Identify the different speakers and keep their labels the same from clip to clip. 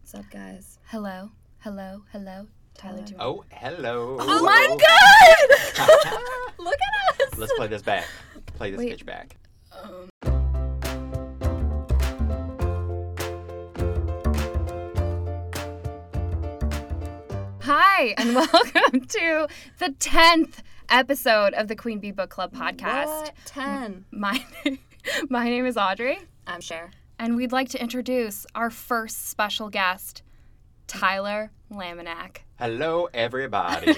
Speaker 1: What's up, guys?
Speaker 2: Hello, hello, hello. Tyler, do you
Speaker 3: Oh, hello.
Speaker 2: Oh my god! Look at us!
Speaker 3: Let's play this back. Play this
Speaker 2: Wait.
Speaker 3: pitch back.
Speaker 2: Hi, and welcome to the 10th episode of the Queen Bee Book Club podcast.
Speaker 1: What? Ten.
Speaker 2: My, my name is Audrey,
Speaker 1: I'm Cher.
Speaker 2: and we'd like to introduce our first special guest, Tyler Laminack.
Speaker 3: Hello, everybody.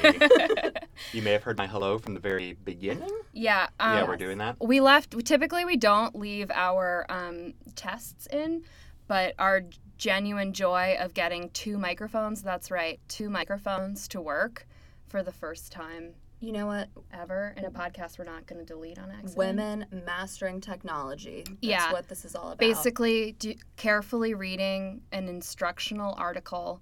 Speaker 3: you may have heard my hello from the very beginning.
Speaker 2: Yeah. Um,
Speaker 3: yeah, we're doing that.
Speaker 2: We left. We typically we don't leave our um, tests in, but our genuine joy of getting two microphones. That's right, two microphones to work for the first time
Speaker 1: You know what?
Speaker 2: ever in a podcast. We're not going to delete on accident.
Speaker 1: Women mastering technology. That's
Speaker 2: Yeah.
Speaker 1: what this is all about.
Speaker 2: Basically, do, carefully reading an instructional article,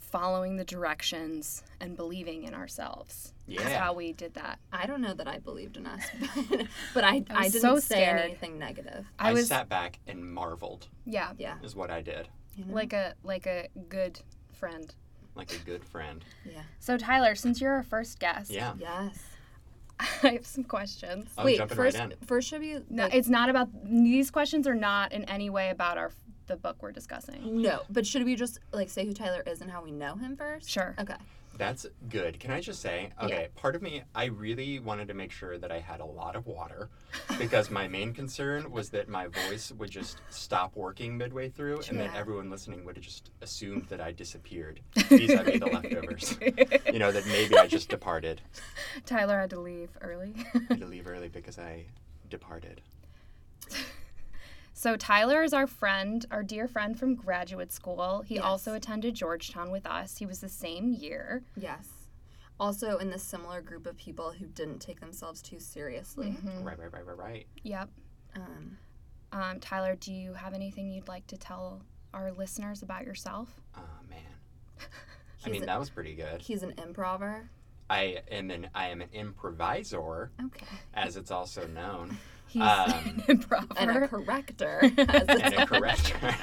Speaker 2: following the directions, and believing in ourselves. That's
Speaker 3: Yeah.
Speaker 2: how we did that.
Speaker 1: I don't know that I believed in us, but, but I, I,
Speaker 2: was
Speaker 1: didn't
Speaker 2: so
Speaker 1: say
Speaker 2: scared.
Speaker 1: anything negative.
Speaker 3: I,
Speaker 2: I was
Speaker 3: sat back and marveled,
Speaker 2: yeah,
Speaker 1: Yeah.
Speaker 3: is what I did.
Speaker 1: You know?
Speaker 2: like a like a good friend.
Speaker 3: Like a good friend.
Speaker 1: yeah.
Speaker 2: So Tyler, since you're our first guest,
Speaker 3: Yeah. Uh,
Speaker 1: Yes.
Speaker 2: I have some questions.
Speaker 3: I'm
Speaker 1: Wait,
Speaker 3: jumping
Speaker 1: first,
Speaker 3: right in.
Speaker 1: first should be
Speaker 2: No,
Speaker 1: like-
Speaker 2: it's not about these questions are not in any way about our the book we're discussing.
Speaker 1: no, but should we just like say who Tyler is and how we know him first?
Speaker 2: Sure.
Speaker 1: Okay.
Speaker 3: That's good. Can I just say, okay, part of me, I really wanted to make sure that I had a lot of water because my main concern was that my voice would just stop working midway through and that
Speaker 1: Sure.
Speaker 3: everyone listening would have just assumed that I disappeared. These are the leftovers. You know, that maybe I just departed.
Speaker 2: Tyler had to leave early.
Speaker 3: I had to leave early because I departed.
Speaker 2: so Tyler is our friend, our dear friend from graduate school. He
Speaker 1: Yes.
Speaker 2: also attended Georgetown with us. He was the same year.
Speaker 1: Yes. Also in this similar group of people who didn't take themselves too seriously.
Speaker 2: Mm-hmm.
Speaker 3: Right, right, right, right, right.
Speaker 2: Yep.
Speaker 1: Um,
Speaker 2: Um, Tyler, do you have anything you'd like to tell our listeners about yourself?
Speaker 3: Oh, man. I
Speaker 1: He's
Speaker 3: mean,
Speaker 1: a-
Speaker 3: that was pretty good.
Speaker 1: he's an improver.
Speaker 3: I am an I am an improviser,
Speaker 1: Okay.
Speaker 3: as it's also known.
Speaker 2: He's
Speaker 3: Um,
Speaker 2: an improver.
Speaker 1: And a corrector. as
Speaker 3: and
Speaker 1: it's-
Speaker 3: a corrector.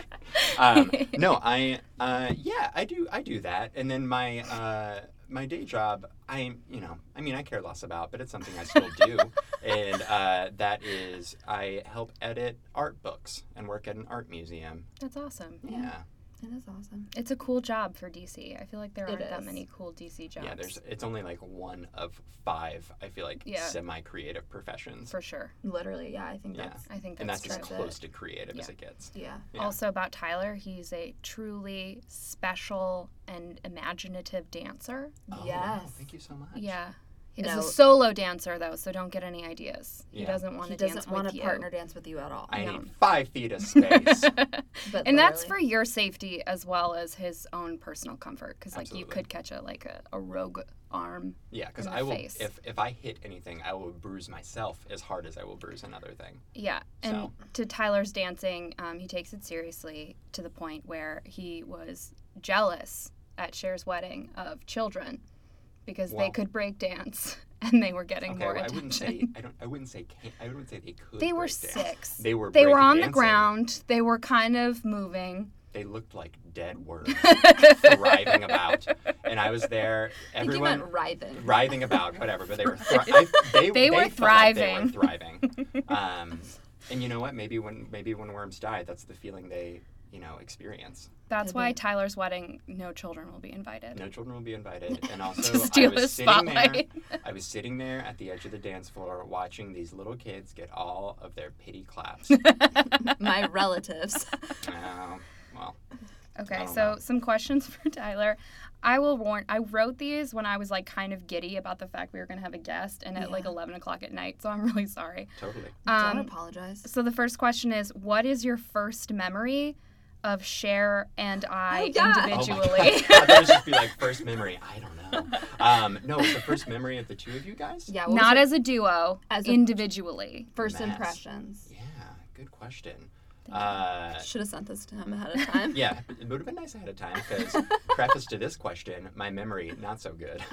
Speaker 3: um, no, I uh, yeah, I do I do that, and then my uh, my day job, I you know, I mean, I care less about, but it's something I still do, and uh, that is I help edit art books and work at an art museum.
Speaker 2: That's awesome.
Speaker 3: Yeah,
Speaker 1: That is awesome.
Speaker 2: It's a cool job for DC. I feel like there
Speaker 1: It
Speaker 2: aren't that
Speaker 1: is.
Speaker 2: many cool DC jobs.
Speaker 3: yeah. There's it's only like one of five. I feel like
Speaker 2: Yeah.
Speaker 3: semi creative professions,
Speaker 2: for sure.
Speaker 1: Literally, yeah, I think
Speaker 3: Yeah.
Speaker 1: that's
Speaker 2: I think
Speaker 3: and
Speaker 2: that's,
Speaker 3: that's,
Speaker 2: true.
Speaker 3: as close to creative as
Speaker 2: Yeah.
Speaker 3: it gets.
Speaker 1: yeah.
Speaker 3: Yeah.
Speaker 2: Also about Tyler, he's a truly special and imaginative dancer.
Speaker 3: Oh, wow,
Speaker 1: Yes.
Speaker 3: thank you so much.
Speaker 2: Yeah. He's
Speaker 1: No.
Speaker 2: a solo dancer though, so don't get any ideas. He
Speaker 3: Yeah.
Speaker 2: doesn't want
Speaker 1: He
Speaker 2: to
Speaker 1: doesn't
Speaker 2: dance
Speaker 1: want
Speaker 2: with
Speaker 1: to
Speaker 2: you.
Speaker 1: partner dance with you at all.
Speaker 3: I
Speaker 2: No.
Speaker 3: need five feet of space.
Speaker 1: but
Speaker 2: And that's for
Speaker 1: literally-
Speaker 2: your safety as well as his own personal comfort, because like you
Speaker 3: Absolutely.
Speaker 2: could catch a like a, a rogue arm.
Speaker 3: Yeah, because
Speaker 2: in
Speaker 3: I
Speaker 2: the
Speaker 3: will.
Speaker 2: face.
Speaker 3: If if I hit anything, I will bruise myself as hard as I will bruise another thing.
Speaker 2: Yeah, and
Speaker 3: So-
Speaker 2: to Tyler's dancing, um, he takes it seriously to the point where he was jealous at Cher's wedding of children because they
Speaker 3: Well-
Speaker 2: could break dance and they were getting
Speaker 3: Okay,
Speaker 2: more
Speaker 3: well, I
Speaker 2: attention.
Speaker 3: wouldn't say. I don't. I wouldn't say. Can, I wouldn't say they could.
Speaker 2: They were
Speaker 3: break dance.
Speaker 2: six.
Speaker 3: They were.
Speaker 2: They were on the
Speaker 3: breakdancing.
Speaker 2: ground. They were kind of moving.
Speaker 3: They looked like dead worms thriving about, and I was there.
Speaker 1: I think you
Speaker 3: Everyone
Speaker 1: meant writhing.
Speaker 3: writhing about, whatever. But they were. Thri- I, they,
Speaker 2: They were
Speaker 3: felt like they were thriving. Um, and you know what? Maybe when maybe when worms die, that's the feeling they you know experience.
Speaker 2: That's
Speaker 1: Could
Speaker 2: why
Speaker 1: be.
Speaker 2: Tyler's wedding, no children will be invited.
Speaker 3: No children will be invited. And also,
Speaker 2: steal
Speaker 3: I was
Speaker 2: his
Speaker 3: sitting
Speaker 2: spotlight.
Speaker 3: there. I was sitting there at the edge of the dance floor, watching these little kids get all of their pity claps.
Speaker 1: My relatives.
Speaker 3: Um, well, I
Speaker 2: Okay,
Speaker 3: don't
Speaker 2: so
Speaker 3: know.
Speaker 2: some questions for Tyler. I will warn. I wrote these when I was like kind of giddy about the fact we were gonna have a guest, and at like
Speaker 1: Yeah.
Speaker 2: eleven o'clock at night. So I'm really sorry.
Speaker 3: totally.
Speaker 1: Don't
Speaker 2: Um,
Speaker 1: apologize.
Speaker 2: So the first question is, what is your first memory of Cher and I
Speaker 1: Oh, yeah.
Speaker 3: Oh my
Speaker 2: individually?
Speaker 3: God. That would just be like first memory. I don't know. Um, no, the first memory of the two of you guys.
Speaker 1: Yeah.
Speaker 2: Not
Speaker 1: as
Speaker 2: as a duo,
Speaker 1: As a-
Speaker 2: individually.
Speaker 1: first
Speaker 3: Mess.
Speaker 1: impressions.
Speaker 3: Yeah. Good question. Uh,
Speaker 1: Should have sent this to him ahead of time.
Speaker 3: yeah, it would have been nice ahead of time because preface to this question, my memory not so good.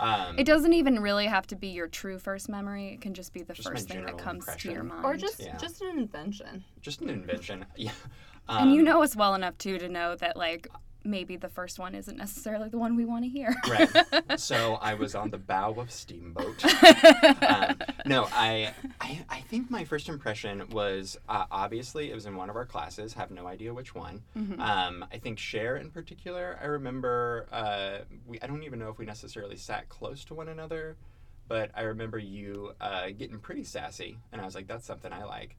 Speaker 3: Um,
Speaker 2: It doesn't even really have to be your true first memory. It can just be the
Speaker 3: Just my
Speaker 2: first thing that
Speaker 3: general
Speaker 2: comes to your
Speaker 3: impression.
Speaker 2: mind.
Speaker 1: Or just
Speaker 3: Yeah.
Speaker 1: just an invention.
Speaker 3: just an invention. Yeah. Um,
Speaker 2: And you know us well enough too to know that like maybe the first one isn't necessarily the one we want to hear.
Speaker 3: Right. so I was on the bow of steamboat. um, no, I, I I think my first impression was uh, obviously it was in one of our classes. Have no idea which one. Um, I think Cher in particular. I remember uh, we I don't even know if we necessarily sat close to one another. But I remember you uh, getting pretty sassy, and I was like, "That's something I like."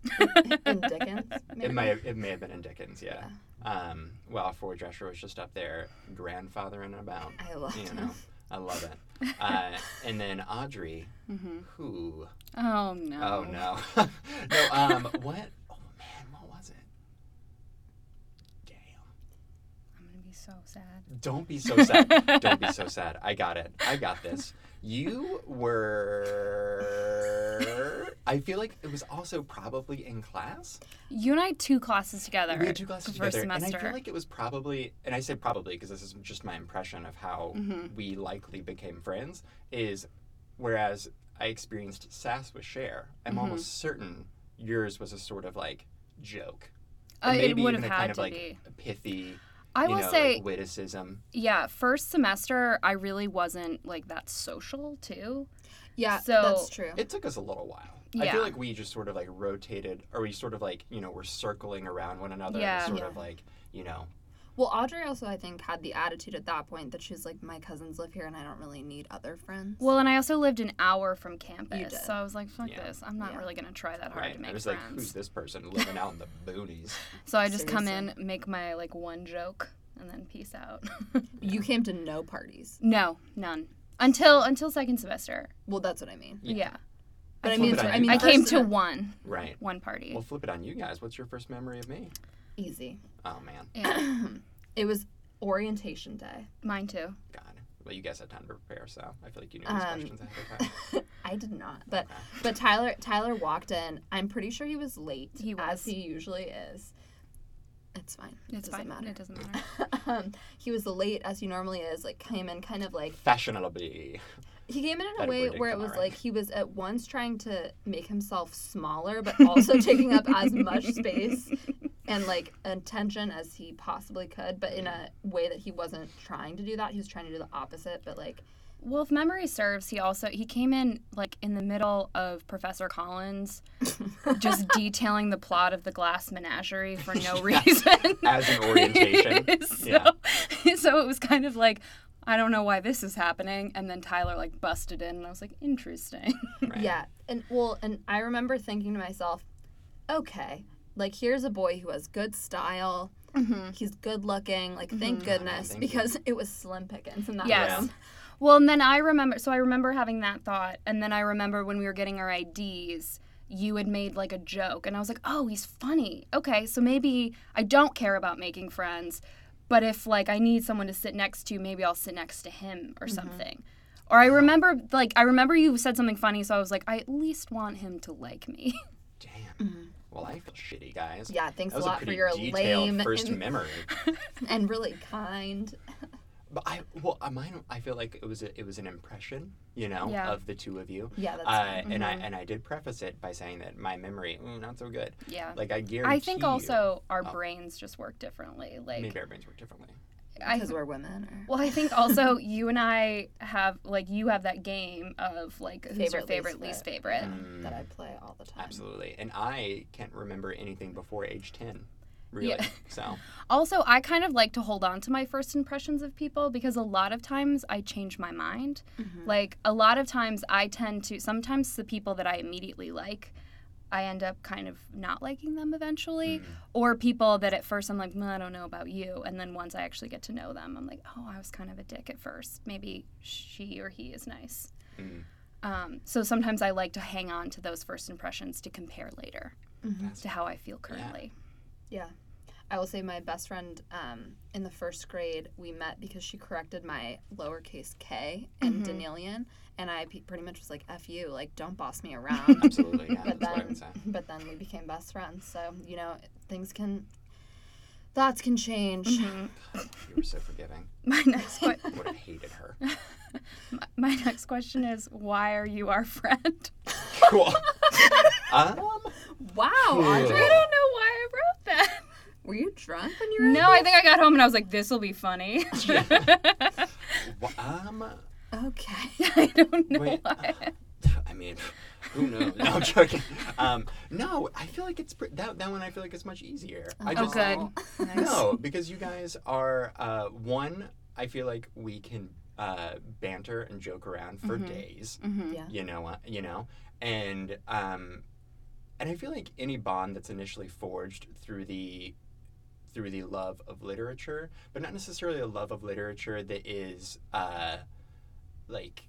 Speaker 1: in Dickens.
Speaker 3: It
Speaker 1: maybe?
Speaker 3: may have, it may have been in Dickens, yeah. Um, well, Ford Drescher was just up there, grandfather and about.
Speaker 1: I loved
Speaker 3: you
Speaker 1: him.
Speaker 3: know, I love it. Uh, and then Audrey,
Speaker 2: Mm-hmm.
Speaker 3: who?
Speaker 2: Oh no.
Speaker 3: Oh no, no. Um, what? Oh man, what was it? Damn!
Speaker 2: I'm gonna be so sad.
Speaker 3: Don't be so sad. Don't be so sad. I got it. I got this. You were. I feel like it was also probably in class.
Speaker 2: You and I had two classes together.
Speaker 3: We had two classes
Speaker 2: the first
Speaker 3: together,
Speaker 2: semester.
Speaker 3: and I feel like it was probably, and I say probably because this is just my impression of
Speaker 2: Mm-hmm.
Speaker 3: how
Speaker 1: Mm-hmm.
Speaker 3: we likely became friends. Is whereas I experienced sass with Cher, I'm
Speaker 2: Mm-hmm.
Speaker 3: almost certain yours was a sort of like joke,
Speaker 2: Uh,
Speaker 3: Or
Speaker 2: it
Speaker 3: maybe
Speaker 2: would
Speaker 3: even
Speaker 2: have
Speaker 3: a
Speaker 2: had
Speaker 3: kind of
Speaker 2: to
Speaker 3: like
Speaker 2: be.
Speaker 3: pithy.
Speaker 2: I
Speaker 3: you
Speaker 2: will
Speaker 3: know,
Speaker 2: say,
Speaker 3: like, witticism.
Speaker 2: yeah, first semester I really wasn't like that social too.
Speaker 1: Yeah,
Speaker 2: So-
Speaker 1: that's true.
Speaker 3: It took us a little while. I
Speaker 2: Yeah.
Speaker 3: feel like we just sort of like rotated, or we sort of like you know we're circling around one another, and
Speaker 2: Yeah.
Speaker 3: sort
Speaker 1: Yeah.
Speaker 3: of like you know
Speaker 1: Well, Audrey also, I think, had the attitude at that point that she was like, my cousins live here and I don't really need other friends.
Speaker 2: Well, and I also lived an hour from campus,
Speaker 1: did.
Speaker 2: so I was like, "Fuck
Speaker 3: Yeah.
Speaker 2: this! I'm not
Speaker 1: Yeah.
Speaker 2: really gonna try that hard
Speaker 3: right.
Speaker 2: to
Speaker 3: I
Speaker 2: make
Speaker 3: was like, who's
Speaker 2: friends."
Speaker 3: this person living out in the boonies?
Speaker 2: so I just come in,
Speaker 1: Seriously.
Speaker 2: make my like one joke, and then peace out.
Speaker 1: you came to no parties.
Speaker 2: no, none until until second semester.
Speaker 1: Well, that's what I mean.
Speaker 2: Yeah,
Speaker 3: Yeah.
Speaker 1: But I
Speaker 3: Well,
Speaker 1: mean,
Speaker 3: but I
Speaker 1: I
Speaker 3: do
Speaker 1: mean,
Speaker 2: I
Speaker 3: that.
Speaker 1: first
Speaker 2: came to
Speaker 1: semester-
Speaker 2: one
Speaker 3: Right.
Speaker 2: one party.
Speaker 3: Well, flip it on you guys. What's your first memory of me?
Speaker 1: easy.
Speaker 3: Oh man,
Speaker 2: yeah,
Speaker 1: It was orientation day.
Speaker 2: mine too.
Speaker 3: God. Well, you guys had time to prepare, so I feel like you knew these
Speaker 1: Um,
Speaker 3: questions ahead of time.
Speaker 1: I did not, but but Tyler Tyler walked in. I'm pretty sure he was late,
Speaker 2: He was.
Speaker 1: as he usually is. It's fine.
Speaker 2: It's
Speaker 1: it
Speaker 2: fine.
Speaker 1: doesn't
Speaker 2: It
Speaker 1: matter.
Speaker 2: doesn't matter.
Speaker 1: um, he was late as he normally is. Like came in kind of like
Speaker 3: Fashionably.
Speaker 1: he came in in a
Speaker 3: That
Speaker 1: way
Speaker 3: word did
Speaker 1: where it
Speaker 3: come out
Speaker 1: was
Speaker 3: right.
Speaker 1: like he was at once trying to make himself smaller, but also taking up as much space and like attention as he possibly could, but in a way that he wasn't trying to do that. He was trying to do the opposite, but like
Speaker 2: Well, if memory serves, he also he came in like in the middle of Professor Collins just detailing the plot of the Glass Menagerie for no reason.
Speaker 3: As an orientation.
Speaker 2: so,
Speaker 3: yeah.
Speaker 2: so it was kind of like I don't know why this is happening and then Tyler like busted in and I was like interesting.
Speaker 3: Right.
Speaker 1: Yeah, and well, and I remember thinking to myself, okay, like here's a boy who has good style. He's good looking. Like thank goodness
Speaker 3: Mm-hmm. Thank you.
Speaker 1: because it was slim pickings in that
Speaker 2: Yes.
Speaker 1: room.
Speaker 2: Well, and then I remember so I remember having that thought and then I remember when we were getting our IDs you had made like a joke and I was like, "Oh, he's funny. Okay, so maybe I don't care about making friends, but if like I need someone to sit next to, maybe I'll sit next to him or something." Or I remember like I remember you said something funny so I was like, "I at least want him to like me."
Speaker 3: Damn. Well, I feel shitty, guys.
Speaker 1: Mm-hmm. Yeah, thanks
Speaker 3: That
Speaker 1: a
Speaker 3: was a
Speaker 1: lot for
Speaker 3: pretty
Speaker 1: your
Speaker 3: detailed
Speaker 1: lame
Speaker 3: first
Speaker 1: and,
Speaker 3: memory.
Speaker 1: and really kind.
Speaker 3: But I, well, uh, mine. I feel like it was a, it was an impression, you know,
Speaker 2: Yeah.
Speaker 3: of the two of you.
Speaker 1: Yeah, that's Mm-hmm.
Speaker 3: Uh, and I and I did preface it by saying that my memory mm, not so good.
Speaker 2: Yeah.
Speaker 3: Like I guarantee.
Speaker 2: I think
Speaker 3: you-
Speaker 2: also our brains just work differently. Like
Speaker 3: maybe our brains work differently.
Speaker 2: I
Speaker 1: because we're women. Or...
Speaker 2: well, I think also you and I have like you have that game of like who's your
Speaker 1: Favorite, least
Speaker 2: favorite, least favorite.
Speaker 1: Yeah, that I play all the time.
Speaker 3: Absolutely. And I can't remember anything before age ten, really. So
Speaker 1: Mm.
Speaker 2: Also, I kind of like to hold on to my first impressions of people because a lot of times I change my mind. Like a lot of times I tend to sometimes the people that I immediately like I end up kind of not liking them eventually,
Speaker 3: Mm.
Speaker 2: or people that at first I'm like, "Mm, I don't know about you, and then once I actually get to know them, I'm like, oh, I was kind of a dick at first. Maybe she or he is nice.
Speaker 3: Mm.
Speaker 2: Um, so sometimes I like to hang on to those first impressions to compare later
Speaker 3: that's
Speaker 2: to how I feel currently.
Speaker 1: Yeah. I will say my best friend um, in the first grade, we met because she corrected my lowercase k
Speaker 3: Mm-hmm.
Speaker 1: in Danilian. And I pe- pretty much was like, F you, like, don't boss me around.
Speaker 3: absolutely. Yeah,
Speaker 1: but,
Speaker 3: that's what I
Speaker 1: then,
Speaker 3: would say.
Speaker 1: but then we became best friends. So, you know, things can, thoughts can change.
Speaker 3: You were so forgiving.
Speaker 2: My next que-
Speaker 3: I would have hated her.
Speaker 2: my next question is, why are you our friend?
Speaker 3: Cool. um,
Speaker 1: Wow, Audrey.
Speaker 2: I don't know why I wrote that.
Speaker 1: Were you drunk when you were?
Speaker 2: No, I think I got home and I was like, this will be funny.
Speaker 3: Wha- Um,
Speaker 1: I. Okay.
Speaker 2: I don't know.
Speaker 3: wait,
Speaker 2: why.
Speaker 3: uh, I mean, who knows? No, I'm joking. Um, no, I feel like it's pre- that that one. I feel like it's much easier. I
Speaker 2: Oh,
Speaker 3: just
Speaker 2: good.
Speaker 3: no because you guys are uh, one. I feel like we can uh, banter and joke around for
Speaker 2: Mhm.
Speaker 3: days.
Speaker 2: hmm
Speaker 1: Yeah.
Speaker 3: you know, uh, you know, and um, and I feel like any bond that's initially forged through the through the love of literature, but not necessarily a love of literature that is uh, like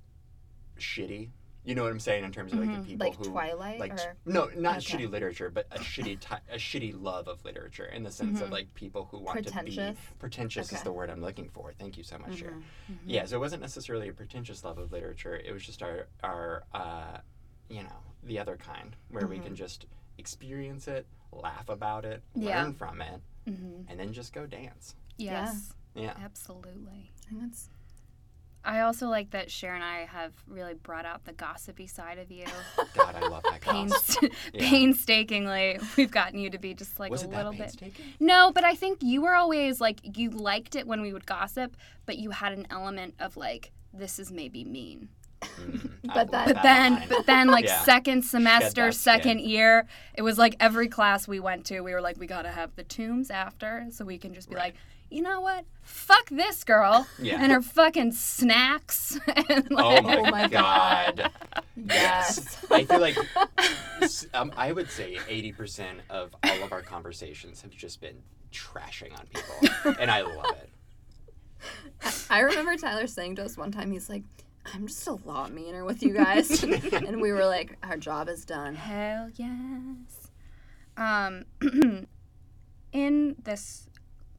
Speaker 3: shitty. You know what I'm saying in terms of like
Speaker 2: Mhm,
Speaker 3: the people
Speaker 1: Mm-hmm. Like
Speaker 3: who
Speaker 1: Twilight
Speaker 3: like
Speaker 1: or
Speaker 3: no, not
Speaker 1: Okay.
Speaker 3: shitty literature, but a shitty ti a shitty love of literature in the sense
Speaker 2: Mhm.
Speaker 3: of like people who want to
Speaker 1: Mm-hmm. pretentious.
Speaker 3: be pretentious is
Speaker 1: Okay.
Speaker 3: the word I'm looking for. Thank you so much, Sharon.
Speaker 1: Mhm.
Speaker 2: Mm.
Speaker 3: Yeah, so it wasn't necessarily a pretentious love of literature. It was just our, our uh, you know, the other kind where we
Speaker 1: Mhm.
Speaker 2: Mm-hmm.
Speaker 3: can just experience it, laugh about it,
Speaker 2: Yeah.
Speaker 3: learn from it,
Speaker 2: hmm
Speaker 3: and then just go dance.
Speaker 2: Yes,
Speaker 3: Yeah.
Speaker 2: absolutely.
Speaker 1: I think that's
Speaker 2: I also like that Sharon and I have really brought out the gossipy side of you.
Speaker 3: God, I love that class.
Speaker 2: Painst-
Speaker 3: Yeah.
Speaker 2: Painstakingly, we've gotten you to be just like
Speaker 3: was
Speaker 2: a
Speaker 3: it
Speaker 2: little
Speaker 3: that
Speaker 2: bit.
Speaker 3: painstaking?
Speaker 2: No, but I think you were always like, you liked it when we would gossip, but you had an element of like, this is maybe mean.
Speaker 3: Mm, I
Speaker 1: But
Speaker 3: love
Speaker 1: that-
Speaker 2: But then,
Speaker 3: line.
Speaker 2: but then, like
Speaker 3: Yeah.
Speaker 2: second semester,
Speaker 3: that
Speaker 2: second
Speaker 3: skin.
Speaker 2: year, it was like every class we went to, we were like, we gotta have the tombs after, so we can just be
Speaker 3: Right.
Speaker 2: like, you know what? Fuck this girl
Speaker 3: Yeah.
Speaker 2: and her fucking snacks. and
Speaker 3: Oh
Speaker 2: like,
Speaker 3: my,
Speaker 1: Oh my
Speaker 3: god.
Speaker 1: yes.
Speaker 3: I feel like s- um, I would say 80% of all of our conversations have just been trashing on people. and I love it.
Speaker 1: I remember Tyler saying to us one time, he's like, I'm just a lot meaner with you guys. and we were like, our job is
Speaker 3: Oh.
Speaker 1: done.
Speaker 2: Hell yes. Um, in this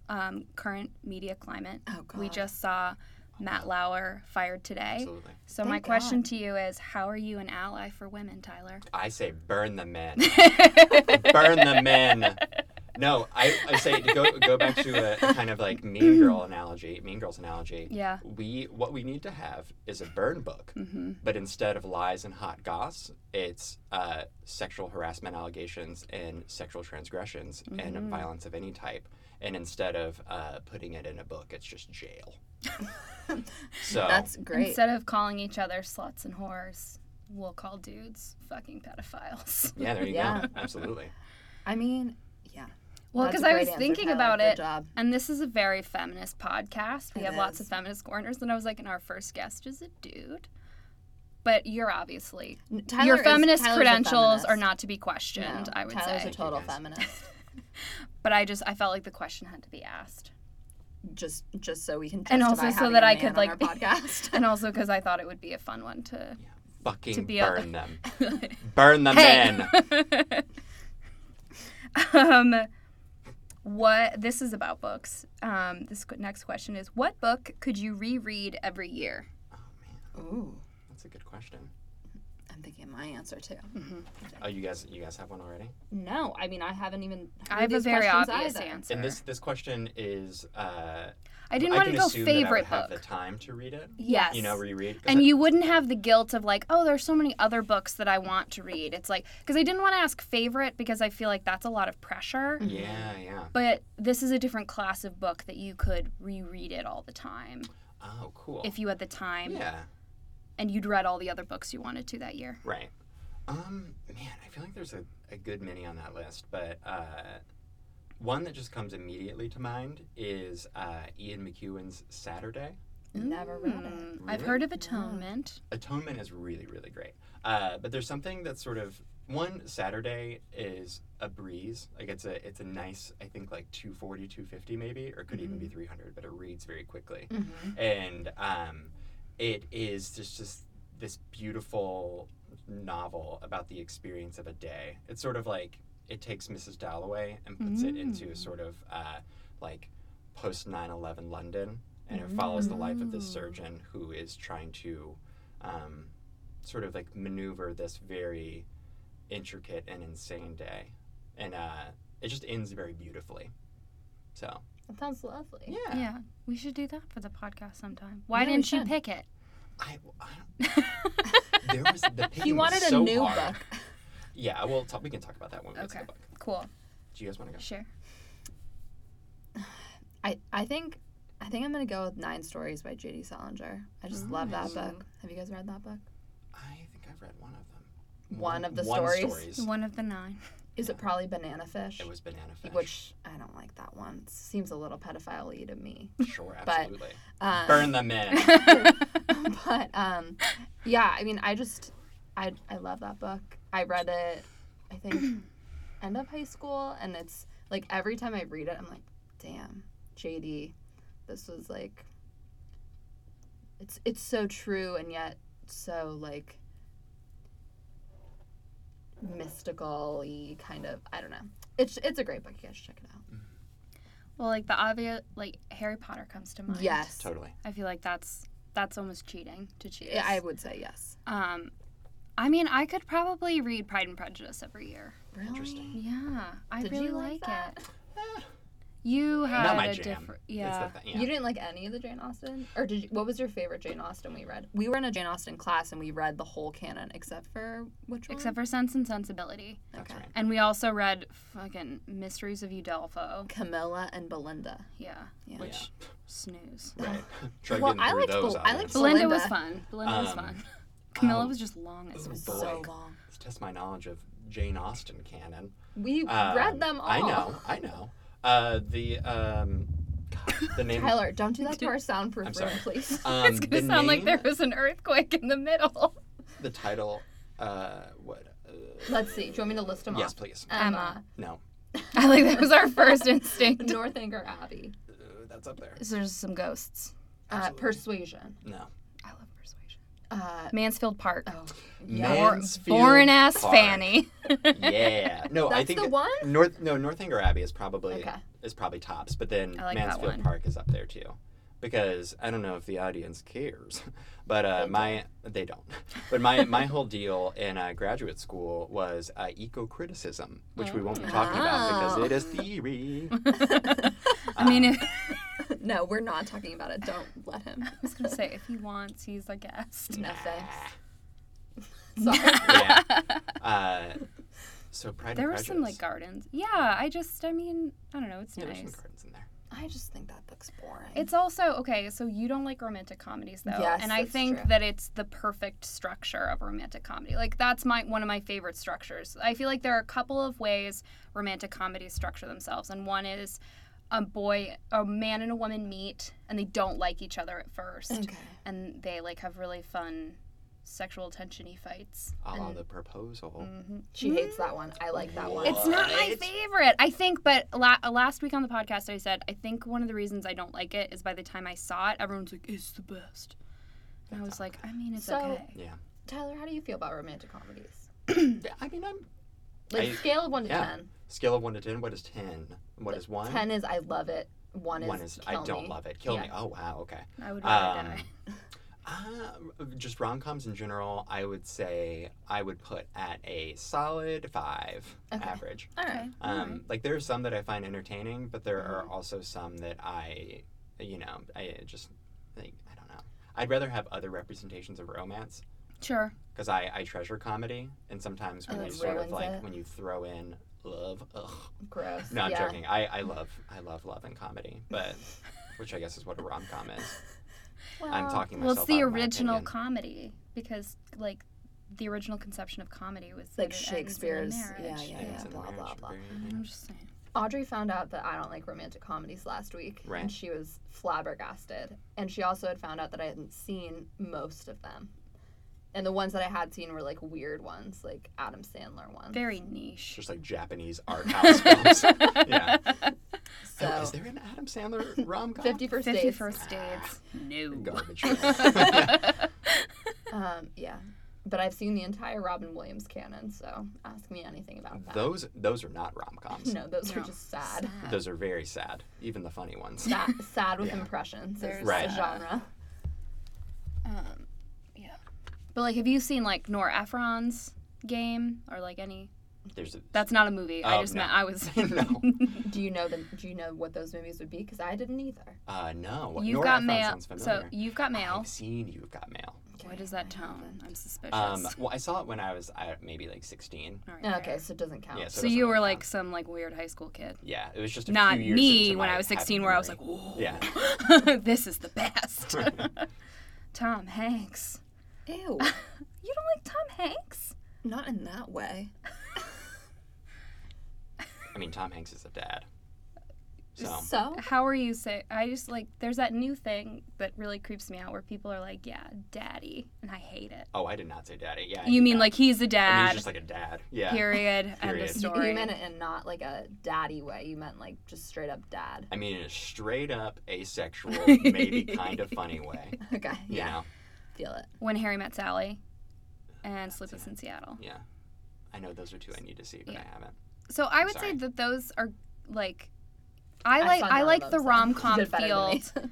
Speaker 2: um, current media climate,
Speaker 1: Oh, God.
Speaker 2: we just saw Matt Lauer fired today.
Speaker 3: Absolutely.
Speaker 2: So
Speaker 1: Thank
Speaker 2: my question
Speaker 1: God.
Speaker 2: to you is, how are you an ally for women, Tyler?
Speaker 3: I say burn the men. burn the men. No, I, I say to go go back to a kind of like Mean Girl analogy, Mean Girls analogy.
Speaker 2: Yeah.
Speaker 3: We what we need to have is a burn book,
Speaker 2: Mm-hmm.
Speaker 3: but instead of lies and hot goss, it's uh, sexual harassment allegations and sexual transgressions and violence of any type. And instead of uh, putting it in a book, it's just jail. so
Speaker 1: That's great.
Speaker 2: Instead of calling each other sluts and whores, we'll call dudes fucking pedophiles.
Speaker 3: yeah, there you
Speaker 1: Yeah.
Speaker 3: go. Absolutely.
Speaker 1: I mean, yeah.
Speaker 2: Well,
Speaker 1: That's a
Speaker 2: because I
Speaker 1: great
Speaker 2: was
Speaker 1: answer,
Speaker 2: thinking
Speaker 1: Tyler.
Speaker 2: about
Speaker 1: Good
Speaker 2: it,
Speaker 1: job.
Speaker 2: and this is a very feminist podcast. We
Speaker 1: It
Speaker 2: have lots of
Speaker 1: is.
Speaker 2: feminist corners, and I was like, and our first guest is a dude. But you're obviously
Speaker 1: N- Tyler
Speaker 2: your
Speaker 1: is-
Speaker 2: feminist
Speaker 1: Tyler's a
Speaker 2: credentials are
Speaker 1: feminist.
Speaker 2: not to be
Speaker 1: No,
Speaker 2: questioned. I would
Speaker 1: Tyler's
Speaker 2: say,
Speaker 1: a total
Speaker 3: Thank you, guys.
Speaker 1: feminist.
Speaker 2: but I just I felt like the question had to be asked,
Speaker 1: Just, just so we can.
Speaker 2: and also
Speaker 1: justify
Speaker 2: so
Speaker 1: having
Speaker 2: that
Speaker 1: a
Speaker 2: I
Speaker 1: man
Speaker 2: could
Speaker 1: on
Speaker 2: like
Speaker 1: our podcast.
Speaker 2: and also because I thought it would be a fun one to.
Speaker 3: Fucking
Speaker 2: be a-
Speaker 3: burn them. Burn the men.
Speaker 2: um, what this is about books. Um, this qu- next question is: What book could you reread every year?
Speaker 1: Ooh,
Speaker 3: That's a good question.
Speaker 1: I'm thinking of my answer too.
Speaker 3: Oh, you guys, you guys have one already.
Speaker 1: No, I mean I haven't even. heard
Speaker 2: I have a
Speaker 1: these
Speaker 2: very
Speaker 1: questions
Speaker 2: obvious
Speaker 1: either.
Speaker 2: answer.
Speaker 3: And this this question is. Uh,
Speaker 2: I didn't
Speaker 3: I
Speaker 2: want to
Speaker 3: can
Speaker 2: go
Speaker 3: assume that I would
Speaker 2: favorite
Speaker 3: have
Speaker 2: book.
Speaker 3: the time to read it.
Speaker 2: Yes.
Speaker 3: You know, reread. 'cause I-
Speaker 2: and you wouldn't have the guilt of like, oh, there's so many other books that I want to read. It's like because I didn't want to ask favorite because I feel like that's a lot of pressure.
Speaker 1: Mm-hmm.
Speaker 3: Yeah, yeah.
Speaker 2: But this is a different class of book that you could reread it all the time
Speaker 3: Oh, cool.
Speaker 2: if you had the time
Speaker 3: yeah,
Speaker 2: and you'd read all the other books you wanted to that year.
Speaker 3: right. Um, man, I feel like there's a, a good many on that list, but uh, one that just comes immediately to mind is uh, Ian McEwan's Saturday.
Speaker 1: Never read it.
Speaker 2: Mm, I've
Speaker 3: Really?
Speaker 2: heard of Atonement.
Speaker 3: Atonement is really, really great. Uh, but there's something that's sort of one Saturday is a breeze. Like it's a it's a nice, I think like 240, 250 maybe, or could even be 300, but it reads very quickly.
Speaker 2: Mm.
Speaker 1: Mm-hmm.
Speaker 3: And um, it is just just this beautiful novel about the experience of a day. It's sort of like it takes Mrs. Dalloway and puts it into sort of uh, like post 9/11 London, and it follows the life of this surgeon who is trying to um, sort of like maneuver this very intricate and insane day, and uh, it just ends very beautifully. So
Speaker 1: That sounds lovely.
Speaker 3: yeah,
Speaker 2: Yeah, we should do that for the podcast sometime. Why
Speaker 1: Yeah, we
Speaker 2: didn't you
Speaker 1: should.
Speaker 2: pick it?
Speaker 3: I, I don't- there was the
Speaker 1: He
Speaker 3: picking was
Speaker 1: wanted a
Speaker 3: so
Speaker 1: new
Speaker 3: hard.
Speaker 1: book.
Speaker 3: Yeah, well, talk, we can talk about that when we get
Speaker 2: Okay.
Speaker 3: to the book.
Speaker 2: Cool.
Speaker 3: Do you guys want to go?
Speaker 2: Sure.
Speaker 1: I, I think I think I'm gonna go with Nine Stories by J.D. Salinger. I
Speaker 2: Mm.
Speaker 1: just love that book. Have you guys read that book?
Speaker 3: I think I've read one of them.
Speaker 1: One of the stories.
Speaker 2: One of the nine.
Speaker 1: Is it probably Banana Fish?
Speaker 3: It was banana fish.
Speaker 1: Which I don't like that one. seems a little pedophile to me.
Speaker 3: sure,
Speaker 1: but,
Speaker 3: absolutely.
Speaker 1: Um,
Speaker 3: Burn them in.
Speaker 1: but um, yeah, I mean, I just, I, I love that book. I read it, I think, end of high school, and it's like every time I read it, I'm like, damn, JD, this was like, it's it's so true and yet so like mystical kind of. I don't know. It's it's a great book. You guys should check it out.
Speaker 2: Well, like the obvious, like Harry Potter comes to mind.
Speaker 1: Yes,
Speaker 3: totally.
Speaker 2: I feel like that's that's almost cheating to choose.
Speaker 1: Yeah, I would say yes.
Speaker 2: Um, I mean, I could probably read Pride and Prejudice every year.
Speaker 1: Really?
Speaker 3: Interesting.
Speaker 2: Yeah, I
Speaker 1: Did
Speaker 2: really
Speaker 1: you like
Speaker 2: like,
Speaker 1: that?
Speaker 2: it. You had
Speaker 3: Not my
Speaker 2: a
Speaker 3: jam.
Speaker 2: different.
Speaker 3: It's
Speaker 2: Yeah.
Speaker 3: the thing, yeah.
Speaker 1: You didn't like any of the Jane Austen, or did you, what was your favorite Jane Austen we read? We were in a Jane Austen class and we read the whole canon except for which one?
Speaker 2: Except for Sense and Sensibility,
Speaker 3: That's
Speaker 1: Okay.
Speaker 3: right.
Speaker 2: and we also read fucking Mysteries of Udolpho.
Speaker 1: Camilla and Belinda.
Speaker 2: Yeah.
Speaker 1: Yeah.
Speaker 2: Which snooze.
Speaker 3: Right. Try
Speaker 1: uh, Well,
Speaker 3: getting
Speaker 1: I
Speaker 3: through
Speaker 1: liked
Speaker 3: those.
Speaker 1: Bel-
Speaker 3: out
Speaker 1: I
Speaker 3: of
Speaker 1: liked
Speaker 3: it.
Speaker 1: Bel-
Speaker 2: Belinda, was
Speaker 1: Belinda.
Speaker 2: fun. Belinda was
Speaker 3: Um,
Speaker 2: fun. Camilla
Speaker 3: oh.
Speaker 2: was just long as
Speaker 3: Ooh,
Speaker 2: fuck.
Speaker 3: boy.
Speaker 1: So
Speaker 3: Like-
Speaker 1: long.
Speaker 3: Let's test my knowledge of Jane Austen canon.
Speaker 1: We
Speaker 3: Um,
Speaker 1: read them all.
Speaker 3: I know. I know. Uh, the um, God, the name.
Speaker 1: Tyler, don't do that to our soundproof
Speaker 3: I'm
Speaker 1: room,
Speaker 3: sorry.
Speaker 1: please.
Speaker 3: Um,
Speaker 2: It's gonna
Speaker 3: the
Speaker 2: sound like
Speaker 3: name,
Speaker 2: there was an earthquake in the middle.
Speaker 3: The title. Uh, what? Uh,
Speaker 1: Let's see. Do you want me to list them
Speaker 3: yes,
Speaker 1: off?
Speaker 3: please.
Speaker 1: Emma,
Speaker 3: no,
Speaker 2: I like that was our first instinct.
Speaker 1: Northanger Abbey,
Speaker 3: uh, that's up there.
Speaker 4: There's some ghosts.
Speaker 1: uh,
Speaker 3: Absolutely.
Speaker 1: Persuasion,
Speaker 3: No.
Speaker 4: I love Persuasion.
Speaker 1: uh,
Speaker 4: Mansfield Park.
Speaker 1: oh,
Speaker 3: Mansfield
Speaker 4: Boring ass
Speaker 3: Park.
Speaker 4: Fanny.
Speaker 3: yeah. No, I
Speaker 1: That's
Speaker 3: think
Speaker 1: the
Speaker 3: it-
Speaker 1: one?
Speaker 3: North no Northanger Abbey is probably
Speaker 1: Okay.
Speaker 3: is probably tops, but then
Speaker 2: I like that
Speaker 3: Mansfield
Speaker 2: one.
Speaker 3: Park is up there too. Because I don't know if the audience cares, but uh, my they don't. But my my whole deal in uh, graduate school was uh, eco criticism, which we won't be talking about
Speaker 2: Oh.
Speaker 3: because it is theory.
Speaker 2: I mean, if,
Speaker 1: no, we're not talking about it. Don't let him.
Speaker 2: I was gonna say if he wants, he's a guest.
Speaker 1: No thanks. Sorry.
Speaker 3: yeah. Uh, so Pride
Speaker 2: There
Speaker 3: and
Speaker 2: were
Speaker 3: Prejudice.
Speaker 2: some like gardens. Yeah, I just, I mean, I don't know. It's
Speaker 3: yeah, there's some
Speaker 2: nice.
Speaker 3: gardens in there.
Speaker 1: I just think that book's boring.
Speaker 2: It's also okay. So you don't like romantic comedies though,
Speaker 1: Yes,
Speaker 2: and I
Speaker 1: that's
Speaker 2: think
Speaker 1: true.
Speaker 2: that it's the perfect structure of romantic comedy. Like that's my one of my favorite structures. I feel like there are a couple of ways romantic comedies structure themselves, and one is a boy, a man and a woman meet, and they don't like each other at first,
Speaker 1: okay.
Speaker 2: and they like have really fun sexual tensiony fights.
Speaker 3: A la
Speaker 2: And-
Speaker 3: the proposal.
Speaker 1: Mm.
Speaker 2: Mhm.
Speaker 1: She hates that one. I like that one.
Speaker 2: It's not my
Speaker 3: What?
Speaker 2: favorite. I think, but la- uh, last week on the podcast, I said I think one of the reasons I don't like it is by the time I saw it, everyone's like, "It's the best," and I was like, "I mean, it's
Speaker 1: So-
Speaker 2: okay."
Speaker 3: Yeah.
Speaker 1: Tyler, how do you feel about romantic comedies? Mm.
Speaker 3: Yeah, I mean, I'm
Speaker 1: Like
Speaker 3: I-
Speaker 1: scale of one to
Speaker 3: yeah.
Speaker 1: ten.
Speaker 3: Scale of one to ten. What is ten? What is one?
Speaker 1: Ten is I love it. One is,
Speaker 3: One is I
Speaker 1: kill
Speaker 3: don't
Speaker 1: me.
Speaker 3: love it. Kill
Speaker 1: Yeah.
Speaker 3: me. Oh wow. Okay.
Speaker 2: I would rather
Speaker 3: Um,
Speaker 2: die.
Speaker 3: uh, just rom coms in general. I would say I would put at a solid five
Speaker 1: Okay.
Speaker 3: average.
Speaker 1: All right. Mm-hmm.
Speaker 2: Okay.
Speaker 3: Um,
Speaker 2: Alright.
Speaker 3: Like there are some that I find entertaining, but there are also some that I, you know, I just like I don't know. I'd rather have other representations of romance
Speaker 2: Sure.
Speaker 3: because I, I treasure comedy, and sometimes when
Speaker 1: Oh,
Speaker 3: you
Speaker 1: it
Speaker 3: sort of
Speaker 1: ruins
Speaker 3: like
Speaker 1: it.
Speaker 3: when you throw in love, ugh,
Speaker 1: Gross.
Speaker 3: No, I'm
Speaker 1: yeah.
Speaker 3: joking. I, I love I love love and comedy, but which I guess is what a rom com is. I'm
Speaker 1: Well,
Speaker 3: talking
Speaker 2: Well,
Speaker 3: myself.
Speaker 2: it's the
Speaker 3: out of my
Speaker 2: original
Speaker 3: opinion.
Speaker 2: comedy because, like, the original conception of comedy was that
Speaker 1: Like
Speaker 2: it ends in a
Speaker 1: Shakespeare's-
Speaker 2: marriage. Mm,
Speaker 1: yeah,
Speaker 3: It ends in
Speaker 1: blah,
Speaker 3: marriage,
Speaker 1: blah, Mm-hmm. blah.
Speaker 3: very-
Speaker 2: I'm just saying.
Speaker 1: Audrey found out that I don't like romantic comedies last week,
Speaker 3: Right.
Speaker 1: and she was flabbergasted. And she also had found out that I hadn't seen most of them, and the ones that I had seen were like weird ones, like Adam Sandler ones.
Speaker 2: Very
Speaker 3: It's
Speaker 2: niche.
Speaker 3: just like Japanese art house films. yeah.
Speaker 1: So
Speaker 3: Oh, is there an Adam Sandler rom com?
Speaker 1: fifty first
Speaker 2: Fifty
Speaker 1: dates.
Speaker 2: First Dates. No.
Speaker 3: Garbage. film. yeah.
Speaker 1: Um, yeah. But I've seen the entire Robin Williams canon, so ask me anything about that.
Speaker 3: Those those are not rom coms.
Speaker 1: no, those
Speaker 2: No.
Speaker 1: are just sad.
Speaker 3: Those are very sad. Even the funny ones.
Speaker 1: Sad, sad with
Speaker 3: Yeah.
Speaker 1: impressions is
Speaker 2: There's
Speaker 3: Right.
Speaker 1: the genre.
Speaker 2: Um, yeah. But like, have you seen like Nora Ephron's game or like any?
Speaker 3: There's a,
Speaker 2: That's not a movie. I
Speaker 3: Oh,
Speaker 2: just
Speaker 3: no.
Speaker 2: meant I was.
Speaker 3: no.
Speaker 1: Do you know the Do you know what those movies would be? Because I didn't either.
Speaker 3: Uh, no.
Speaker 2: You've
Speaker 3: Nora
Speaker 2: got
Speaker 3: Ephron
Speaker 2: mail.
Speaker 3: Sounds
Speaker 2: So
Speaker 3: familiar.
Speaker 2: you've got mail.
Speaker 3: I've seen You've Got Mail.
Speaker 2: What is that tone? I'm suspicious.
Speaker 3: Um, well, I saw it when I was uh, maybe like 16.
Speaker 2: All right, fair.
Speaker 1: Okay, so it doesn't count.
Speaker 3: Yeah, so, it
Speaker 2: So
Speaker 3: doesn't
Speaker 2: you
Speaker 3: really
Speaker 2: were like
Speaker 3: count.
Speaker 2: some like weird high school kid.
Speaker 3: yeah, it was just a
Speaker 2: Not
Speaker 3: few years
Speaker 2: me
Speaker 3: into
Speaker 2: when
Speaker 3: my
Speaker 2: I was 16,
Speaker 3: happy
Speaker 2: where I was like,
Speaker 3: memory.
Speaker 2: "Whoa,
Speaker 3: yeah,
Speaker 2: this is the best." Tom Hanks.
Speaker 1: Ew,
Speaker 2: You don't like Tom Hanks?
Speaker 1: not in that way.
Speaker 3: I mean Tom Hanks is a dad. So
Speaker 1: So
Speaker 2: How are you say? I just like there's that new thing that really creeps me out where people are like, "Yeah, daddy," and I hate it.
Speaker 3: oh, I did not say daddy. Yeah,
Speaker 2: You
Speaker 3: he-
Speaker 2: mean like he's a
Speaker 3: I mean,
Speaker 2: dad?
Speaker 3: he's just like a dad. Yeah.
Speaker 2: period. End of
Speaker 3: Period.
Speaker 1: you,
Speaker 2: story.
Speaker 1: you meant it in not like a daddy way. You meant like just straight up dad.
Speaker 3: I mean, in a straight up asexual, maybe kind of funny way.
Speaker 1: Okay,
Speaker 3: You
Speaker 1: yeah,
Speaker 3: know?
Speaker 1: feel it.
Speaker 2: When Harry Met Sally, and Sleepless in Seattle.
Speaker 3: Yeah. I know those are two I need to see, but I haven't.
Speaker 2: So I would
Speaker 3: Sorry.
Speaker 2: say that those are like, I
Speaker 1: I
Speaker 2: like
Speaker 1: saw
Speaker 2: I,
Speaker 1: none of
Speaker 2: like
Speaker 1: them,
Speaker 2: the
Speaker 1: so
Speaker 2: rom
Speaker 1: you
Speaker 2: com
Speaker 1: did better than me.
Speaker 2: feel,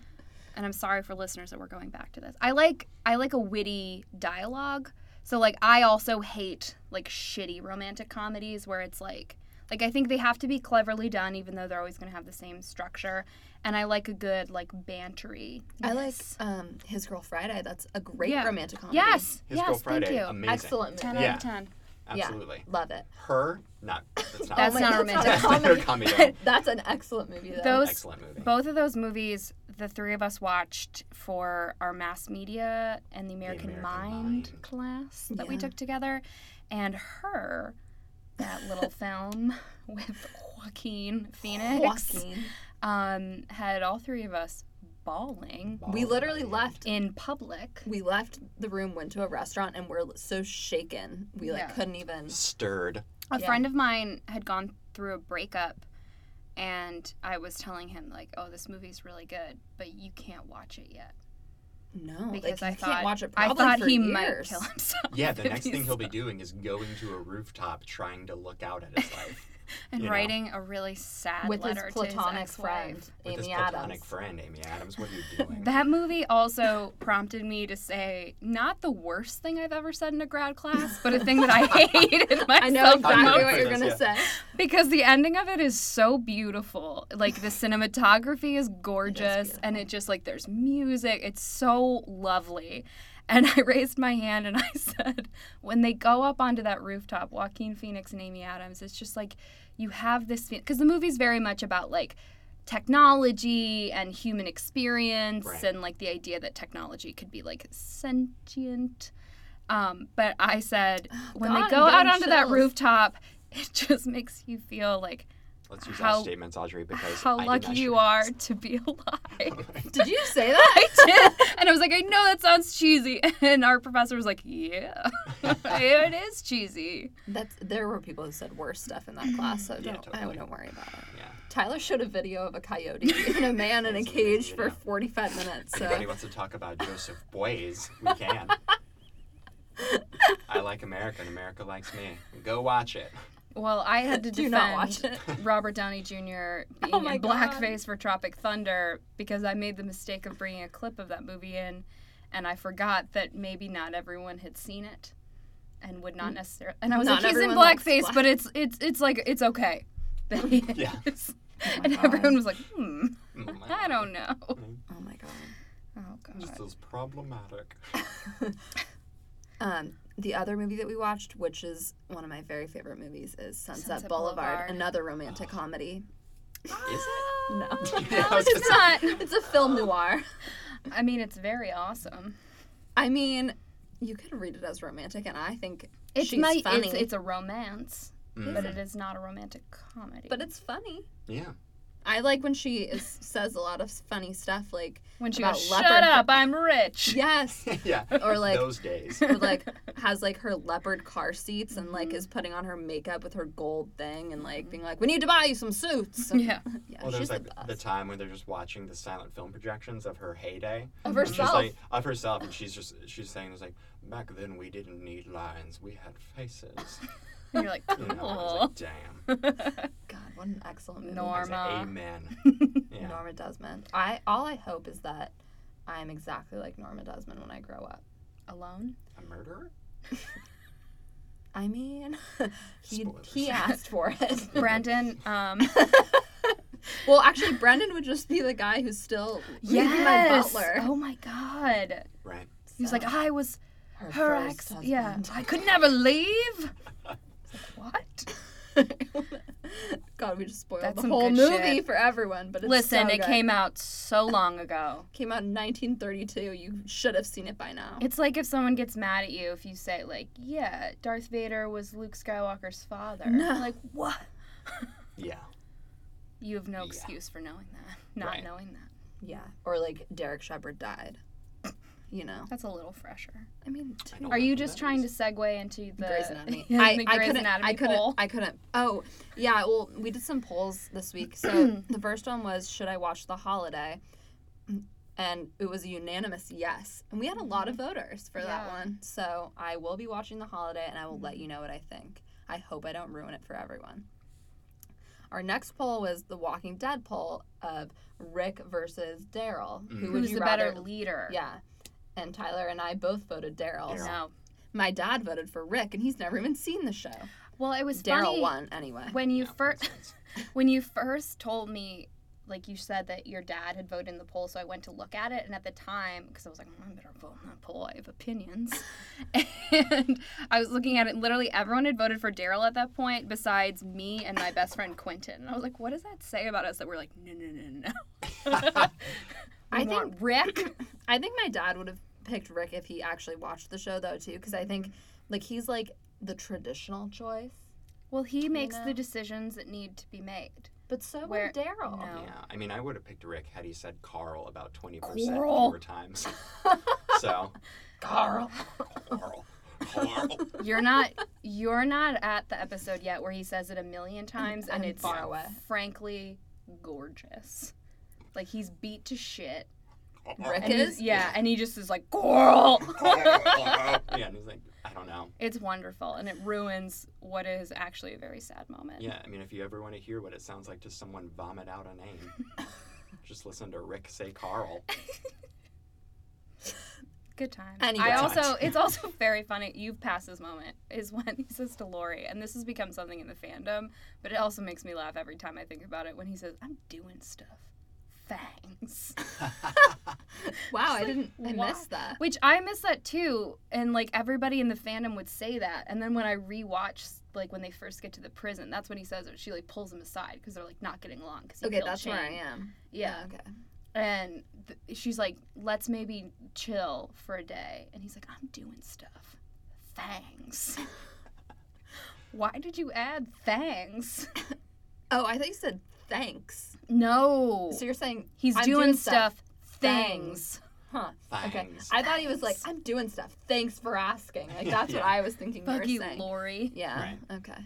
Speaker 2: and I'm sorry for listeners that we're going back to this. I like I like a witty dialogue. So like I also hate like shitty romantic comedies where it's like like I think they have to be cleverly done, even though they're always going to have the same structure. And I like a good like bantery.
Speaker 1: I like um, His Girl Friday. That's a great
Speaker 2: Yeah.
Speaker 1: romantic comedy.
Speaker 2: yes,
Speaker 3: His
Speaker 2: yes,
Speaker 3: Girl Friday,
Speaker 2: thank you.
Speaker 3: amazing.
Speaker 1: excellent
Speaker 2: Ten
Speaker 1: movie.
Speaker 2: out
Speaker 3: Yeah.
Speaker 2: of ten.
Speaker 1: Yeah.
Speaker 3: Absolutely.
Speaker 1: Love it.
Speaker 3: Her? Not. That's not.
Speaker 2: That's
Speaker 1: Oh my-
Speaker 2: not a
Speaker 1: that's
Speaker 2: romantic
Speaker 3: That's not a comedy.
Speaker 1: That's an excellent movie though.
Speaker 2: Those-
Speaker 3: Excellent movie.
Speaker 2: Both of those movies, the three of us watched for our mass media and the American,
Speaker 3: American
Speaker 2: Mind,
Speaker 3: Mind.
Speaker 2: class that we
Speaker 1: Yeah.
Speaker 2: took together, and her, that little film with Joaquin Phoenix,
Speaker 1: Joaquin.
Speaker 2: um, had all three of us bawling
Speaker 1: We literally
Speaker 3: Ballsy.
Speaker 1: left
Speaker 2: in public.
Speaker 1: we left the room, went to a restaurant, and we're so shaken. We like
Speaker 2: Yeah.
Speaker 1: couldn't even.
Speaker 3: Stirred.
Speaker 2: A
Speaker 1: Yeah.
Speaker 2: friend of mine had gone through a breakup, and I was telling him like, "Oh, this movie's really good, but you can't watch it yet."
Speaker 1: No,
Speaker 2: Because
Speaker 1: like,
Speaker 2: I
Speaker 1: you
Speaker 2: thought
Speaker 1: can't watch it.
Speaker 2: I
Speaker 1: Probably
Speaker 2: thought
Speaker 1: for
Speaker 2: he
Speaker 1: years.
Speaker 2: might kill himself.
Speaker 3: Yeah, the
Speaker 2: if
Speaker 3: next thing
Speaker 2: he's-
Speaker 3: he'll be doing is going to a rooftop trying to look out at his life
Speaker 2: and
Speaker 3: you know.
Speaker 2: writing a really sad
Speaker 1: with his
Speaker 2: letter to
Speaker 1: platonic
Speaker 2: his
Speaker 1: friend
Speaker 2: ex-wife.
Speaker 3: with his
Speaker 1: Amy
Speaker 3: platonic
Speaker 1: Adams.
Speaker 3: friend, Amy Adams. What are you doing?
Speaker 2: That movie also prompted me to say not the worst thing I've ever said in a grad class, but a thing that I hated myself
Speaker 1: I know exactly
Speaker 3: known
Speaker 2: most
Speaker 1: what
Speaker 3: for
Speaker 1: you're
Speaker 3: this,
Speaker 1: gonna
Speaker 3: yeah.
Speaker 1: say.
Speaker 2: because the ending of it is so beautiful. Like the cinematography is gorgeous and it just like there's music. It's so lovely. And I raised my hand and I said, when they go up onto that rooftop, Joaquin Phoenix and Amy Adams, it's just like you have this because the movie's very much about like technology and human experience
Speaker 3: Right.
Speaker 2: and like the idea that technology could be like sentient. Um, but I said, when
Speaker 1: God,
Speaker 2: they go
Speaker 1: I'm
Speaker 2: out
Speaker 1: getting
Speaker 2: onto that
Speaker 1: chills.
Speaker 2: rooftop, it just makes you feel like
Speaker 3: Let's use
Speaker 2: How-
Speaker 3: our statements, Audrey, because
Speaker 2: how
Speaker 3: I did
Speaker 2: lucky
Speaker 3: not
Speaker 2: you
Speaker 3: shoot.
Speaker 2: are to be alive.
Speaker 1: Did you say that?
Speaker 2: I did. And I was like, I know that sounds cheesy. And our professor was like, Yeah, it is cheesy.
Speaker 1: That's there were people who said worse stuff in that class, so
Speaker 3: Yeah,
Speaker 1: don't I
Speaker 3: totally.
Speaker 1: wouldn't worry about it.
Speaker 3: Yeah.
Speaker 1: Tyler showed a video of a coyote and a man in a
Speaker 3: That's an
Speaker 1: cage
Speaker 3: amazing
Speaker 1: for
Speaker 3: video.
Speaker 1: 45 minutes.
Speaker 3: Anybody
Speaker 1: So
Speaker 3: wants to talk about Joseph Boys, we can. I like America, and America likes me. Go watch it.
Speaker 2: Well, I had to
Speaker 1: do
Speaker 2: defend
Speaker 1: not watch it.
Speaker 2: Robert Downey Jr. being
Speaker 1: Oh my
Speaker 2: in
Speaker 1: God.
Speaker 2: blackface for Tropic Thunder because I made the mistake of bringing a clip of that movie in, and I forgot that maybe not everyone had seen it, and would not necessarily. And I was
Speaker 1: Mm. Not
Speaker 2: like, he's in
Speaker 1: everyone likes
Speaker 2: blackface,
Speaker 1: black-
Speaker 2: but it's it's it's like it's okay that he is.
Speaker 3: Yeah. Oh
Speaker 2: and
Speaker 1: God.
Speaker 2: everyone was like, hmm,
Speaker 3: Mm, my
Speaker 2: I don't know.
Speaker 1: Oh my god.
Speaker 2: Oh
Speaker 3: This
Speaker 2: God.
Speaker 3: is problematic.
Speaker 1: Um, the other movie that we watched, which is one of my very favorite movies, is Sunset,
Speaker 2: Sunset
Speaker 1: Boulevard,
Speaker 2: Boulevard.
Speaker 1: another romantic comedy.
Speaker 3: Is
Speaker 2: it?
Speaker 1: No.
Speaker 3: Yeah, I was
Speaker 2: Ah, it's
Speaker 3: gonna
Speaker 2: not.
Speaker 1: it's a film noir.
Speaker 2: I mean, it's very awesome.
Speaker 1: I mean, you could read it as romantic, and I think
Speaker 2: It's
Speaker 1: she's
Speaker 2: my.
Speaker 1: funny,
Speaker 2: It's, it's a romance,
Speaker 3: Mm.
Speaker 2: but it is not a romantic comedy.
Speaker 1: but it's funny.
Speaker 3: Yeah.
Speaker 1: I like when she is, says a lot of funny stuff, like
Speaker 2: when she
Speaker 1: about
Speaker 2: goes,
Speaker 1: leopard
Speaker 2: "Shut
Speaker 1: print."
Speaker 2: up, I'm rich."
Speaker 1: yes,
Speaker 3: Yeah.
Speaker 1: Or like-
Speaker 3: those days.
Speaker 1: or like has like her leopard car seats and like
Speaker 2: Mm-hmm.
Speaker 1: is putting on her makeup with her gold thing and like being like, we need to buy you some suits. And-
Speaker 2: Yeah.
Speaker 1: yeah,
Speaker 3: Well, there's
Speaker 1: she's
Speaker 3: like
Speaker 1: the
Speaker 3: the,
Speaker 1: best.
Speaker 3: time when they're just watching the silent film projections of her heyday.
Speaker 1: of
Speaker 3: And She's
Speaker 1: herself.
Speaker 3: like of herself, and she's just she's saying this like back then we didn't need lines, we had faces.
Speaker 2: And you're like,
Speaker 3: You know, and I was
Speaker 2: "Cool."
Speaker 3: like, damn.
Speaker 1: God, what an excellent movie.
Speaker 3: I was like,
Speaker 2: Norma.
Speaker 3: Amen. Yeah.
Speaker 1: Norma Desmond. I all I hope is that I'm exactly like Norma Desmond when I grow up.
Speaker 2: Alone.
Speaker 3: A murderer?
Speaker 1: I mean, he,
Speaker 3: Spoilers.
Speaker 1: he asked for it.
Speaker 2: Brandon. Um.
Speaker 1: well, actually, Brendan would just be the guy who's still yes. my butler.
Speaker 2: Oh my God.
Speaker 3: Right.
Speaker 1: So
Speaker 2: He was Oh, like, I was
Speaker 1: her,
Speaker 2: her
Speaker 1: first
Speaker 2: ex. Yeah,
Speaker 1: husband.
Speaker 2: I could never leave. What?
Speaker 1: God, we just spoiled
Speaker 4: That's
Speaker 1: the
Speaker 4: some
Speaker 1: whole
Speaker 4: good
Speaker 1: movie
Speaker 4: shit.
Speaker 1: for everyone. But it's
Speaker 2: Listen,
Speaker 1: so
Speaker 2: it
Speaker 1: good.
Speaker 2: came out so long ago.
Speaker 1: came out in 1932. You should have seen it by now.
Speaker 2: It's like if someone gets mad at you if you say like, "Yeah, Darth Vader was Luke Skywalker's father."
Speaker 1: No.
Speaker 2: Like, what?
Speaker 3: Yeah.
Speaker 2: You have no
Speaker 3: Yeah.
Speaker 2: excuse for knowing that. Not
Speaker 3: Right.
Speaker 2: knowing that.
Speaker 1: yeah, or like Derek Shepard died. You know,
Speaker 2: That's a little fresher.
Speaker 1: I mean,
Speaker 3: I don't
Speaker 2: Are you
Speaker 3: know who
Speaker 2: just
Speaker 3: that
Speaker 2: trying
Speaker 3: is.
Speaker 2: to segue into the
Speaker 1: Grey's Anatomy.
Speaker 2: Yeah,
Speaker 1: I,
Speaker 2: the
Speaker 1: I
Speaker 2: Grey's
Speaker 1: couldn't.
Speaker 2: Anatomy
Speaker 1: I couldn't.
Speaker 2: poll?
Speaker 1: I couldn't. Oh, yeah. Well, we did some polls this week. So the first one was, should I watch The Holiday? And it was a unanimous yes. And we had a lot of voters for that
Speaker 2: Mm-hmm. Yeah.
Speaker 1: one. So I will be watching The Holiday, and I will let you know what I think. I hope I don't ruin it for everyone. Our next poll was the Walking Dead poll of Rick versus Daryl. Who would
Speaker 2: Mm-hmm. Who's
Speaker 1: you
Speaker 2: the
Speaker 1: rather?
Speaker 2: better leader?
Speaker 1: yeah. And Tyler and I both voted Daryl.
Speaker 3: Daryl.
Speaker 2: No.
Speaker 1: My dad voted for Rick, and he's never even seen the show.
Speaker 2: Well, it was
Speaker 1: Daryl
Speaker 2: funny
Speaker 1: won anyway.
Speaker 2: when you
Speaker 3: Yeah,
Speaker 2: first
Speaker 3: makes sense.
Speaker 2: when you first told me like you said that your dad had voted in the poll so i went to look at it and at the time because i was like oh, i better vote in that poll i have opinions and i was looking at it literally everyone had voted for daryl at that point besides me and my best friend quentin and i was like what does that say about us that we're like no no no no no
Speaker 1: I
Speaker 2: i
Speaker 1: think-
Speaker 2: want rick
Speaker 1: I think my dad would have picked Rick if he actually watched the show though too, because I think like he's like the traditional choice,
Speaker 2: well he makes
Speaker 1: know.
Speaker 2: the decisions that need to be made
Speaker 1: but so
Speaker 2: Where-
Speaker 1: would Daryl.
Speaker 2: No.
Speaker 3: Yeah, I mean, I would have picked Rick had he said Carl about 20%
Speaker 2: Carl.
Speaker 3: fewer times. so,
Speaker 1: Carl.
Speaker 3: Carl. Carl.
Speaker 2: You're not you're not at the episode yet where he says it a million times and
Speaker 1: I'm
Speaker 2: it's
Speaker 1: far away.
Speaker 2: frankly gorgeous. Like he's beat to shit.
Speaker 1: Rick
Speaker 2: And he's-
Speaker 1: is.
Speaker 2: yeah, and he just is like girl.
Speaker 3: yeah, and he's like, I don't know.
Speaker 2: it's wonderful and it ruins what is actually a very sad moment.
Speaker 3: Yeah, I mean, if you ever want to hear what it sounds like to someone vomit out a name, just listen to Rick say Carl.
Speaker 2: Good time.
Speaker 1: Anyway.
Speaker 2: I
Speaker 1: Good
Speaker 3: times.
Speaker 2: also it's also very funny. You've passed this moment is when he says to Lori, and this has become something in the fandom, but it also makes me laugh every time I think about it when he says, I'm doing stuff. Thanks.
Speaker 1: Wow, I didn't. I
Speaker 2: why?
Speaker 1: missed that.
Speaker 2: Which I miss that too, and like everybody in the fandom would say that. And then when I rewatch, like when they first get to the prison, that's when he says it. She like pulls him aside because they're like not getting along. Cause he
Speaker 1: Okay,
Speaker 2: killed
Speaker 1: that's where I
Speaker 2: Shane.
Speaker 1: am.
Speaker 2: Yeah,
Speaker 1: Okay.
Speaker 2: and th- she's like, "Let's maybe chill for a day," and he's like, "I'm doing stuff." Thanks. Why did you add thangs?
Speaker 1: Oh, I thought you said thanks.
Speaker 2: No,
Speaker 1: So you're saying
Speaker 2: he's
Speaker 1: I'm
Speaker 2: doing,
Speaker 1: doing
Speaker 2: stuff.
Speaker 1: stuff.
Speaker 2: Thangs.
Speaker 1: huh? Okay.
Speaker 3: Thanks.
Speaker 1: I thought he was like, I'm doing stuff. Thanks for asking. Like that's what
Speaker 3: Yeah.
Speaker 1: I was thinking. you
Speaker 2: Fuck
Speaker 1: were
Speaker 2: you,
Speaker 1: saying.
Speaker 2: Lori.
Speaker 1: Yeah.
Speaker 3: Right.
Speaker 1: Okay.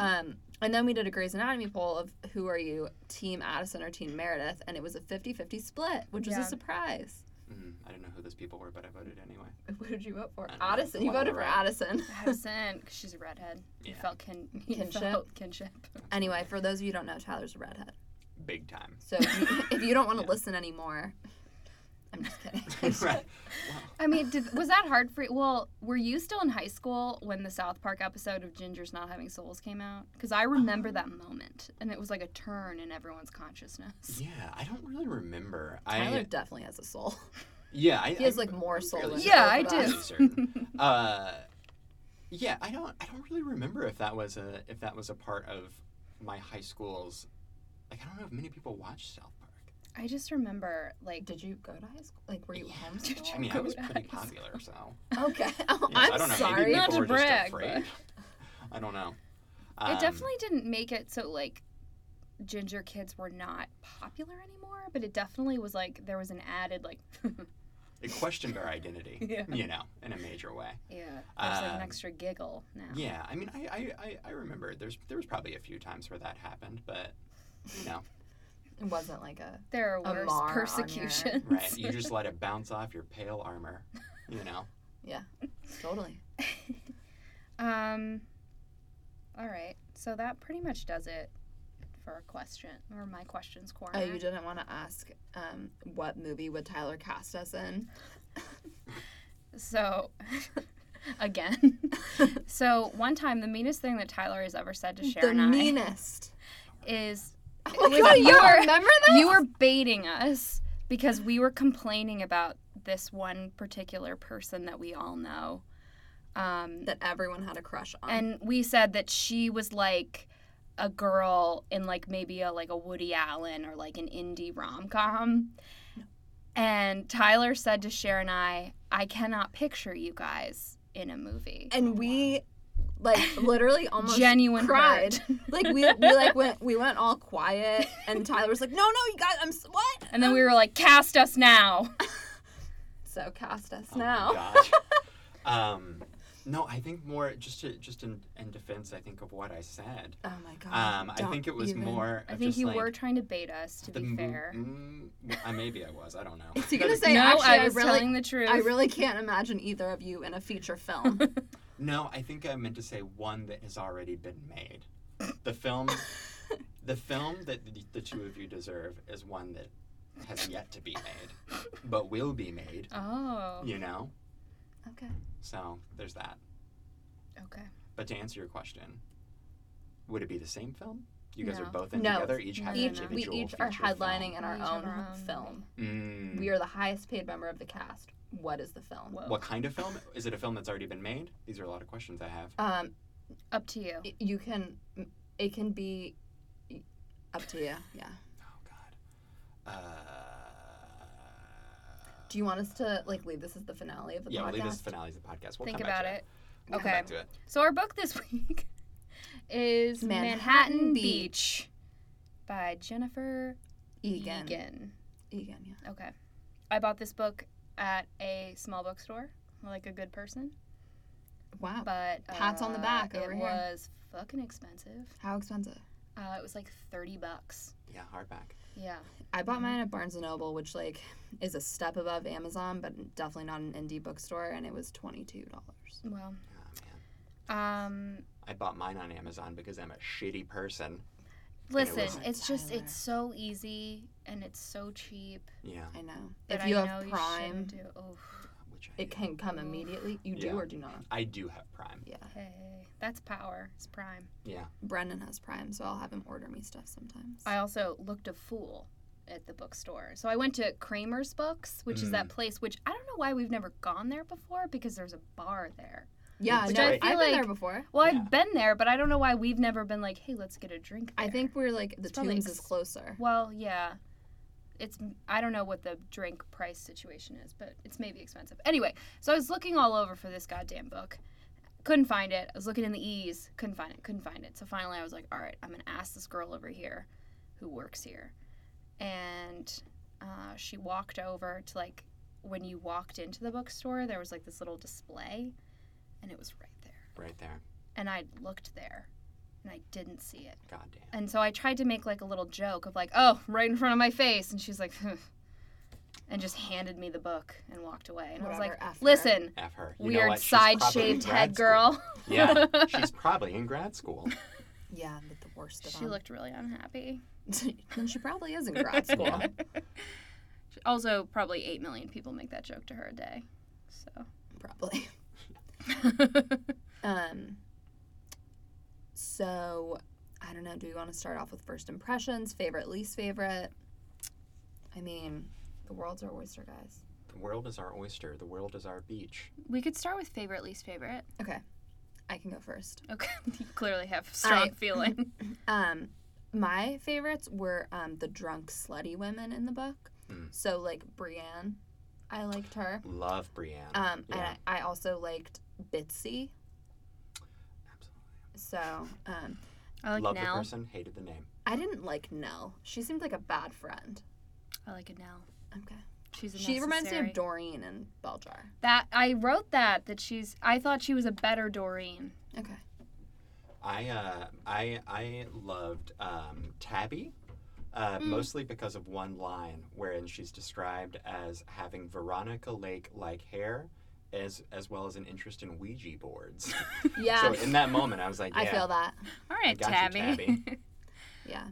Speaker 1: Um, and then we did a Grey's Anatomy poll of who are you, Team Addison or Team Meredith, and it was a 50 50 split, which was
Speaker 2: Yeah.
Speaker 1: a surprise.
Speaker 3: Mm, I don't know who those people were, but I voted anyway.
Speaker 1: Who did you vote for?
Speaker 3: I don't know.
Speaker 1: Addison. You
Speaker 3: One on
Speaker 1: voted
Speaker 3: the
Speaker 1: for
Speaker 3: right.
Speaker 1: Addison.
Speaker 2: Addison, 'cause she's a redhead. You
Speaker 3: Yeah.
Speaker 2: felt kin-
Speaker 1: Kinship.
Speaker 2: kinship. Felt kinship.
Speaker 1: Anyway, for those of you who don't know, Tyler's a redhead.
Speaker 3: Big time.
Speaker 1: So if you, if you don't want to
Speaker 3: Yeah.
Speaker 1: listen anymore, I'm just kidding.
Speaker 3: right.
Speaker 2: I mean, did, was that hard for you? Well, were you still in high school when the South Park episode of Ginger's Not Having Souls came out? Because I remember that moment, and it was like a turn in everyone's consciousness.
Speaker 3: Yeah, I don't really remember.
Speaker 1: Tyler
Speaker 3: I
Speaker 1: definitely has a soul.
Speaker 3: yeah, I,
Speaker 1: He has
Speaker 3: I-
Speaker 1: like more soul
Speaker 3: really
Speaker 1: than
Speaker 3: don't
Speaker 2: Yeah,
Speaker 1: both
Speaker 2: I
Speaker 1: of
Speaker 2: do.
Speaker 1: us.
Speaker 3: I'm certain. uh, yeah, I don't. I don't really remember if that was a if that was a part of my high school's. Like, I don't know if many people watched South Park.
Speaker 2: I just remember, like,
Speaker 1: Did you go to high school? Like, were you
Speaker 3: Yeah. I
Speaker 1: homeschooled?
Speaker 3: mean, I was
Speaker 2: Good
Speaker 3: pretty
Speaker 2: eyes.
Speaker 3: popular, so
Speaker 1: okay. Oh,
Speaker 3: Yeah,
Speaker 1: I'm
Speaker 3: I don't know.
Speaker 1: sorry.
Speaker 3: Maybe people
Speaker 2: Not to
Speaker 3: were
Speaker 2: brag,
Speaker 3: just afraid. I don't know. Um,
Speaker 2: it definitely didn't make it so, like, Ginger kids were not popular anymore, but it definitely was like there was an added, like,
Speaker 3: it questioned our identity.
Speaker 2: Yeah.
Speaker 3: You know, in a major way.
Speaker 2: yeah, there's like an
Speaker 3: Um,
Speaker 2: extra giggle now.
Speaker 3: Yeah, I mean, I, I, I, I remember there's there was probably a few times where that happened, but you know,
Speaker 1: It wasn't like a.
Speaker 2: There are
Speaker 1: A
Speaker 2: worse
Speaker 1: mar on your-
Speaker 2: persecutions.
Speaker 3: right? You just let it bounce off your pale armor, you know.
Speaker 1: Yeah. Totally.
Speaker 2: Um. All right. So that pretty much does it for our question or my questions corner.
Speaker 1: Oh, you didn't want to ask um, what movie would Tyler cast us in?
Speaker 2: So again. so one time, the meanest thing that Tyler has ever said to Sharon
Speaker 1: the
Speaker 2: and I
Speaker 1: meanest.
Speaker 2: is
Speaker 1: Oh my
Speaker 2: was-
Speaker 1: God,
Speaker 2: you
Speaker 1: you
Speaker 2: were-
Speaker 1: remember that?
Speaker 2: you were baiting us because we were complaining about this one particular person that we all know. Um,
Speaker 1: that everyone had a crush on.
Speaker 2: and we said that she was like a girl in like maybe a like a Woody Allen or like an indie rom com. And Tyler said to Cher and I, I cannot picture you guys in a movie.
Speaker 1: and we like literally almost
Speaker 2: Genuine
Speaker 1: cried.
Speaker 2: hurt.
Speaker 1: Like we, we like went we went all quiet and Tyler was like, "No, no, you guys, I'm s- what?"
Speaker 2: And then we were like, cast us now.
Speaker 1: So cast us
Speaker 3: Oh my
Speaker 1: now.
Speaker 3: gosh. um, no, I think more just to, just in, in defense, I think of what I said.
Speaker 1: Oh my god.
Speaker 3: Um, I think it
Speaker 1: don't
Speaker 3: was
Speaker 1: even-
Speaker 3: more.
Speaker 2: I
Speaker 3: of
Speaker 2: think
Speaker 3: just
Speaker 2: you
Speaker 3: like
Speaker 2: were trying to bait us, to
Speaker 3: the
Speaker 2: be
Speaker 3: mo-
Speaker 2: fair.
Speaker 3: mm, well, I- maybe I was. I don't know.
Speaker 1: So you're gonna say
Speaker 2: no,
Speaker 1: actually,
Speaker 2: I was
Speaker 1: really,
Speaker 2: telling the truth.
Speaker 1: I really can't imagine either of you in a feature film.
Speaker 3: No, I think I meant to say one that has already been made. The film, the film that the, the two of you deserve is one that has yet to be made, but will be made.
Speaker 2: oh,
Speaker 3: You know,
Speaker 1: okay.
Speaker 3: so there's that.
Speaker 2: okay.
Speaker 3: But to answer your question, would it be the same film? You guys
Speaker 2: No.
Speaker 3: are both in
Speaker 1: No.
Speaker 3: together. Each have
Speaker 1: Each
Speaker 3: an
Speaker 2: no.
Speaker 1: we
Speaker 3: individual
Speaker 1: each are
Speaker 3: feature film.
Speaker 1: headlining in our
Speaker 2: We each have
Speaker 1: own,
Speaker 2: our own
Speaker 1: film.
Speaker 3: Mm.
Speaker 1: We are the highest paid member of the cast. What is the film?
Speaker 2: Whoa.
Speaker 3: What kind of film? Is it a film that's already been made? These are a lot of questions I have.
Speaker 1: Um,
Speaker 2: Up to you.
Speaker 1: y- you can it can be up to you. Yeah.
Speaker 3: Oh God. Uh,
Speaker 1: Do you want us to like leave this as the finale of the
Speaker 3: yeah,
Speaker 1: podcast?
Speaker 3: we'll leave this finale as the podcast. We'll
Speaker 2: Think
Speaker 3: come back
Speaker 2: about
Speaker 3: to
Speaker 2: it.
Speaker 3: We'll
Speaker 2: Okay.
Speaker 3: come back to it.
Speaker 2: So our book this week is
Speaker 1: Manhattan
Speaker 2: Manhattan,
Speaker 1: Beach.
Speaker 2: Beach. by Jennifer
Speaker 1: Egan. Egan.
Speaker 2: Egan.
Speaker 1: yeah.
Speaker 2: Okay. I bought this book at a small bookstore, like a good person,
Speaker 1: Wow.
Speaker 2: but
Speaker 1: Hats on the
Speaker 2: uh,
Speaker 1: back
Speaker 2: It
Speaker 1: over here.
Speaker 2: was fucking expensive.
Speaker 1: How expensive?
Speaker 2: Uh, it was like thirty bucks.
Speaker 3: Yeah, hardback.
Speaker 2: Yeah.
Speaker 1: I bought mine at Barnes and Noble, which like is a step above Amazon, but definitely not an indie bookstore, and it was twenty two dollars.
Speaker 2: Well,
Speaker 3: Oh man.
Speaker 2: um,
Speaker 3: I bought mine on Amazon because I'm a shitty person.
Speaker 2: listen,
Speaker 3: was-
Speaker 2: it's just
Speaker 1: Tyler.
Speaker 2: it's so easy and it's so cheap.
Speaker 3: Yeah,
Speaker 1: I know.
Speaker 2: That
Speaker 1: if you
Speaker 2: I know
Speaker 1: have Prime,
Speaker 2: shouldn't do. Oof.
Speaker 3: which I
Speaker 1: it
Speaker 3: do.
Speaker 1: can come immediately. You do
Speaker 3: Yeah.
Speaker 1: or do not.
Speaker 3: I do have Prime.
Speaker 1: Yeah.
Speaker 2: Hey, that's power. It's Prime.
Speaker 3: Yeah.
Speaker 1: Brendan has Prime, so I'll have him order me stuff sometimes.
Speaker 2: I also looked a fool at the bookstore. So I went to Kramer's Books, which is that place which I don't know why we've never gone there before because there's a bar there.
Speaker 1: yeah,
Speaker 3: Which
Speaker 1: no,
Speaker 3: I
Speaker 1: I've
Speaker 2: feel
Speaker 1: been
Speaker 2: like-
Speaker 1: there before.
Speaker 2: Well,
Speaker 3: Yeah.
Speaker 2: I've been there, but I don't know why we've never been like, hey, let's get a drink.
Speaker 1: I
Speaker 2: there."
Speaker 1: think we're like the
Speaker 2: It's probably
Speaker 1: Tombs is
Speaker 2: ex-
Speaker 1: closer.
Speaker 2: Well, yeah. It's I don't know what the drink price situation is, but it's maybe expensive. Anyway, so I was looking all over for this goddamn book. Couldn't find it. I was looking in the E's, couldn't find it, couldn't find it. So finally I was like, all right, I'm gonna ask this girl over here who works here. And uh, she walked over to like when you walked into the bookstore, there was like this little display and it was right there.
Speaker 3: Right there.
Speaker 2: And I looked there and I didn't see it.
Speaker 3: God damn.
Speaker 2: And so I tried to make like a little joke of like, oh, right in front of my face. And she's like, and just handed me the book and walked away. And I was
Speaker 1: Whatever,
Speaker 2: like,
Speaker 1: F her.
Speaker 2: listen,
Speaker 3: F her. You know
Speaker 2: weird
Speaker 3: what? She's
Speaker 2: side
Speaker 3: probably in
Speaker 2: shaved
Speaker 3: grad
Speaker 2: head
Speaker 3: school.
Speaker 2: girl.
Speaker 3: yeah. She's probably in grad school.
Speaker 1: Yeah, but the worst of
Speaker 2: she looked really unhappy.
Speaker 1: them. then she probably is in grad school.
Speaker 3: Yeah.
Speaker 2: She- Also, probably 8 million people make that joke to her a day. So.
Speaker 1: Probably. Um. So, I don't know. Do we want to start off with first impressions, favorite, least favorite? I mean, the world's our oyster, guys.
Speaker 3: The world is our oyster. The world is our beach.
Speaker 5: We could start with favorite, least favorite.
Speaker 1: Okay, I can go first.
Speaker 5: Okay. You clearly have strong
Speaker 1: I-
Speaker 5: feeling.
Speaker 1: Um, my favorites were um the drunk, slutty women in the book.
Speaker 3: Mm.
Speaker 1: So like Brienne, I liked her.
Speaker 3: Love Brienne.
Speaker 1: Um,
Speaker 3: yeah.
Speaker 1: and I, I also liked Bitsy. So, um,
Speaker 2: I like
Speaker 3: Love the
Speaker 2: Nell.
Speaker 3: person, hated the name.
Speaker 1: I didn't like Nell. She seemed like a bad friend.
Speaker 2: I like a Nell.
Speaker 1: Okay.
Speaker 5: She's a
Speaker 1: She reminds me
Speaker 5: necessary.
Speaker 1: of Doreen and Beljar.
Speaker 5: that. I wrote that that she's. I thought she was a better Doreen.
Speaker 1: Okay.
Speaker 3: I uh, I I loved um, Tabby,
Speaker 1: Mm.
Speaker 3: uh, mostly because of one line wherein she's described as having Veronica Lake like hair, as as well as an interest in Ouija boards.
Speaker 1: Yeah,
Speaker 3: so in that moment, I was like, yeah,
Speaker 1: Ah. I feel that.
Speaker 5: All
Speaker 3: I
Speaker 5: right,
Speaker 3: got
Speaker 5: Tabby.
Speaker 3: you, Tabby.
Speaker 1: Yeah.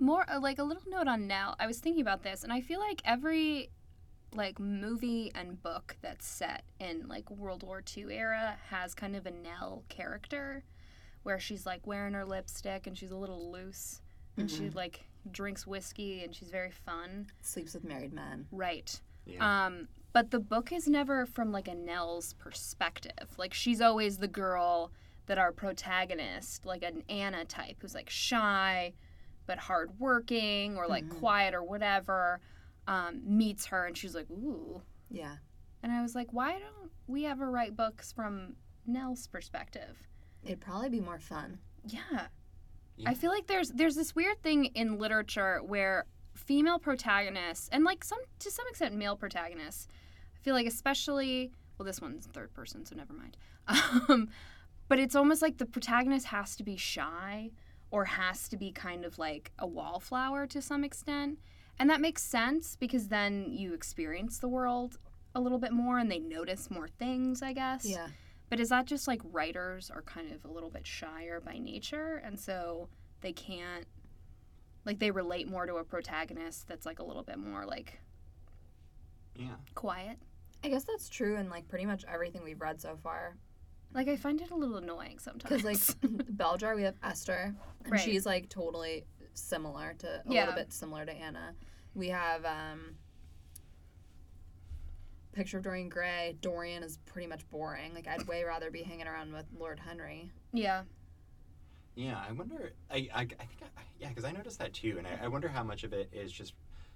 Speaker 5: More uh, like a little note on Nell. I was thinking about this, and I feel like every like movie and book that's set in like World War II era has kind of a Nell character, where she's like wearing her lipstick and she's a little loose, and she like
Speaker 2: drinks whiskey and she's very fun.
Speaker 1: Sleeps with married men.
Speaker 2: Right.
Speaker 3: Yeah.
Speaker 2: Um, but the book is never from like a Nell's perspective. Like she's always the girl that our protagonist, like an Anna type, who's like shy but hardworking or like
Speaker 1: Mhm.
Speaker 2: quiet or whatever, um, meets her and she's like, ooh.
Speaker 1: Yeah.
Speaker 2: And I was like, why don't we ever write books from Nell's perspective?
Speaker 1: It'd probably be more fun.
Speaker 2: Yeah.
Speaker 3: Yeah.
Speaker 2: I feel like there's there's this weird thing in literature where female protagonists and like some to some extent male protagonists, I feel like especially well this one's third person so never mind. Um, but it's almost like the protagonist has to be shy or has to be kind of like a wallflower to some extent. And that makes sense because then you experience the world a little bit more and they notice more things, I guess.
Speaker 1: Yeah.
Speaker 2: But is that just like writers are kind of a little bit shyer by nature and so they can't like they relate more to a protagonist that's like a little bit more like
Speaker 3: yeah.
Speaker 2: quiet.
Speaker 1: I guess that's true in like pretty much everything we've read so far.
Speaker 2: Like I find it a little annoying sometimes.
Speaker 1: Because like Beljar, we have Esther, and
Speaker 2: Right.
Speaker 1: she's like totally similar to a
Speaker 2: Yeah.
Speaker 1: little bit similar to Anna. We have um, picture of Dorian Gray. Dorian is pretty much boring. Like I'd way rather be hanging around with Lord Henry.
Speaker 2: yeah.
Speaker 3: Yeah, I wonder. I, I, I think, I, yeah, because I noticed that too, and I, I wonder how much of it is just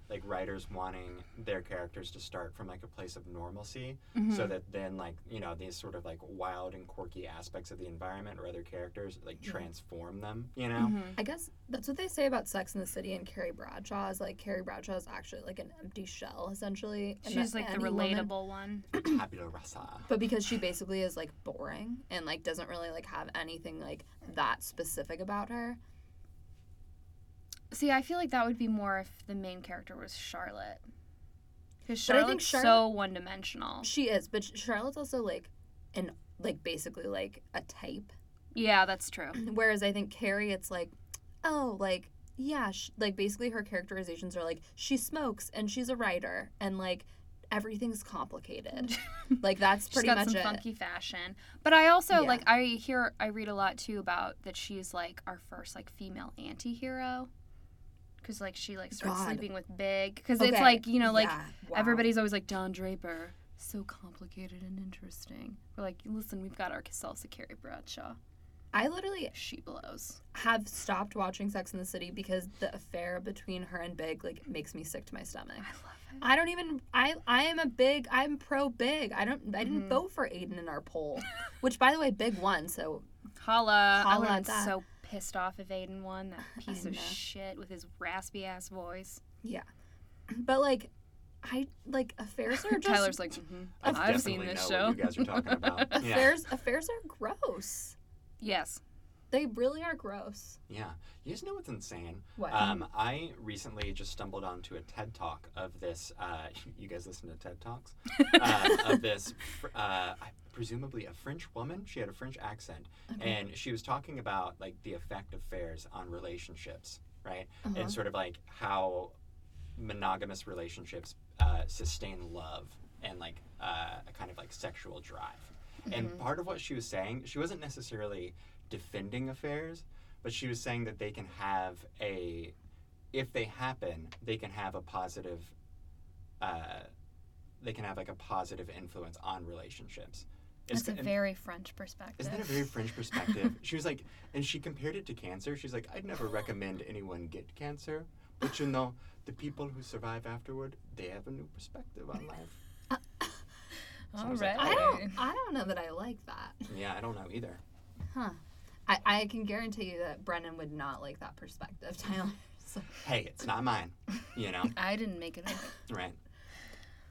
Speaker 3: like writers wanting their characters to start from like a place of normalcy,
Speaker 2: Mm-hmm.
Speaker 3: so that then like you know these sort of like wild and quirky aspects of the environment or other characters like transform them. You know,
Speaker 1: I guess that's what they say about Sex in the City and Carrie Bradshaw is like Carrie Bradshaw is actually like an empty shell essentially. and
Speaker 2: She's
Speaker 1: that
Speaker 2: like the
Speaker 1: any woman-
Speaker 2: relatable one.
Speaker 3: tabula rasa.
Speaker 1: but because she basically is like boring and like doesn't really like have anything like that specific about her.
Speaker 2: See, I feel like that would be more if the main character was Charlotte. Because
Speaker 1: But I think
Speaker 2: Charlotte's so
Speaker 1: Charlotte-
Speaker 2: one dimensional.
Speaker 1: She is, but Charlotte's also like an like basically like a type.
Speaker 2: Yeah, that's true.
Speaker 1: Whereas I think Carrie, it's like, oh, like yeah, sh like basically her characterizations are like she smokes and she's a writer and like everything's complicated. like that's
Speaker 2: She's
Speaker 1: pretty
Speaker 2: got
Speaker 1: much
Speaker 2: some
Speaker 1: it.
Speaker 2: funky fashion. But I also
Speaker 1: Yeah.
Speaker 2: like I hear I read a lot too about that she's like our first like female anti-hero cuz like she like starts
Speaker 1: God.
Speaker 2: sleeping with Big cuz it's
Speaker 1: Okay,
Speaker 2: like, you know, like
Speaker 1: yeah, wow.
Speaker 2: everybody's always like Don Draper so complicated and interesting. We're like, listen, we've got our Casella Carrie Bradshaw.
Speaker 1: I literally
Speaker 2: She blows.
Speaker 1: have stopped watching Sex in the City because the affair between her and Big like makes me sick to my stomach.
Speaker 2: I love
Speaker 1: I don't even I I am a big I'm pro big. I don't I didn't
Speaker 2: Mhm.
Speaker 1: vote for Aiden in our poll. Which by the way, big won, so
Speaker 2: it. Holla. I
Speaker 1: Holla
Speaker 2: would
Speaker 1: at
Speaker 2: have been
Speaker 1: that.
Speaker 2: so pissed off if Aiden won that piece of
Speaker 1: know.
Speaker 2: shit with his raspy ass voice.
Speaker 1: but like I like affairs are just
Speaker 2: Tyler's like, mhm,
Speaker 3: I
Speaker 2: I've seen
Speaker 3: definitely
Speaker 2: this
Speaker 3: know
Speaker 2: show.
Speaker 3: What you guys are talking about. yeah,
Speaker 1: affairs affairs are gross.
Speaker 2: Yes.
Speaker 1: They really are gross.
Speaker 3: yeah. You guys know what's insane?
Speaker 1: What?
Speaker 3: Um, I recently just stumbled onto a TED talk of this. Uh, you guys listen to TED talks uh, of this, fr- uh, presumably a French woman. She had a French accent, and she was talking about like the effect of fairs on relationships, right?
Speaker 1: Uh-huh.
Speaker 3: And sort of like how monogamous relationships uh, sustain love and like uh, a kind of like sexual drive.
Speaker 1: Mm-hmm.
Speaker 3: And part of what she was saying, she wasn't necessarily defending affairs, but she was saying that they can have a, if they happen, they can have a positive, uh, they can have like a positive influence on relationships.
Speaker 2: That's
Speaker 3: It's
Speaker 2: a
Speaker 3: g- and-
Speaker 2: very French perspective.
Speaker 3: isn't that a very French perspective? she was like, and she compared it to cancer. She's like, I'd never recommend anyone get cancer, but you know, the people who survive afterward, they have a new perspective on life. So I was like, "Oh,
Speaker 1: I
Speaker 4: Alright.
Speaker 1: don't I don't know that I like that.
Speaker 3: Yeah, I don't know either.
Speaker 1: Huh. I, I can guarantee you that Brennan would not like that perspective, Tyler. So,
Speaker 3: Hey, it's not mine. You know,
Speaker 4: I didn't make it up.
Speaker 3: right?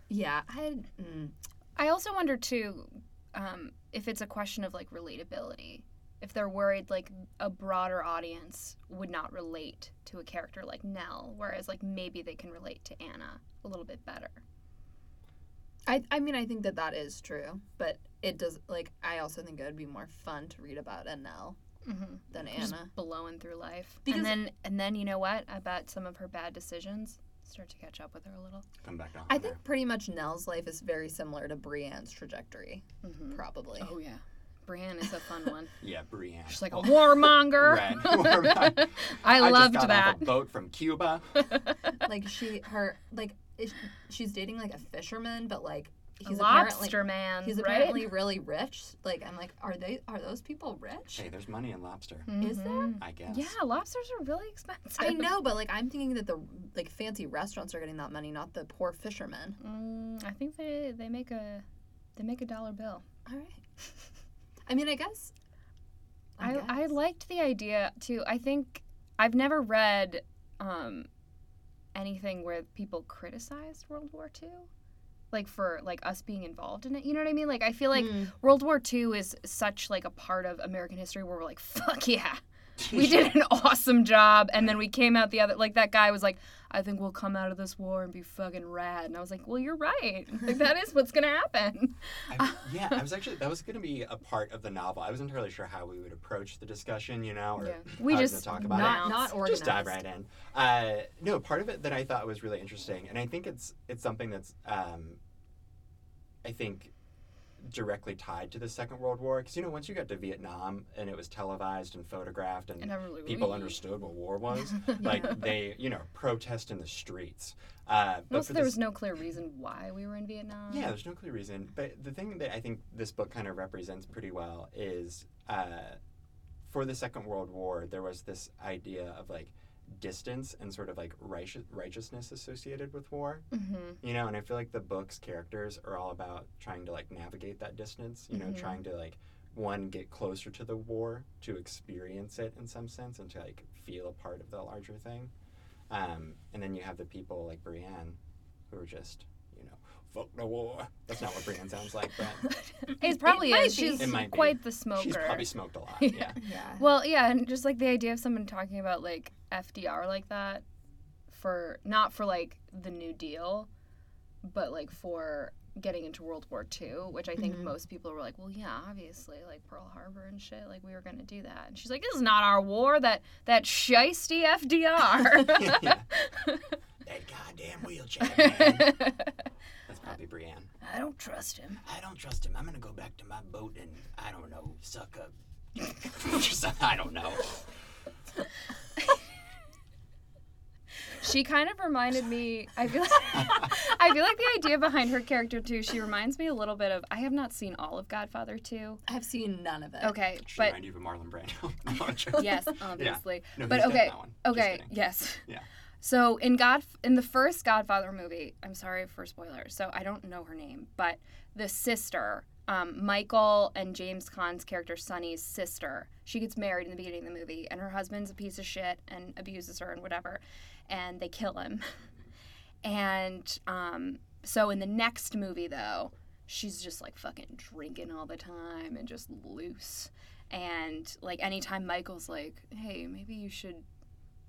Speaker 1: yeah, I mm,
Speaker 4: I also wonder too um, if it's a question of like relatability. If they're worried like a broader audience would not relate to a character like Nell, whereas like maybe they can relate to Anna a little bit better.
Speaker 1: I, I mean, I think that that is true, but it does, like, I also think it would be more fun to read about NL
Speaker 4: Mm-hmm.
Speaker 1: than
Speaker 4: Just
Speaker 1: Anna.
Speaker 4: blowing through life,
Speaker 1: Because-
Speaker 4: and then and then you know what? I bet some of her bad decisions start to catch up with her a little.
Speaker 3: Come back down.
Speaker 1: I
Speaker 3: there.
Speaker 1: think pretty much Nell's life is very similar to Brienne's trajectory,
Speaker 4: Mm-hmm.
Speaker 1: probably.
Speaker 4: Oh yeah, Brienne is a fun one. Oh.
Speaker 3: Yeah, Brienne.
Speaker 4: She's like a
Speaker 3: Well,
Speaker 4: warmonger.
Speaker 3: Right. Warmonger.
Speaker 4: I loved
Speaker 3: just got
Speaker 4: that.
Speaker 3: Off a boat from Cuba.
Speaker 1: like she her like is- she's dating like a fisherman, but like he's apparently
Speaker 4: Lobster man.
Speaker 1: he's
Speaker 4: right?
Speaker 1: apparently really rich. Like I'm like, are they are those people rich?
Speaker 3: Hey, there's money in lobster.
Speaker 4: Mm-hmm.
Speaker 1: Is there?
Speaker 3: I guess.
Speaker 4: Hmm. Yeah, lobsters are really expensive.
Speaker 1: I know, but like I'm thinking that the like fancy restaurants are getting that money, not the poor fishermen.
Speaker 4: Mm, I think they they make a they make a dollar bill.
Speaker 1: All right. I mean, I guess.
Speaker 4: I,
Speaker 1: guess.
Speaker 4: I liked the idea too. I think I've never read um, anything where people criticized World War II, like for like us being involved in it. You know what I mean? Like I feel like
Speaker 1: Mm.
Speaker 4: World War II is such like a part of American history where we're like, fuck yeah, we did an awesome job, and then we came out the other. Like that guy was like, I think we'll come out of this war and be fucking rad, and I was like, well, you're right. Like that is what's gonna happen.
Speaker 3: I, yeah, I was actually that was going to be a part of the novel. I wasn't entirely sure how we would approach the discussion, you know, or
Speaker 4: Yeah. We
Speaker 3: how to
Speaker 4: just
Speaker 3: talk about
Speaker 4: not-
Speaker 3: it.
Speaker 1: not
Speaker 3: Just
Speaker 1: organized.
Speaker 3: dive right in. Uh, no, part of it that I thought was really interesting, and I think it's it's something that's um, I think directly tied to the Second World War because you know once you got to Vietnam and it was televised and photographed and,
Speaker 4: And everyone was like,
Speaker 3: people
Speaker 4: "Wee."
Speaker 3: understood what war was, like they you know protest in the streets. Uh, but
Speaker 4: Also,
Speaker 3: for
Speaker 4: there
Speaker 3: this-
Speaker 4: was no clear reason why we were in Vietnam.
Speaker 3: yeah, there's no clear reason. But the thing that I think this book kind of represents pretty well is uh, for the Second World War, there was this idea of like distance and sort of like righteous, righteousness associated with war,
Speaker 4: Mm-hmm.
Speaker 3: you know. And I feel like the book's characters are all about trying to like navigate that distance, you know,
Speaker 4: Mhm.
Speaker 3: trying to like one get closer to the war to experience it in some sense and to like feel a part of the larger thing. Um, and then you have the people like Brienne who are just, you know, fuck the war. That's not what Brienne sounds like, but
Speaker 4: It probably
Speaker 1: might
Speaker 4: is.
Speaker 1: be.
Speaker 4: She's
Speaker 3: It might be.
Speaker 4: quite the smoker.
Speaker 3: she's probably smoked a lot.
Speaker 4: Yeah.
Speaker 3: Yeah.
Speaker 1: Yeah.
Speaker 4: Well, yeah, and just like the idea of someone talking about like FDR like that for not for like the New Deal, but like for getting into World War II, which I think
Speaker 1: Mhm.
Speaker 4: most people were like, well, yeah, obviously, like Pearl Harbor and shit, like we were gonna do that. And she's like, this is not our war. That that shisty FDR.
Speaker 3: Yeah. That goddamn wheelchair man. That's probably Brienne.
Speaker 4: I don't trust him.
Speaker 3: I don't trust him. I'm gonna go back to my boat and I don't know, suck up. Just- I don't know.
Speaker 4: She kind of reminded me. I feel.
Speaker 2: I feel like the idea behind her character too. She reminds me a little bit of. I have not seen all of Godfather two.
Speaker 1: I've seen none of it.
Speaker 2: Okay,
Speaker 3: She
Speaker 2: but
Speaker 3: reminded you of Marlon Brando. No, I'm joking.
Speaker 2: yes, obviously.
Speaker 3: No,
Speaker 2: but
Speaker 3: he's dead in
Speaker 2: okay,
Speaker 3: that one. Just
Speaker 2: okay,
Speaker 3: kidding.
Speaker 2: yes.
Speaker 3: Yeah.
Speaker 2: So in God, in the first Godfather movie, I'm sorry for spoilers. So I don't know her name, but the sister, um, Michael and James Caan's character Sonny's sister, she gets married in the beginning of the movie, and her husband's a piece of shit and abuses her and whatever, and they kill him. and um, so in the next movie though, she's just like fucking drinking all the time and just loose. And like anytime Michael's like, hey, maybe you should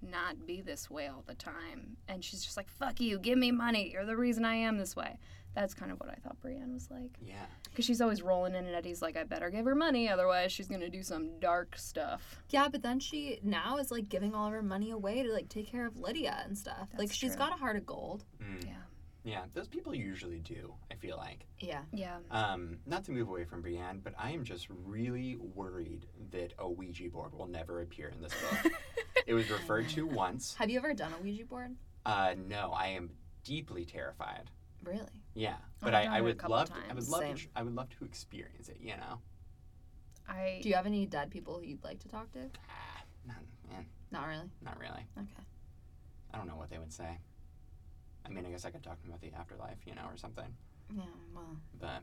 Speaker 2: not be this way all the time. And she's just like, fuck you, give me money. You're the reason I am this way. That's kind of what I thought Brienne was like.
Speaker 3: Yeah.
Speaker 2: Because she's always rolling in, and Eddie's like, I better give her money, otherwise she's going to do some dark stuff.
Speaker 1: Yeah, but then she now is like giving all of her money away to like take care of Lydia and stuff. like
Speaker 2: That's
Speaker 1: she's
Speaker 2: true.
Speaker 1: got a heart of gold.
Speaker 3: Mm.
Speaker 2: Yeah.
Speaker 3: Yeah. Those people usually do, I feel like.
Speaker 1: Yeah.
Speaker 2: Yeah.
Speaker 3: Um, not to move away from Brienne, but I am just really worried that a Ouija board will never appear in this book. it was referred to once.
Speaker 1: Have you ever done a Ouija board?
Speaker 3: Uh, no, I am deeply terrified.
Speaker 1: Really?
Speaker 2: Oh
Speaker 3: Yeah, but
Speaker 4: I've
Speaker 3: I,
Speaker 4: done
Speaker 3: I
Speaker 4: it a
Speaker 3: would
Speaker 4: couple
Speaker 3: love to, I
Speaker 4: times.
Speaker 3: would love to,
Speaker 1: Same.
Speaker 3: tr- I would love to experience it. You know,
Speaker 4: I
Speaker 1: Do you have any dead people you'd like to talk to?
Speaker 3: ah, not, eh,
Speaker 1: Not really.
Speaker 3: not really.
Speaker 1: Okay.
Speaker 3: I don't know what they would say. I mean, I guess I could talk to them about the afterlife, you know, or something.
Speaker 1: Yeah. Well.
Speaker 3: But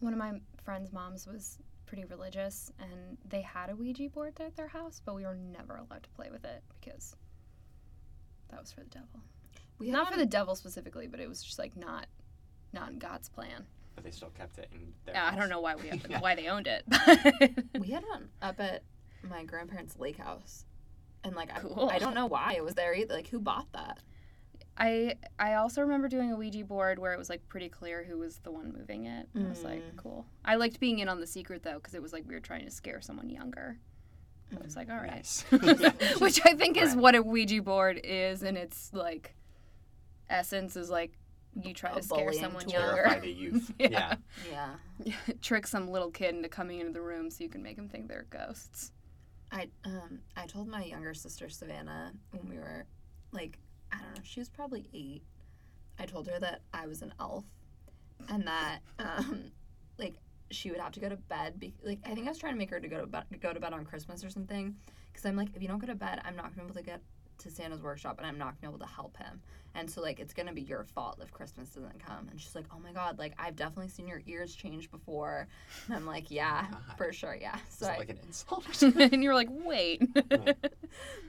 Speaker 4: one of my friends' moms was pretty religious, and they had a Ouija board at their house, but we were never allowed to play with it because that was for the devil.
Speaker 1: We
Speaker 4: Not
Speaker 1: haven't-
Speaker 4: for the devil specifically, but it was just like not, not in God's plan.
Speaker 3: but they still kept it in their.
Speaker 2: Yeah, I
Speaker 3: house.
Speaker 2: don't know why we
Speaker 3: Yeah.
Speaker 2: why they owned it.
Speaker 1: we had one up at my grandparents' lake house, and like I,
Speaker 2: Cool.
Speaker 1: I don't know why it was there either. Like who bought that?
Speaker 2: I I also remember doing a Ouija board where it was like pretty clear who was the one moving it. I was like,
Speaker 1: Mm.
Speaker 2: cool. I liked being in on the secret though, because it was like we were trying to scare someone younger. I was like, all right.
Speaker 3: Nice.
Speaker 2: which I think is
Speaker 3: Right.
Speaker 2: what a Ouija board is, and it's like essence is like you try
Speaker 1: A
Speaker 2: to scare
Speaker 1: bullying
Speaker 2: someone
Speaker 1: tool.
Speaker 3: terrify
Speaker 2: younger.
Speaker 3: the youth.
Speaker 2: Yeah.
Speaker 3: yeah.
Speaker 1: Yeah.
Speaker 2: Trick some little kid into coming into the room so you can make him think they're ghosts.
Speaker 1: I um I told my younger sister Savannah when we were like I don't know she was probably eight. I told her that I was an elf, and that um like she would have to go to bed. Be- like I think I was trying to make her to go to bed go to bed on Christmas or something. Because I'm like if you don't go to bed, I'm not gonna be able to get to Santa's workshop, and I'm not gonna be able to help him. And so like it's gonna be your fault if Christmas doesn't come. And she's like, oh my god, like I've definitely seen your ears change before. And I'm like, yeah,
Speaker 3: God.
Speaker 1: for sure, yeah. So
Speaker 3: Is that
Speaker 1: I-
Speaker 3: like an insult or something?
Speaker 2: and you were like, wait.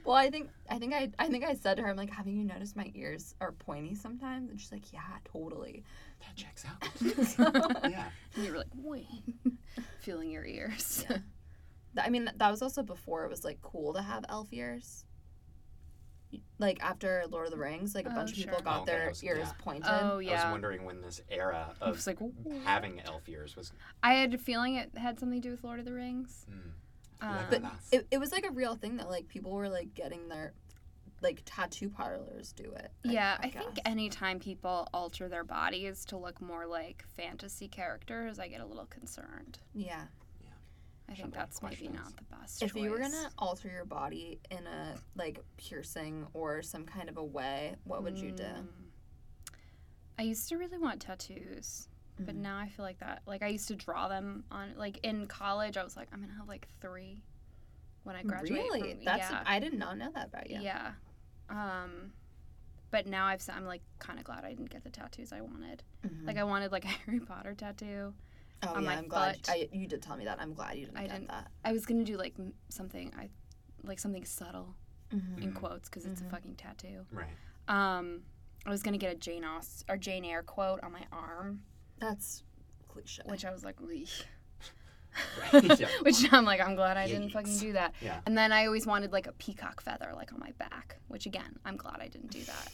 Speaker 1: Well, I think I think I I think I said to her, I'm like, haven't you noticed my ears are pointy sometimes? And she's like, Yeah, totally.
Speaker 3: that checks out.
Speaker 1: So,
Speaker 3: yeah.
Speaker 2: And you were like, wait. Feeling your ears.
Speaker 1: Yeah. th- I mean, th- that was also before it was like cool to have elf ears. Like after Lord of the Rings, like a
Speaker 2: Oh,
Speaker 1: bunch of people
Speaker 2: sure.
Speaker 1: got
Speaker 3: Oh,
Speaker 1: their
Speaker 3: that was-
Speaker 1: ears
Speaker 3: yeah.
Speaker 1: pointed.
Speaker 2: Oh
Speaker 3: I was
Speaker 2: yeah.
Speaker 3: wondering when this era
Speaker 2: I
Speaker 3: of
Speaker 2: was like, "What?"
Speaker 3: having elf ears was.
Speaker 2: I had a feeling it had something to do with Lord of the Rings.
Speaker 3: Mm,
Speaker 2: Um,
Speaker 3: Legolas.
Speaker 1: but it, it was like a real thing that like people were like getting their like tattoo parlors do it.
Speaker 2: yeah, I think
Speaker 1: guess.
Speaker 2: anytime people alter their bodies to look more like fantasy characters, I get a little concerned.
Speaker 1: yeah.
Speaker 2: I
Speaker 3: Shouldn't
Speaker 2: think
Speaker 3: have
Speaker 2: that's maybe
Speaker 3: questions.
Speaker 2: not the best.
Speaker 1: If you were
Speaker 2: choice.
Speaker 1: gonna alter your body in a like piercing or some kind of a way, what would you do?
Speaker 2: Mm. I used to really want tattoos, but
Speaker 1: Mhm.
Speaker 2: now I feel like that. Like I used to draw them on. Like in college, I was like, I'm gonna have like three when I graduate.
Speaker 1: Really?
Speaker 2: from-
Speaker 1: That's
Speaker 2: yeah,
Speaker 1: I did not know that about you.
Speaker 2: yeah. Um, but now I've s- I'm like kind of glad I didn't get the tattoos I wanted.
Speaker 1: Mhm.
Speaker 2: Like I wanted like a Harry Potter tattoo.
Speaker 1: oh
Speaker 2: on
Speaker 1: yeah,
Speaker 2: my
Speaker 1: I'm glad
Speaker 2: foot.
Speaker 1: I, you did tell me that. I'm glad you didn't
Speaker 2: I
Speaker 1: get
Speaker 2: didn't-
Speaker 1: that.
Speaker 2: I was gonna do like m- something I, like something subtle
Speaker 1: Mhm.
Speaker 2: in
Speaker 3: Mhm.
Speaker 2: quotes because it's
Speaker 1: Mhm.
Speaker 2: a fucking tattoo.
Speaker 3: right.
Speaker 2: Um, I was gonna get a Jane Austen or Jane Eyre quote on my arm,
Speaker 1: That's cliche.
Speaker 2: which I was like, "Eesh."
Speaker 3: Right. Yeah.
Speaker 2: which I'm like, I'm glad I didn't fucking
Speaker 3: Yikes.
Speaker 2: do that.
Speaker 3: Yeah.
Speaker 2: And then I always wanted like a peacock feather like on my back, which again, I'm glad I didn't do that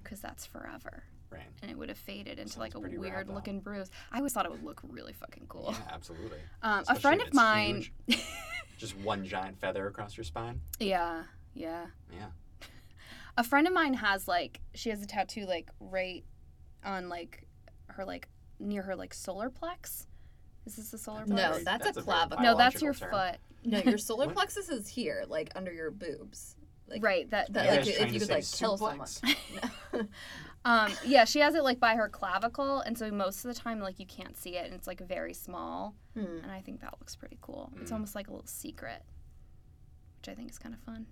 Speaker 2: because that's forever.
Speaker 3: Right.
Speaker 2: And it would have faded into like a
Speaker 3: Sounds pretty rad,
Speaker 2: weird
Speaker 3: though.
Speaker 2: looking bruise. I always thought it would look really fucking cool.
Speaker 3: Yeah, absolutely.
Speaker 2: Um, a
Speaker 3: Especially
Speaker 2: friend
Speaker 3: if
Speaker 2: of
Speaker 3: it's
Speaker 2: mine,
Speaker 3: Just one giant feather across your spine.
Speaker 2: yeah, yeah.
Speaker 3: Yeah.
Speaker 2: a friend of mine has like she has a tattoo like right on like her like near her like solar plex. Is this the solar plex?
Speaker 1: No,
Speaker 3: Right,
Speaker 1: that's a
Speaker 3: very
Speaker 1: clavicle.
Speaker 2: no, that's
Speaker 3: biological
Speaker 2: your
Speaker 3: term.
Speaker 2: foot.
Speaker 1: no, your solar
Speaker 3: What?
Speaker 1: plexus is here, like under your boobs. Like,
Speaker 2: right. That,
Speaker 1: That
Speaker 3: Yeah, I
Speaker 1: like
Speaker 3: was
Speaker 1: if
Speaker 3: trying
Speaker 1: you
Speaker 3: to
Speaker 1: could like
Speaker 3: say
Speaker 1: kill
Speaker 3: suplex.
Speaker 1: someone.
Speaker 2: um yeah, she has it like by her clavicle and so most of the time like you can't see it and it's like very small
Speaker 1: Hmm.
Speaker 2: and I think that looks pretty cool. It's
Speaker 3: Mm.
Speaker 2: almost like a little secret. Which I think is kind of fun.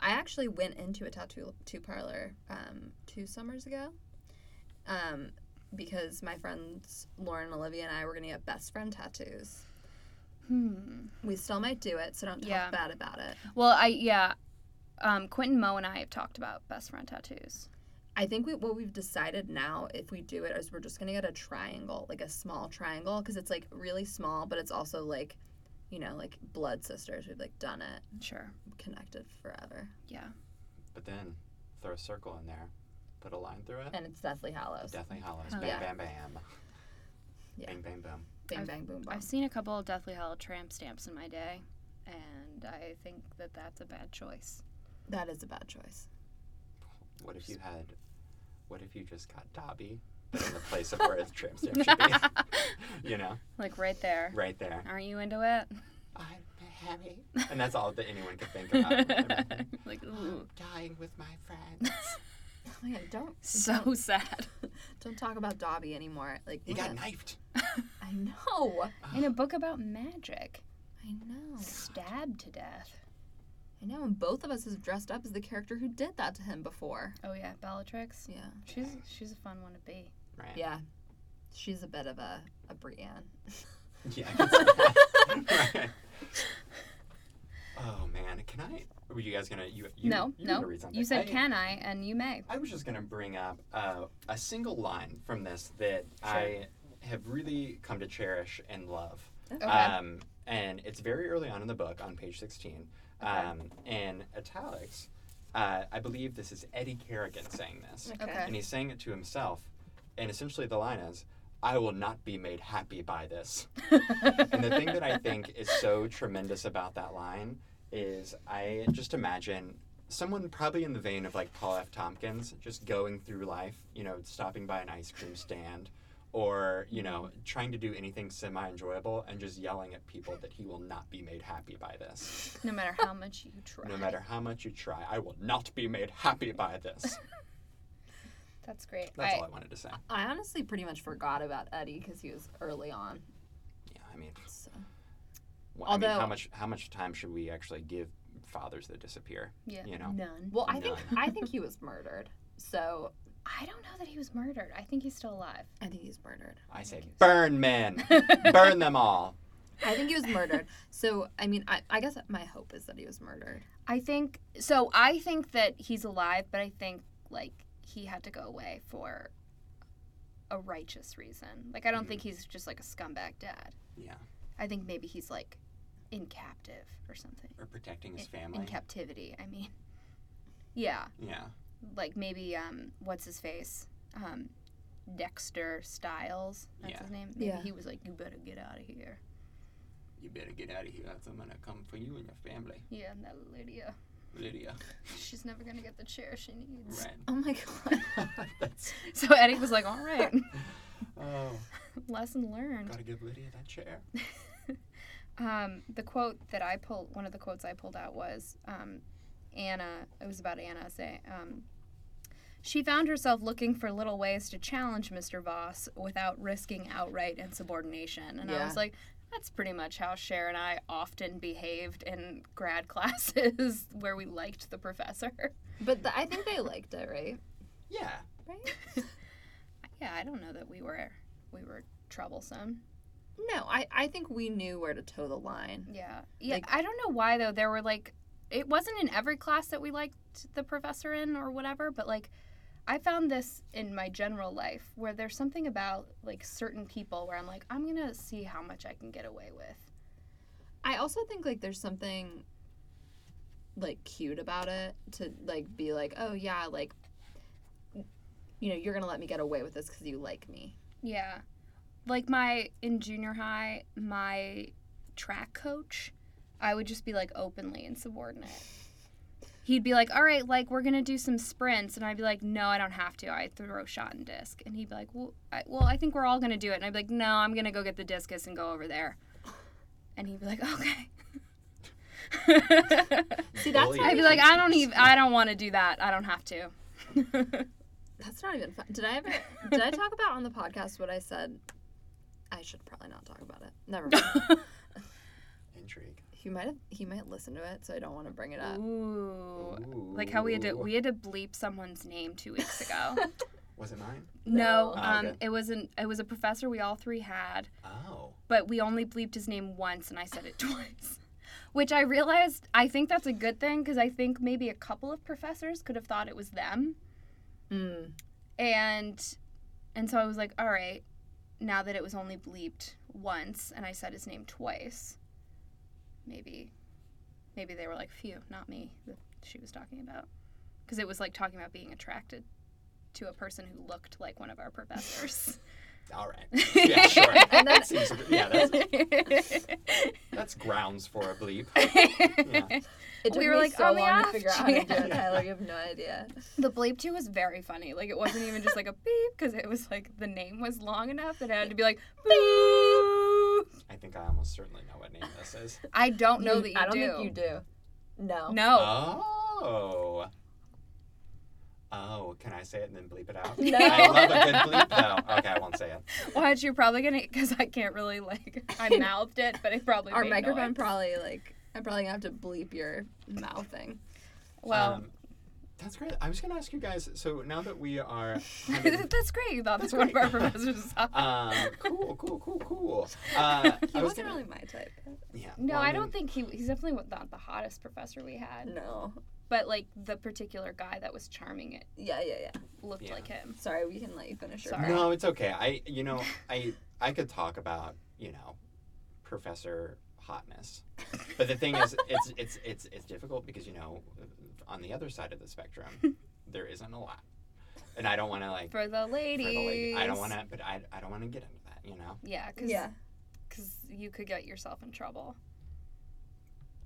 Speaker 1: I actually went into a tattoo tattoo parlor um, two summers ago um, because my friends Lauren, Olivia, and I were going to get best friend tattoos.
Speaker 2: Hmm.
Speaker 1: We still might do it, so don't talk
Speaker 2: Yeah.
Speaker 1: bad about it.
Speaker 2: Well, I yeah, um, Quentin Moe and I have talked about best friend tattoos.
Speaker 1: I think we, what we've decided now, if we do it, is we're just gonna get a triangle, like a small triangle, because it's like really small, but it's also like, you know, like blood sisters. We've like done it,
Speaker 2: Sure.
Speaker 1: connected forever,
Speaker 2: Yeah.
Speaker 3: But then throw a circle in there, put a line through it.
Speaker 1: and it's Deathly Hallows.
Speaker 3: Deathly Hollows.
Speaker 2: Oh,
Speaker 3: Bam,
Speaker 1: yeah.
Speaker 3: bam, bam.
Speaker 1: Yeah.
Speaker 3: Bang, bang, boom.
Speaker 1: Bing
Speaker 2: I've-
Speaker 1: bang boom boom.
Speaker 2: I've seen a couple of Deathly Hallow tramp stamps in my day, and I think that that's a bad choice.
Speaker 1: That is a bad choice.
Speaker 3: What if you had? What if you just got Dobby, but in the place of where his tramp stamp should be? you know,
Speaker 2: Like right there.
Speaker 3: right there.
Speaker 2: Aren't you into it?
Speaker 3: I'm Harry, and that's all that anyone could think about. when they're like,
Speaker 2: like, ooh.
Speaker 3: I'm dying with my friends.
Speaker 1: Oh my god, don't
Speaker 2: So sad.
Speaker 1: don't talk about Dobby anymore. Like
Speaker 3: He got
Speaker 1: what?
Speaker 3: knifed.
Speaker 1: I know,
Speaker 2: In a book about magic,
Speaker 1: I know,
Speaker 2: stabbed to death.
Speaker 1: I know. And both of us is dressed up as the character who did that to him before.
Speaker 2: Oh yeah, Bellatrix.
Speaker 1: Yeah,
Speaker 2: She's she's a fun one to be.
Speaker 3: Right.
Speaker 1: yeah. She's a bit of a a Brienne.
Speaker 3: Yeah. I can see that. Right. Oh man, can I? Were you guys gonna? You, you
Speaker 2: no,
Speaker 3: you were
Speaker 2: no.
Speaker 3: Gonna read something.
Speaker 2: You said
Speaker 3: I- Ah.
Speaker 2: can I, and you may.
Speaker 3: I was just going to bring up uh, a single line from this that I have really come to cherish and love.
Speaker 1: Okay.
Speaker 3: Um, and it's very early on in the book, on page 16.
Speaker 2: Okay.
Speaker 3: Um, in italics, uh, I believe this is Eddie Kerrigan saying this.
Speaker 2: Okay.
Speaker 3: And he's saying it to himself. And essentially, the line is, I will not be made happy by this. and the thing that I think is so tremendous about that line is I just imagine someone probably in the vein of like Paul F. Tompkins, just going through life, you know, stopping by an ice cream stand or, you know, trying to do anything semi enjoyable and just yelling at people that he will not be made happy by this.
Speaker 4: No matter how much you try.
Speaker 3: No matter how much you try, I will not be made happy by this.
Speaker 2: That's great.
Speaker 3: That's
Speaker 2: I-
Speaker 3: all I wanted to say.
Speaker 1: I honestly pretty much forgot about Eddie because he was early on.
Speaker 3: Yeah, I mean,
Speaker 1: So.
Speaker 3: well, I mean, how
Speaker 1: Although-
Speaker 3: much how much time should we actually give fathers that disappear?
Speaker 2: Yeah.
Speaker 3: You know.
Speaker 4: None.
Speaker 1: Well, I think
Speaker 3: None.
Speaker 1: I think he was murdered. So
Speaker 2: I don't know that he was murdered. I think he's still alive.
Speaker 1: I think he's murdered.
Speaker 3: I say burn men. burn them all.
Speaker 1: I think he was murdered. So I mean, I, I guess my hope is that he was murdered.
Speaker 2: I think so. I think that he's alive, but I think like he had to go away for a righteous reason. Like I don't think he's just like a scumbag dad.
Speaker 3: Yeah.
Speaker 2: I think maybe he's like in captive or something.
Speaker 3: Or protecting his
Speaker 2: In
Speaker 3: family.
Speaker 2: captivity, I mean. Yeah,
Speaker 3: yeah.
Speaker 2: like maybe um, what's his face? Um, Dexter Styles. That's
Speaker 3: Yeah.
Speaker 2: his name. Maybe
Speaker 1: Yeah.
Speaker 2: he was like, "You better get out of here."
Speaker 3: You better get out of here. else I'm gonna come for you and your family,
Speaker 2: Yeah, and that Lydia.
Speaker 3: Lydia.
Speaker 2: She's never gonna get the chair she needs.
Speaker 3: Right.
Speaker 1: Oh my god.
Speaker 3: That's
Speaker 2: So Eddie was like, "All right,
Speaker 3: oh,
Speaker 2: lesson learned."
Speaker 3: gotta give Lydia that chair.
Speaker 2: Um, the quote that I pulled, one of the quotes I pulled out was um, Anna, it was about Anna saying, um, she found herself looking for little ways to challenge Mr. Voss without risking outright insubordination. And I
Speaker 1: Yeah.
Speaker 2: was like, that's pretty much how Cher and I often behaved in grad classes where we liked the professor.
Speaker 1: But the, I think they liked it, right?
Speaker 3: Yeah.
Speaker 1: Right?
Speaker 2: Yeah, I don't know that we were we were troublesome.
Speaker 1: No, I, I think we knew where to toe the line.
Speaker 2: Yeah. Yeah.
Speaker 1: Like-
Speaker 2: I don't know why though. There were like it wasn't in every class that we liked the professor in or whatever, but like I found this in my general life where there's something about like certain people where I'm like, I'm gonna see how much I can get away with.
Speaker 1: I also think like there's something like cute about it to like be like, oh yeah, like you know, you're gonna let me get away with this because you like me.
Speaker 2: Yeah. Like my in junior high, my track coach, I would just be like openly insubordinate. He'd be like, "All right, like we're gonna do some sprints," and I'd be like, "No, I don't have to. I throw shot and disc." And he'd be like, "Well, I, well, I think we're all gonna do it." And I'd be like, "No, I'm gonna go get the discus and go over there." And he'd be like, "Okay."
Speaker 1: See, that's
Speaker 3: Bully.
Speaker 1: not
Speaker 2: I'd be
Speaker 1: even,
Speaker 2: like, "I don't even. I don't want to do that. I don't have to."
Speaker 1: that's not even fun. Did I ever did I talk about on the podcast what I said? I should probably not talk about it. Never mind.
Speaker 3: Intrigue.
Speaker 1: he might have he might listen to it, so I don't want to bring it up.
Speaker 2: Ooh. Like how we had to
Speaker 3: Ooh.
Speaker 2: we had to bleep someone's name two weeks ago.
Speaker 3: Was it mine?
Speaker 2: No,
Speaker 1: No.
Speaker 3: Oh,
Speaker 2: um,
Speaker 3: okay.
Speaker 2: it wasn't. It was a professor we all three had,
Speaker 3: Oh.
Speaker 2: but we only bleeped his name once, and I said it twice. Which I realized I think that's a good thing because I think maybe a couple of professors could have thought it was them,
Speaker 1: Mm.
Speaker 2: and and so I was like, all right, now that it was only bleeped once, and I said his name twice, maybe maybe they were like, phew, not me that she was talking about, because it was like talking about being attracted to a person who looked like one of our professors.
Speaker 3: All right. Yeah, sure.
Speaker 1: And then-
Speaker 3: that seems. Yeah, that's that's grounds for a bleep. Yeah.
Speaker 1: It took we were like so
Speaker 2: on the
Speaker 1: long to
Speaker 2: off
Speaker 1: figure out how to do it,
Speaker 2: chance.
Speaker 1: Tyler. You have no idea.
Speaker 2: the bleep too was very funny. Like it wasn't even just like a beep because it was like the name was long enough that it had to be like beep.
Speaker 3: I think I almost certainly know what name this is.
Speaker 2: I don't know that you
Speaker 1: Mm, I don't
Speaker 2: do.
Speaker 1: think you do. No.
Speaker 2: No.
Speaker 3: Oh. Oh, can I say it and then bleep it out?
Speaker 1: No.
Speaker 3: I love a good bleep though. Okay, I won't say it.
Speaker 2: What you're probably gonna because I can't really like I mouthed it, but it probably
Speaker 1: Our
Speaker 2: made
Speaker 1: microphone
Speaker 2: noise.
Speaker 1: probably like I'm probably gonna have to bleep your mouthing.
Speaker 2: Well,
Speaker 3: Um, that's great. I was gonna ask you guys. So now that we are, having-
Speaker 2: that's great. You thought
Speaker 3: That's
Speaker 2: that's one of
Speaker 3: great.
Speaker 2: our professors.
Speaker 3: um, cool, cool, cool, cool. Uh,
Speaker 1: He
Speaker 3: I was
Speaker 1: wasn't
Speaker 3: gonna,
Speaker 1: really my type.
Speaker 3: yeah.
Speaker 2: No,
Speaker 3: well,
Speaker 2: I
Speaker 3: mean,
Speaker 2: don't think he. He's definitely not the hottest professor we had,
Speaker 1: No.
Speaker 2: but like the particular guy that was charming it
Speaker 1: Yeah, yeah, yeah.
Speaker 2: looked
Speaker 3: Yeah.
Speaker 2: like him.
Speaker 1: Sorry, we can let you finish your
Speaker 2: Sorry.
Speaker 1: thought.
Speaker 3: No, it's okay. I, you know, I, I could talk about, you know, professor hotness, but the thing is, it's, it's, it's, it's difficult because you know, on the other side of the spectrum, there isn't a lot, and I don't want to like,
Speaker 2: For the
Speaker 3: for
Speaker 2: ladies.
Speaker 3: the lady- I don't want to, but I, I don't want to get into that, you know.
Speaker 2: Yeah, because
Speaker 1: Yeah.
Speaker 2: because you could get yourself in trouble.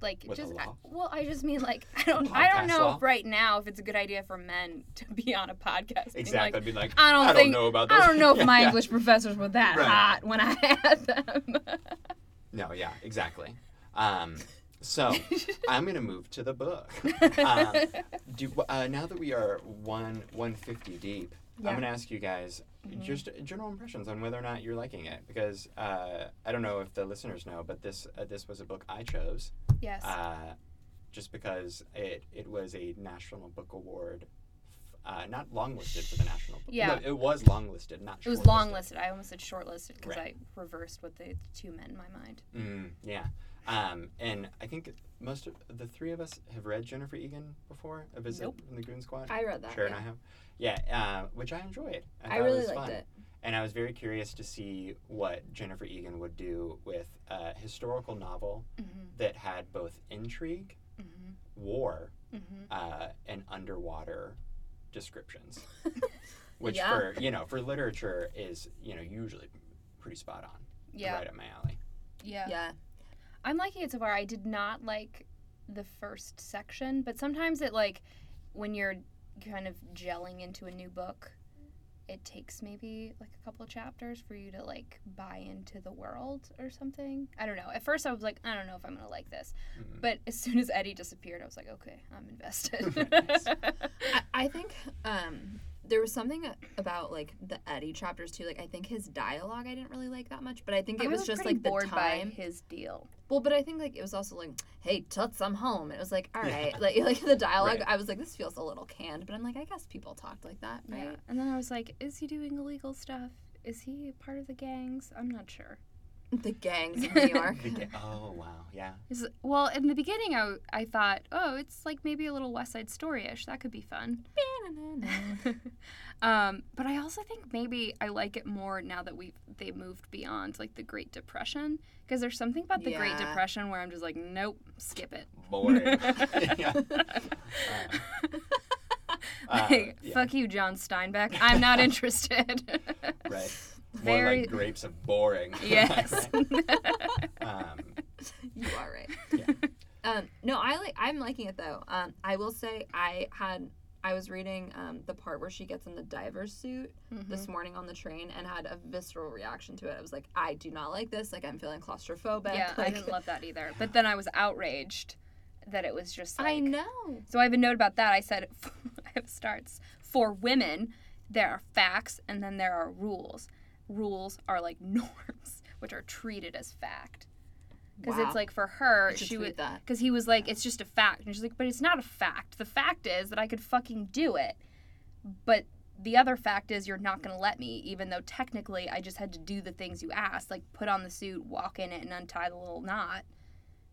Speaker 2: like
Speaker 3: With the
Speaker 2: just
Speaker 3: law?
Speaker 2: well i just mean like i don't i
Speaker 3: Podcast
Speaker 2: don't know
Speaker 3: law?
Speaker 2: if right now if it's a good idea for men to be on a podcast being
Speaker 3: Exactly.
Speaker 2: like,
Speaker 3: I'd be like,
Speaker 2: i don't think
Speaker 3: know about this.
Speaker 2: i don't know if my
Speaker 3: Yeah.
Speaker 2: english professors were that
Speaker 3: Right.
Speaker 2: hot when i had them
Speaker 3: No, yeah, exactly. Um, so I'm gonna move to the book. Um, do, uh, now that we are one 150 deep,
Speaker 1: Yeah.
Speaker 3: I'm gonna ask you guys
Speaker 2: Mm-hmm.
Speaker 3: just general impressions on whether or not you're liking it because uh, I don't know if the listeners know, but this uh, this was a book I chose
Speaker 2: yes
Speaker 3: uh, just because it it was a National Book Award. Uh, not longlisted for the national book.
Speaker 2: Yeah.
Speaker 3: no, it was longlisted, not
Speaker 2: it was
Speaker 3: shortlisted.
Speaker 2: long listed i almost said short listed because
Speaker 3: Right.
Speaker 2: i reversed what the two meant in my mind
Speaker 3: Mm, yeah. Um, and I think most of the three of us have read Jennifer Egan before, A Visit
Speaker 2: Nope.
Speaker 3: from the Goon Squad.
Speaker 1: I read that.
Speaker 3: sure, and
Speaker 1: yeah.
Speaker 3: I have. Yeah, uh, which I enjoyed.
Speaker 1: I,
Speaker 3: thought it
Speaker 1: really
Speaker 3: was
Speaker 1: liked
Speaker 3: fun.
Speaker 1: it.
Speaker 3: And I was very curious to see what Jennifer Egan would do with a historical novel
Speaker 2: mm-hmm,
Speaker 3: that had both intrigue,
Speaker 2: mm-hmm,
Speaker 3: war,
Speaker 2: mm-hmm.
Speaker 3: uh, and underwater descriptions. Which
Speaker 1: Yeah.
Speaker 3: for you know for literature is you know usually pretty spot on,
Speaker 2: yeah
Speaker 3: right up my alley.
Speaker 2: yeah
Speaker 1: Yeah.
Speaker 2: I'm liking it so far. I did not like the first section, but sometimes it like when you're kind of gelling into a new book, it takes maybe like a couple of chapters for you to like buy into the world or something. I don't know. At first I was like, I don't know if I'm going to like this.
Speaker 3: Mhm.
Speaker 2: But as soon as Eddie disappeared, I was like, okay, I'm invested.
Speaker 3: Nice.
Speaker 1: I, I think um, there was something about like the Eddie chapters too. Like I think his dialogue I didn't really like that much, but I think it
Speaker 2: I
Speaker 1: was, just
Speaker 2: pretty
Speaker 1: like the
Speaker 2: bored
Speaker 1: time.
Speaker 2: by his deal.
Speaker 1: Well, but I think like it was also like, "Hey Toots, I'm home." It was like, "All right," like like the dialogue.
Speaker 3: Right.
Speaker 1: I was like, "This feels a little canned," but I'm like, I guess people talked like that, right?
Speaker 2: Yeah. And then I was like, is he doing illegal stuff? Is he part of the gangs? I'm not sure.
Speaker 1: The gangs of New York.
Speaker 3: The ga- oh wow, yeah.
Speaker 2: Is- well, in the beginning, I, w- I thought, oh, it's like maybe a little West Side Story ish. That could be fun. um, but I also think maybe I like it more now that we've they moved beyond like the Great Depression because there's something about the Great
Speaker 1: Yeah.
Speaker 2: Depression where I'm just like, nope, skip it.
Speaker 3: boring. yeah. Uh,
Speaker 2: like,
Speaker 3: yeah,
Speaker 2: fuck you, John Steinbeck. I'm not interested.
Speaker 3: Right. More
Speaker 2: very-
Speaker 3: like grapes of boring.
Speaker 2: yes.
Speaker 3: um,
Speaker 1: you are right.
Speaker 3: Yeah.
Speaker 1: Um, no, I like. I'm liking it though. Um, I will say I had. I was reading um, the part where she gets in the diver's suit this
Speaker 2: Mm-hmm.
Speaker 1: morning on the train and had a visceral reaction to it. I was like, I do not like this. Like, I'm feeling claustrophobic.
Speaker 2: yeah,
Speaker 1: like,
Speaker 2: I didn't love that either. But then I was outraged that it was just. Like,
Speaker 1: I know.
Speaker 2: So I have a note about that. I said it starts for women. There are facts, and then there are rules. Rules are like norms, which are treated as fact. Because
Speaker 1: Wow.
Speaker 2: it's like for her,
Speaker 1: I should
Speaker 2: she was
Speaker 1: tweet that.
Speaker 2: because he was like, it's just a fact, and she's like, but it's not a fact. The fact is that I could fucking do it, but the other fact is you're not gonna let me, even though technically I just had to do the things you asked, like put on the suit, walk in it, and untie the little knot.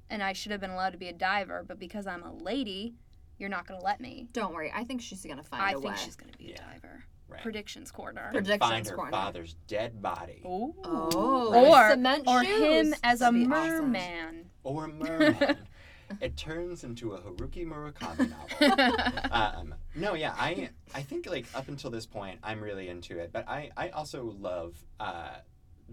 Speaker 2: And I should have been allowed to be a diver, but because I'm a lady, you're not gonna let me.
Speaker 1: Don't worry. I think she's gonna find
Speaker 2: I
Speaker 1: a
Speaker 2: think
Speaker 1: way.
Speaker 2: she's gonna be
Speaker 3: Yeah.
Speaker 2: a diver.
Speaker 3: right.
Speaker 2: Predictions corner.
Speaker 1: Pred-
Speaker 3: And find
Speaker 1: Predictions
Speaker 3: her
Speaker 1: corner.
Speaker 3: father's dead body
Speaker 2: Oh.
Speaker 1: Oh,
Speaker 2: Or
Speaker 1: cement
Speaker 2: or
Speaker 1: shoes.
Speaker 2: him as a
Speaker 1: That'd be awesome.
Speaker 2: merman.
Speaker 3: or merman. it turns into a Haruki Murakami novel. um, no, yeah, I I think like up until this point, I'm really into it, but I I also love. Uh,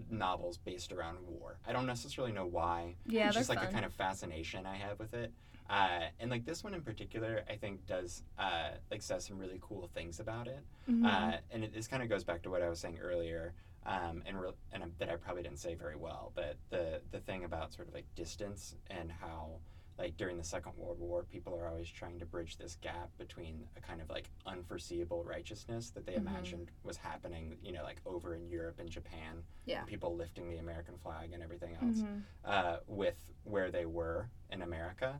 Speaker 3: novels based around war. I don't necessarily know why.
Speaker 2: Yeah,
Speaker 3: it's just
Speaker 2: they're
Speaker 3: like a
Speaker 2: fun.
Speaker 3: kind of fascination I have with it. Uh, and like this one in particular, I think does uh, like says some really cool things about it.
Speaker 2: Mm-hmm.
Speaker 3: Uh, and it, this kind of goes back to what I was saying earlier, um, and re- and um, that I probably didn't say very well, but the the thing about sort of like distance and how like during the Second World War, people are always trying to bridge this gap between a kind of like unforeseeable righteousness that they
Speaker 2: Mhm.
Speaker 3: imagined was happening, you know, like over in Europe and Japan,
Speaker 1: Yeah.
Speaker 3: people lifting the American flag and everything else
Speaker 2: Mhm.
Speaker 3: uh, with where they were in America.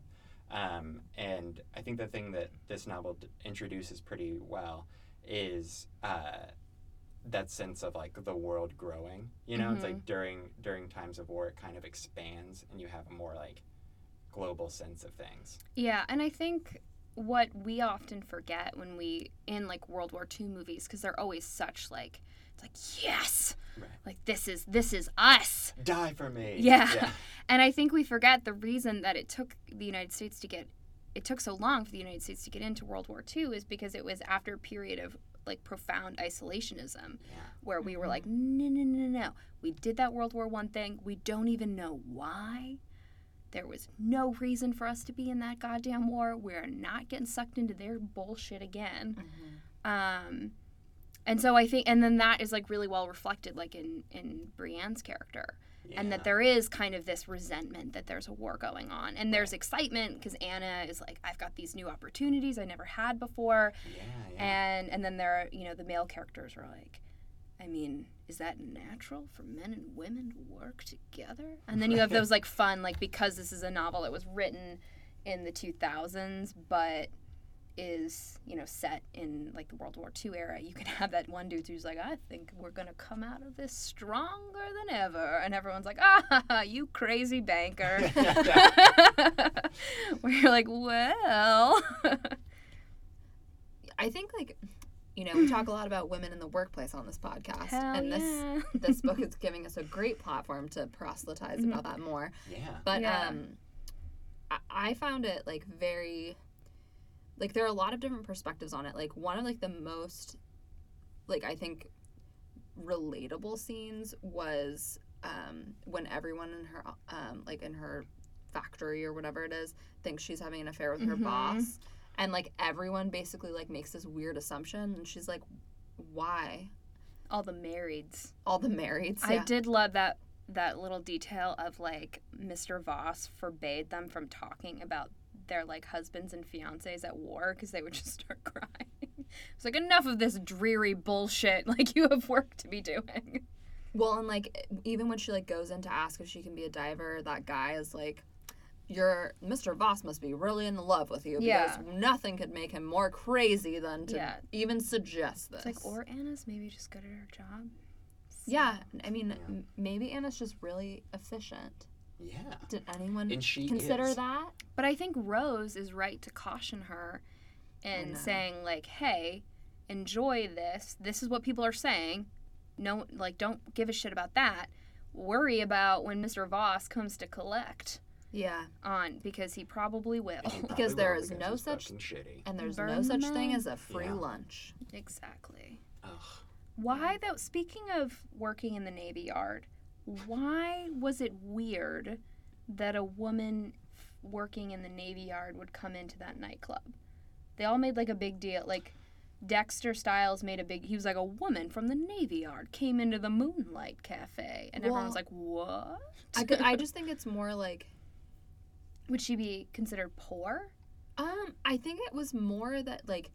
Speaker 3: Um, and I think the thing that this novel d- introduces pretty well is uh, that sense of like the world growing. You know, it's like
Speaker 1: Mm-hmm.
Speaker 3: during during times of war, it kind of expands, and you have a more like global sense of things.
Speaker 2: Yeah, and I think what we often forget when we in like World War II movies because they're always such like it's like yes,
Speaker 3: Right.
Speaker 2: like this is this is us.
Speaker 3: Die for me.
Speaker 2: Yeah. And I think we forget the reason that it took the United States to get it took so long for the United States to get into World War II is because it was after a period of like profound isolationism
Speaker 3: Yeah.
Speaker 2: where we were like no no no no no we did that World War 1 thing we don't even know why There was no reason for us to be in that goddamn war. We're not getting sucked into their bullshit again.
Speaker 1: Mm-hmm.
Speaker 2: Um, and so I think, and then that is like really well reflected, like in in Brienne's character, and that
Speaker 3: Yeah.
Speaker 2: there is kind of this resentment that there's a war going on, and there's excitement because Anna is like, I've got these new opportunities I never had before,
Speaker 3: Yeah, yeah.
Speaker 2: and and then there, are, you know, the male characters are like, I mean, is that natural for men and women to work together? And then you have those like fun, like because this is a novel that was written in the 2000s, but is you know set in like the World War II era. You can have that one dude who's like, I think we're gonna come out of this stronger than ever, and everyone's like, Ah, you crazy banker. Where you're like, well,
Speaker 1: I think like you know, we talk a lot about women in the workplace on this podcast.
Speaker 2: hell
Speaker 1: and this
Speaker 2: yeah. Mm-hmm.
Speaker 1: this book is giving us a great platform to proselytize about that more.
Speaker 3: yeah.
Speaker 1: But
Speaker 2: Yeah.
Speaker 1: um I, I found it like very like there are a lot of different perspectives on it. Like one of like the most like I think relatable scenes was um when everyone in her um like in her factory or whatever it is thinks she's having an affair with her
Speaker 2: Mhm.
Speaker 1: boss and like everyone basically like makes this weird assumption and she's like why
Speaker 2: all the marrieds.
Speaker 1: all the marrieds
Speaker 2: I did love that that little detail of like Mr. Voss forbade them from talking about their like husbands and fiancés at war because they would just start crying. It's like enough of this dreary bullshit. Like you have work to be doing.
Speaker 1: Well, and like even when she like goes in to ask if she can be a diver, that guy is like, "Your Mr. Voss must be really in love with you
Speaker 2: Yeah.
Speaker 1: because nothing could make him more crazy than to
Speaker 2: Yeah.
Speaker 1: even suggest this."
Speaker 2: It's like or Anna's maybe just good at her job.
Speaker 1: yeah, I mean, m- maybe Anna's just really efficient.
Speaker 3: Yeah.
Speaker 1: Did anyone
Speaker 3: And she
Speaker 1: consider
Speaker 3: is.
Speaker 1: that?
Speaker 2: But I think Rose is right to caution her and
Speaker 1: know.
Speaker 2: saying like, "Hey, enjoy this. This is what people are saying. No, like don't give a shit about that. Worry about when Mr. Voss comes to collect
Speaker 1: Yeah,
Speaker 2: on because he probably will."
Speaker 3: And he probably
Speaker 1: Because there
Speaker 3: will,
Speaker 1: is
Speaker 3: because
Speaker 1: no
Speaker 3: he's
Speaker 1: such-
Speaker 3: fucking shitty.
Speaker 1: and there's
Speaker 2: Burn
Speaker 1: no such
Speaker 2: them
Speaker 1: thing
Speaker 2: out.
Speaker 1: as a free
Speaker 3: Yeah.
Speaker 1: lunch.
Speaker 2: exactly.
Speaker 3: Ugh.
Speaker 2: Why though? Speaking of working in the Navy Yard, why was it weird that a woman f- working in the Navy Yard would come into that nightclub? They all made like a big deal. Like Dexter Styles made a big. He was like a woman from the Navy Yard came into the Moonlight Cafe, and everyone
Speaker 1: Well-
Speaker 2: was like, "What?
Speaker 1: I could, I just think it's more like
Speaker 2: would she be considered poor?"
Speaker 1: Um, I think it was more that like,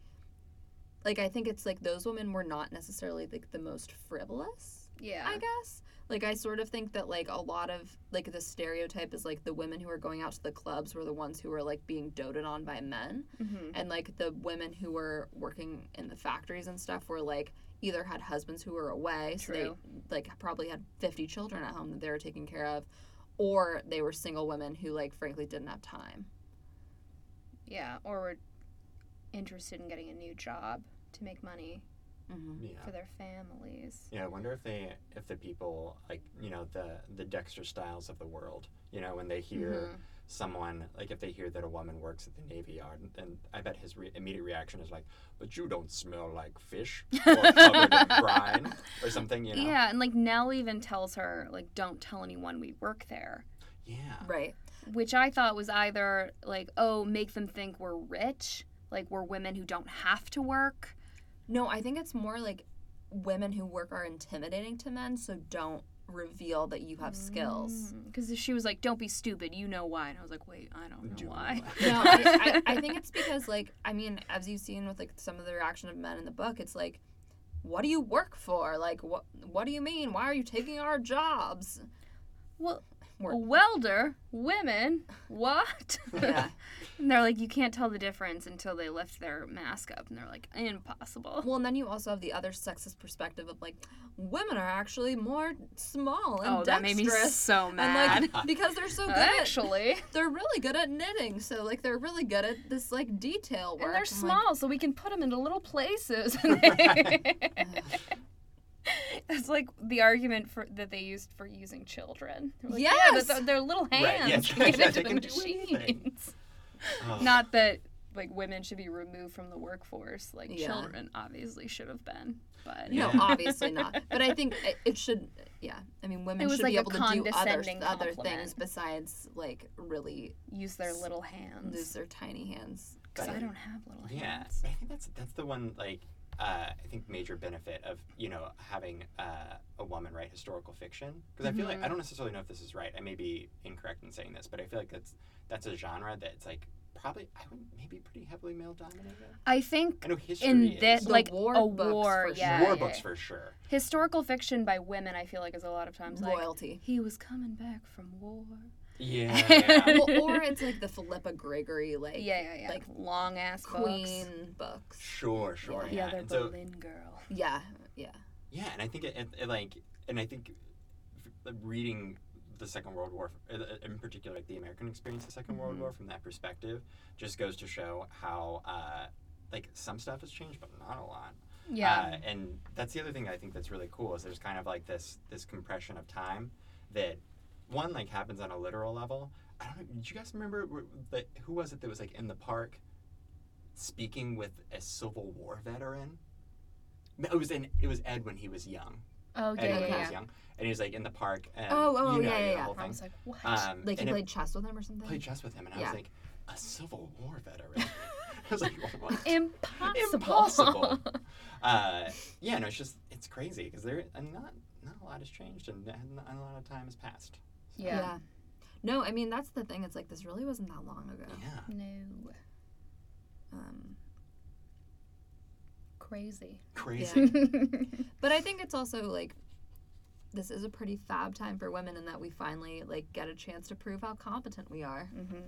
Speaker 1: like I think it's like those women were not necessarily like the most frivolous.
Speaker 2: Yeah,
Speaker 1: I guess. Like I sort of think that like a lot of like the stereotype is like the women who are going out to the clubs were the ones who were like being doted on by men,
Speaker 2: hmm
Speaker 1: and like the women who were working in the factories and stuff were like either had husbands who were away, so
Speaker 2: True.
Speaker 1: they like probably had fifty children at home that they were taking care of, or they were single women who like frankly didn't have time.
Speaker 2: yeah, or were interested in getting a new job to make money
Speaker 1: Mm-hmm.
Speaker 3: Yeah.
Speaker 2: for their families.
Speaker 3: Yeah, I wonder if they if the people like you know the the Dexter Styles of the world, you know, when they hear
Speaker 2: Mm-hmm.
Speaker 3: someone like if they hear that a woman works at the Navy Yard, then I bet his re- immediate reaction is like, "But you don't smell like fish or covered in brine or something," you know.
Speaker 2: Yeah, and like Nell even tells her, like, don't tell anyone we work there,
Speaker 3: Yeah.
Speaker 1: Right.
Speaker 2: which I thought was either like, oh, make them think we're rich, like we're women who don't have to work.
Speaker 1: No, I think it's more like women who work are intimidating to men, so don't reveal that you have skills.
Speaker 2: Because Mm, she was like, don't be stupid, you know why. And I was like, wait, I don't know
Speaker 3: Do
Speaker 2: why.
Speaker 1: No, I, I, I think it's because like I mean, as you've seen with like some of the reaction of men in the book, it's like, what do you work for? Like what what do you mean? Why are you taking our jobs?
Speaker 2: Well,
Speaker 1: Work.
Speaker 2: a welder, women, what?
Speaker 1: Yeah.
Speaker 2: and they're like, you can't tell the difference until they lift their mask up. And they're like, impossible.
Speaker 1: Well, and then you also have the other sexist perspective of like women are actually more small and
Speaker 2: Oh,
Speaker 1: dexterous.
Speaker 2: that made me so mad.
Speaker 1: And like because they're so good, at,
Speaker 2: Actually.
Speaker 1: they're really good at knitting. So like they're really good at this like detail work.
Speaker 2: And they're
Speaker 1: I'm like,
Speaker 2: small, so we can put them into little places. That's like the argument for that they used for using children. They're Like, yeah,
Speaker 1: Yes!
Speaker 2: but th- their little
Speaker 3: yeah,
Speaker 2: hands
Speaker 3: yeah,
Speaker 2: can get into
Speaker 3: they
Speaker 2: the
Speaker 3: can do anything.
Speaker 2: machines.
Speaker 3: Ugh.
Speaker 2: Not that like women should be removed from the workforce, like
Speaker 1: Yeah.
Speaker 2: children obviously should have been, but
Speaker 1: No,
Speaker 3: Yeah.
Speaker 1: obviously not. But I think eh, it- it should yeah. I mean, women
Speaker 6: was
Speaker 1: should
Speaker 6: like
Speaker 1: be
Speaker 6: a
Speaker 1: able to do other
Speaker 6: condescending
Speaker 1: other things
Speaker 6: compliment.
Speaker 1: besides like really
Speaker 6: Use their little hands.
Speaker 1: lose their tiny hands.
Speaker 6: Because I
Speaker 1: But-
Speaker 6: don't have little
Speaker 3: Yeah,
Speaker 6: hands.
Speaker 3: I think that's that's the one like uh, I think major benefit of you know having uh, a woman write historical fiction because I feel like I don't necessarily know if this is right. I may be incorrect in saying this, but I feel like that's that's a genre that's like probably I would maybe pretty heavily male dominated.
Speaker 6: I think
Speaker 3: I know history
Speaker 6: in
Speaker 3: is.
Speaker 6: this,
Speaker 1: The
Speaker 6: like
Speaker 1: war
Speaker 6: a
Speaker 1: books
Speaker 6: war,
Speaker 1: for
Speaker 6: yeah,
Speaker 1: sure.
Speaker 3: war
Speaker 6: yeah,
Speaker 3: books
Speaker 6: yeah.
Speaker 3: for sure.
Speaker 6: Historical fiction by women, I feel like, is a lot of times like
Speaker 1: Loyalty.
Speaker 6: he was coming back from war.
Speaker 3: Yeah, yeah.
Speaker 1: Uh, well, or it's like the Philippa Gregory like
Speaker 6: Yeah, yeah, yeah.
Speaker 1: like
Speaker 6: long ass
Speaker 1: queen
Speaker 6: books.
Speaker 1: books.
Speaker 3: sure, sure.
Speaker 6: The
Speaker 3: Yeah,
Speaker 6: other
Speaker 3: and so
Speaker 6: Berlin girl.
Speaker 1: Yeah, yeah.
Speaker 3: Yeah, and I think it, it, it like, and I think f- reading the Second World War, uh, uh, in particular, like the American experience of the 2nd World War from that perspective, just goes to show how, uh, like, some stuff has changed, but not a lot.
Speaker 6: Yeah.
Speaker 3: Uh, and that's the other thing I think that's really cool is there's kind of like this this compression of time that one like happens on a literal level. I don't know. Did you guys remember wh- the, who was it that was like in the park speaking with a Civil War veteran? No, It was in, it was Ed when he was young.
Speaker 6: oh
Speaker 3: Ed
Speaker 6: yeah,
Speaker 3: when
Speaker 6: yeah.
Speaker 3: he was
Speaker 6: yeah.
Speaker 3: young, and he was like in the park. And,
Speaker 1: Oh, oh,
Speaker 3: you know,
Speaker 1: yeah,
Speaker 3: you know,
Speaker 1: yeah,
Speaker 3: the
Speaker 1: yeah.
Speaker 3: whole
Speaker 6: I
Speaker 3: thing.
Speaker 6: was like, what?
Speaker 3: Um,
Speaker 1: Like he
Speaker 3: and it-
Speaker 1: played chess with him or something.
Speaker 3: played chess with him, and I
Speaker 1: Yeah.
Speaker 3: was like, a Civil War veteran. I was like, what?
Speaker 6: Impossible.
Speaker 3: impossible. uh, yeah, no, it's just it's crazy because there and not not a lot has changed and not not a lot of time has passed.
Speaker 1: yeah.
Speaker 2: yeah.
Speaker 1: No, I mean that's the thing. It's like this really wasn't that long ago.
Speaker 3: Yeah,
Speaker 6: no.
Speaker 1: Um,
Speaker 6: Crazy. Mm-hmm.
Speaker 3: crazy.
Speaker 1: but I think it's also like this is a pretty fab time for women in that we finally like get a chance to prove how competent we are,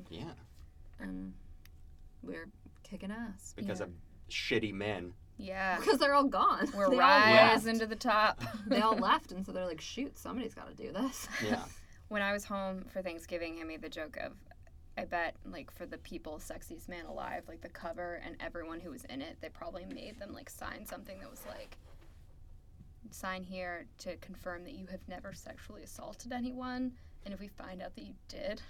Speaker 3: Yeah,
Speaker 1: and we're kicking ass
Speaker 3: because of shitty men.
Speaker 2: Yeah.
Speaker 1: because they're all gone.
Speaker 2: We're
Speaker 1: They all left.
Speaker 2: rising to the top.
Speaker 1: they all left, and so they're like, shoot, somebody's got to do this.
Speaker 3: Yeah,
Speaker 2: when I was home for Thanksgiving, I made the joke of, I bet, like, for the people, Sexiest Man Alive, like the cover and everyone who was in it, they probably made them, like, sign something that was like, sign here to confirm that you have never sexually assaulted anyone. And if we find out that you did,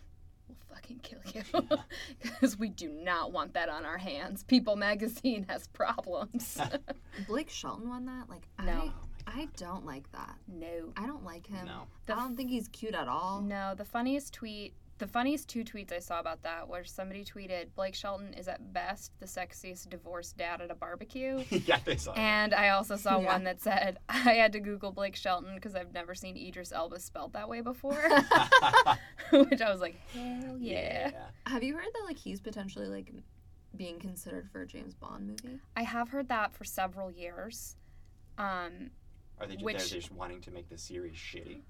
Speaker 2: we'll fucking kill you. Because we do not want that on our hands. People magazine has problems.
Speaker 1: Blake Shelton won that. Like,
Speaker 2: No.
Speaker 1: I, I don't like that.
Speaker 2: no.
Speaker 1: I don't like him.
Speaker 3: Oh no,
Speaker 2: The
Speaker 1: I don't think he's cute at all.
Speaker 2: No, the funniest tweet, the funniest two tweets I saw about that were somebody tweeted, Blake Shelton is at best the sexiest divorced dad at a barbecue.
Speaker 3: yeah, they saw. it.
Speaker 2: And I also saw
Speaker 1: Yeah.
Speaker 2: one that said, I had to Google Blake Shelton because I've never seen Idris Elba spelled that way before. Which I was like, hell yeah.
Speaker 1: Have you heard that like he's potentially like being considered for a James Bond movie?
Speaker 2: I have heard that for several years. Um,
Speaker 3: Are they ju-
Speaker 2: Which-
Speaker 3: they're just wanting to make the series shitty?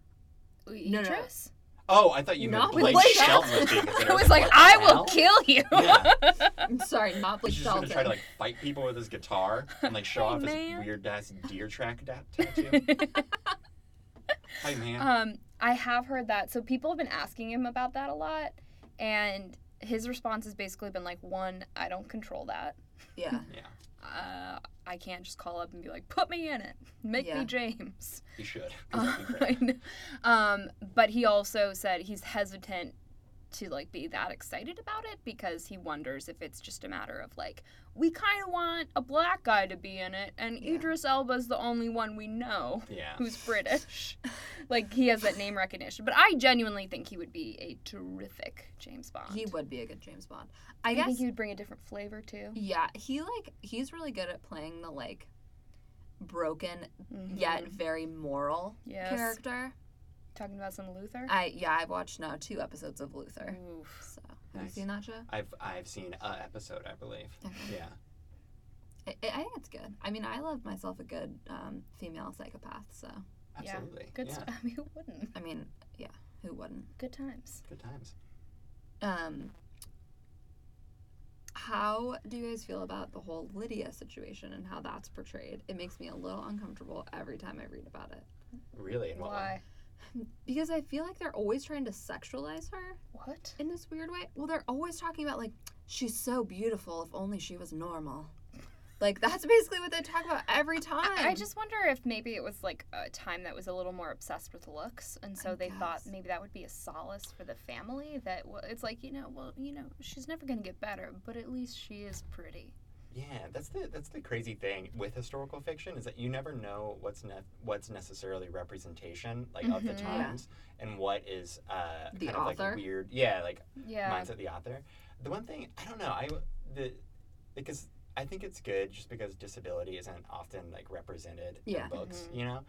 Speaker 1: no.
Speaker 2: Idris?
Speaker 3: Oh, I thought you meant
Speaker 1: Not with
Speaker 3: Blake,
Speaker 1: Blake
Speaker 3: Shelton was being
Speaker 2: I
Speaker 3: considered.
Speaker 2: was like,
Speaker 3: What the
Speaker 2: I will
Speaker 3: hell?"
Speaker 2: kill you.
Speaker 3: Yeah,
Speaker 1: I'm sorry, not Blake
Speaker 3: he's just gonna
Speaker 1: Shelton.
Speaker 3: try to like fight people with his guitar and like show off
Speaker 2: man.
Speaker 3: his weird ass deer track da- tattoo. Hey man,
Speaker 2: Um, I have heard that. So people have been asking him about that a lot, and his response has basically been like, one, I don't control that.
Speaker 1: yeah,
Speaker 3: yeah,
Speaker 2: Uh, I can't just call up and be like, put me in it, make
Speaker 1: Yeah.
Speaker 2: me James.
Speaker 3: he should. 'cause that'd be great.
Speaker 2: I know. um, but he also said he's hesitant to like be that excited about it because he wonders if it's just a matter of like we kind of want a black guy to be in it and
Speaker 1: Yeah.
Speaker 2: Idris Elba's the only one we know
Speaker 3: Yeah.
Speaker 2: who's British. like he has that name recognition. But I genuinely think he would be a terrific James Bond.
Speaker 1: he would be a good James Bond. I
Speaker 2: I
Speaker 1: guess.
Speaker 2: think he would bring a different flavor too.
Speaker 1: yeah, he like he's really good at playing the like broken yet very moral
Speaker 2: Mm-hmm. Yes.
Speaker 1: character.
Speaker 2: Talking about some Luther.
Speaker 1: I yeah, I've watched now two episodes of Luther.
Speaker 2: Oof.
Speaker 1: So have
Speaker 3: Nice.
Speaker 1: you seen that show?
Speaker 3: I've I've seen a episode, I believe. Yeah.
Speaker 1: I, I I think it's good. I mean, I love myself a good um, female psychopath. So
Speaker 3: Absolutely.
Speaker 2: Good
Speaker 3: yeah.
Speaker 2: stuff. I mean, who wouldn't?
Speaker 1: I mean, yeah, who wouldn't?
Speaker 2: Good times.
Speaker 3: Good times.
Speaker 1: Um, how do you guys feel about the whole Lydia situation and how that's portrayed? It makes me a little uncomfortable every time I read about it
Speaker 3: Really and what one?
Speaker 2: Why?
Speaker 1: because I feel like they're always trying to sexualize her
Speaker 2: What?
Speaker 1: in this weird way. Well, they're always talking about like she's so beautiful. If only she was normal. Like that's basically what they talk about every time.
Speaker 2: I just wonder if maybe it was like a time that was a little more obsessed with looks, and so
Speaker 1: I
Speaker 2: they thought
Speaker 1: guess.
Speaker 2: maybe that would be a solace for the family. That well, it's like you know, well, you know, she's never gonna get better, but at least she is pretty.
Speaker 3: Yeah, that's the that's the crazy thing with historical fiction is that you never know what's ne- what's necessarily representation like of the
Speaker 2: Mhm.
Speaker 3: times and what is uh,
Speaker 1: The
Speaker 3: kind of
Speaker 1: author.
Speaker 3: like weird yeah like
Speaker 2: Yeah.
Speaker 3: mindset of the author. The one thing I don't know I w- the because I think it's good just because disability isn't often like represented
Speaker 1: Yeah.
Speaker 3: in books, you know,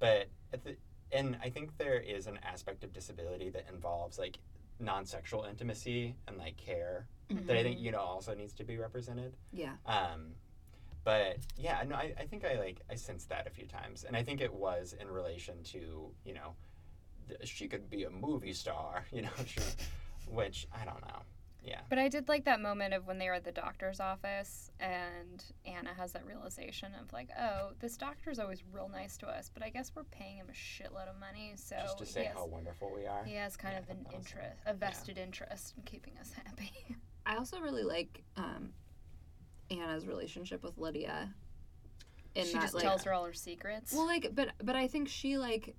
Speaker 3: but at the and I think there is an aspect of disability that involves like non-sexual intimacy and like care
Speaker 2: Mm-hmm.
Speaker 3: that I think you know also needs to be represented.
Speaker 1: Yeah.
Speaker 3: Um, but yeah, no, I, I think I like I sensed that a few times, and I think it was in relation to you know, th- she could be a movie star, you know, she, which I don't know. Yeah,
Speaker 2: But I did like that moment of when they were at the doctor's office and Anna has that realization of like, oh, this doctor's always real nice to us, but I guess we're paying him a shitload of money, so
Speaker 3: just to
Speaker 2: he
Speaker 3: say
Speaker 2: has-
Speaker 3: how wonderful we are.
Speaker 2: he has kind
Speaker 3: Yeah,
Speaker 2: of an
Speaker 3: that was-
Speaker 2: interest, a vested interest in keeping us happy.
Speaker 1: I also really like um, Anna's relationship with Lydia. In
Speaker 2: she
Speaker 1: that,
Speaker 2: just
Speaker 1: like,
Speaker 2: tells her all her secrets.
Speaker 1: Well, like, but but I think she like,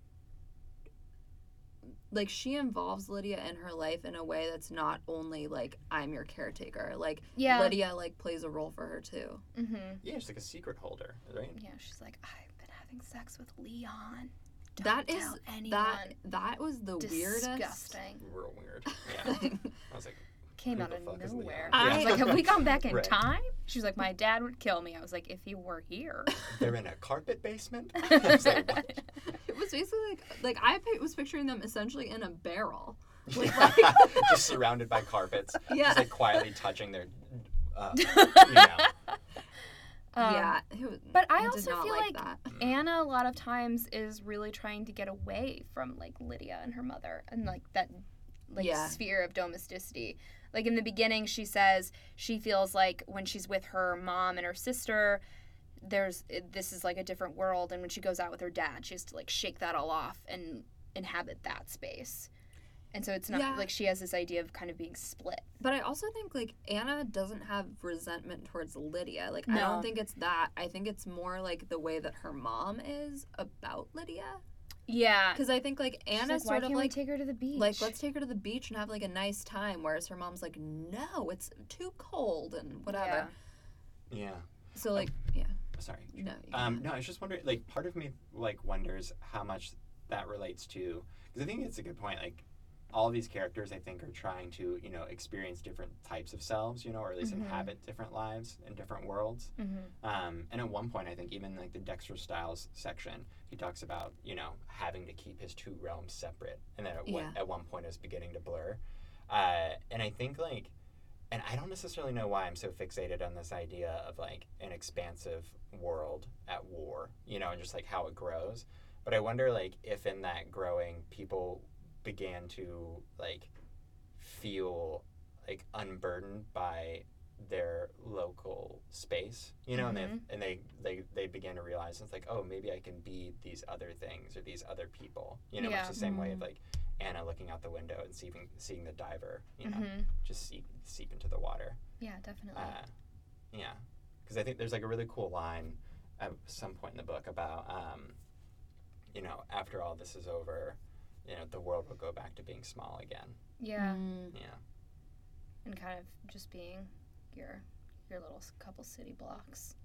Speaker 1: like she involves Lydia in her life in a way that's not only like I'm your caretaker. Like
Speaker 2: yeah.
Speaker 1: Lydia like plays a role for her too.
Speaker 2: hmm
Speaker 3: Yeah, she's like a secret holder, right?
Speaker 2: Yeah, she's like, I've been having sex with Leon. Don't
Speaker 1: That is-
Speaker 2: tell anyone.
Speaker 1: That that was the weirdest.
Speaker 2: Disgusting.
Speaker 3: Real weird. Yeah,
Speaker 1: Thing.
Speaker 3: I was like,
Speaker 2: Came
Speaker 3: Who
Speaker 2: out
Speaker 3: the
Speaker 2: of
Speaker 3: fuck is
Speaker 2: nowhere.
Speaker 3: Leon?
Speaker 2: I was
Speaker 1: Yeah.
Speaker 2: like, have we gone back in
Speaker 3: Right.
Speaker 2: time? She's like, my dad would kill me. I was like, if he were here.
Speaker 3: they're in a carpet basement. I was like, what?
Speaker 1: It was basically like like I pi- was picturing them essentially in a barrel.
Speaker 3: just surrounded by carpets,
Speaker 1: Yeah.
Speaker 3: just like quietly touching their, uh, you know.
Speaker 2: Um,
Speaker 1: yeah. it was-
Speaker 2: But I
Speaker 1: did
Speaker 2: also
Speaker 1: not
Speaker 2: feel like,
Speaker 1: that.
Speaker 2: Um, Anna a lot of times is really trying to get away from like Lydia and her mother and like that like
Speaker 1: Yeah.
Speaker 2: sphere of domesticity. Like in the beginning she says she feels like when she's with her mom and her sister there's it- this is like a different world and when she goes out with her dad she has to like shake that all off and inhabit that space. And so it's not
Speaker 1: Yeah.
Speaker 2: like she has this idea of kind of being split.
Speaker 1: But I also think like Anna doesn't have resentment towards Lydia. Like I
Speaker 2: No.
Speaker 1: don't think it's that. I think it's more like the way that her mom is about Lydia.
Speaker 2: Yeah.
Speaker 1: Because I think like Anna
Speaker 2: why
Speaker 1: sort
Speaker 2: can't
Speaker 1: of
Speaker 2: we
Speaker 1: like
Speaker 2: take her to the beach?
Speaker 1: like let's take her to the beach and have like a nice time, whereas her mom's like, no, it's too cold and whatever.
Speaker 2: Yeah.
Speaker 3: Yeah,
Speaker 1: So like yeah,
Speaker 3: sorry.
Speaker 1: no. you
Speaker 3: Um,
Speaker 1: can't.
Speaker 3: no, I was just wondering. Like, part of me like wonders how much that relates to because I think it's a good point. Like, all these characters I think are trying to you know experience different types of selves, you know, or at least
Speaker 2: Mhm.
Speaker 3: inhabit different lives and different worlds.
Speaker 2: mm-hmm.
Speaker 3: Um, and at one point, I think even like the Dexter Styles section, he talks about you know having to keep his two realms separate, and then at, one,
Speaker 1: Yeah.
Speaker 3: at one point is beginning to blur. Uh, and I think like, and I don't necessarily know why I'm so fixated on this idea of like an expansive world at war, you know, and just like how it grows. But I wonder like if in that growing, people began to like feel like unburdened by their local space you know
Speaker 2: Mhm.
Speaker 3: and they and they, they they begin to realize it's like oh maybe i can be these other things or these other people you know
Speaker 2: Yeah. Mm-hmm.
Speaker 3: it's the same way of like anna looking out the window and seeing seeing the diver you know
Speaker 2: Mm-hmm.
Speaker 3: just seep, seep into the water
Speaker 2: Yeah, definitely.
Speaker 3: uh, yeah because i think there's like a really cool line at some point in the book about um, you know after all this is over you know the world will go back to being small again
Speaker 2: yeah.
Speaker 1: Mm.
Speaker 3: yeah
Speaker 2: and kind of just being your your little s- couple city blocks,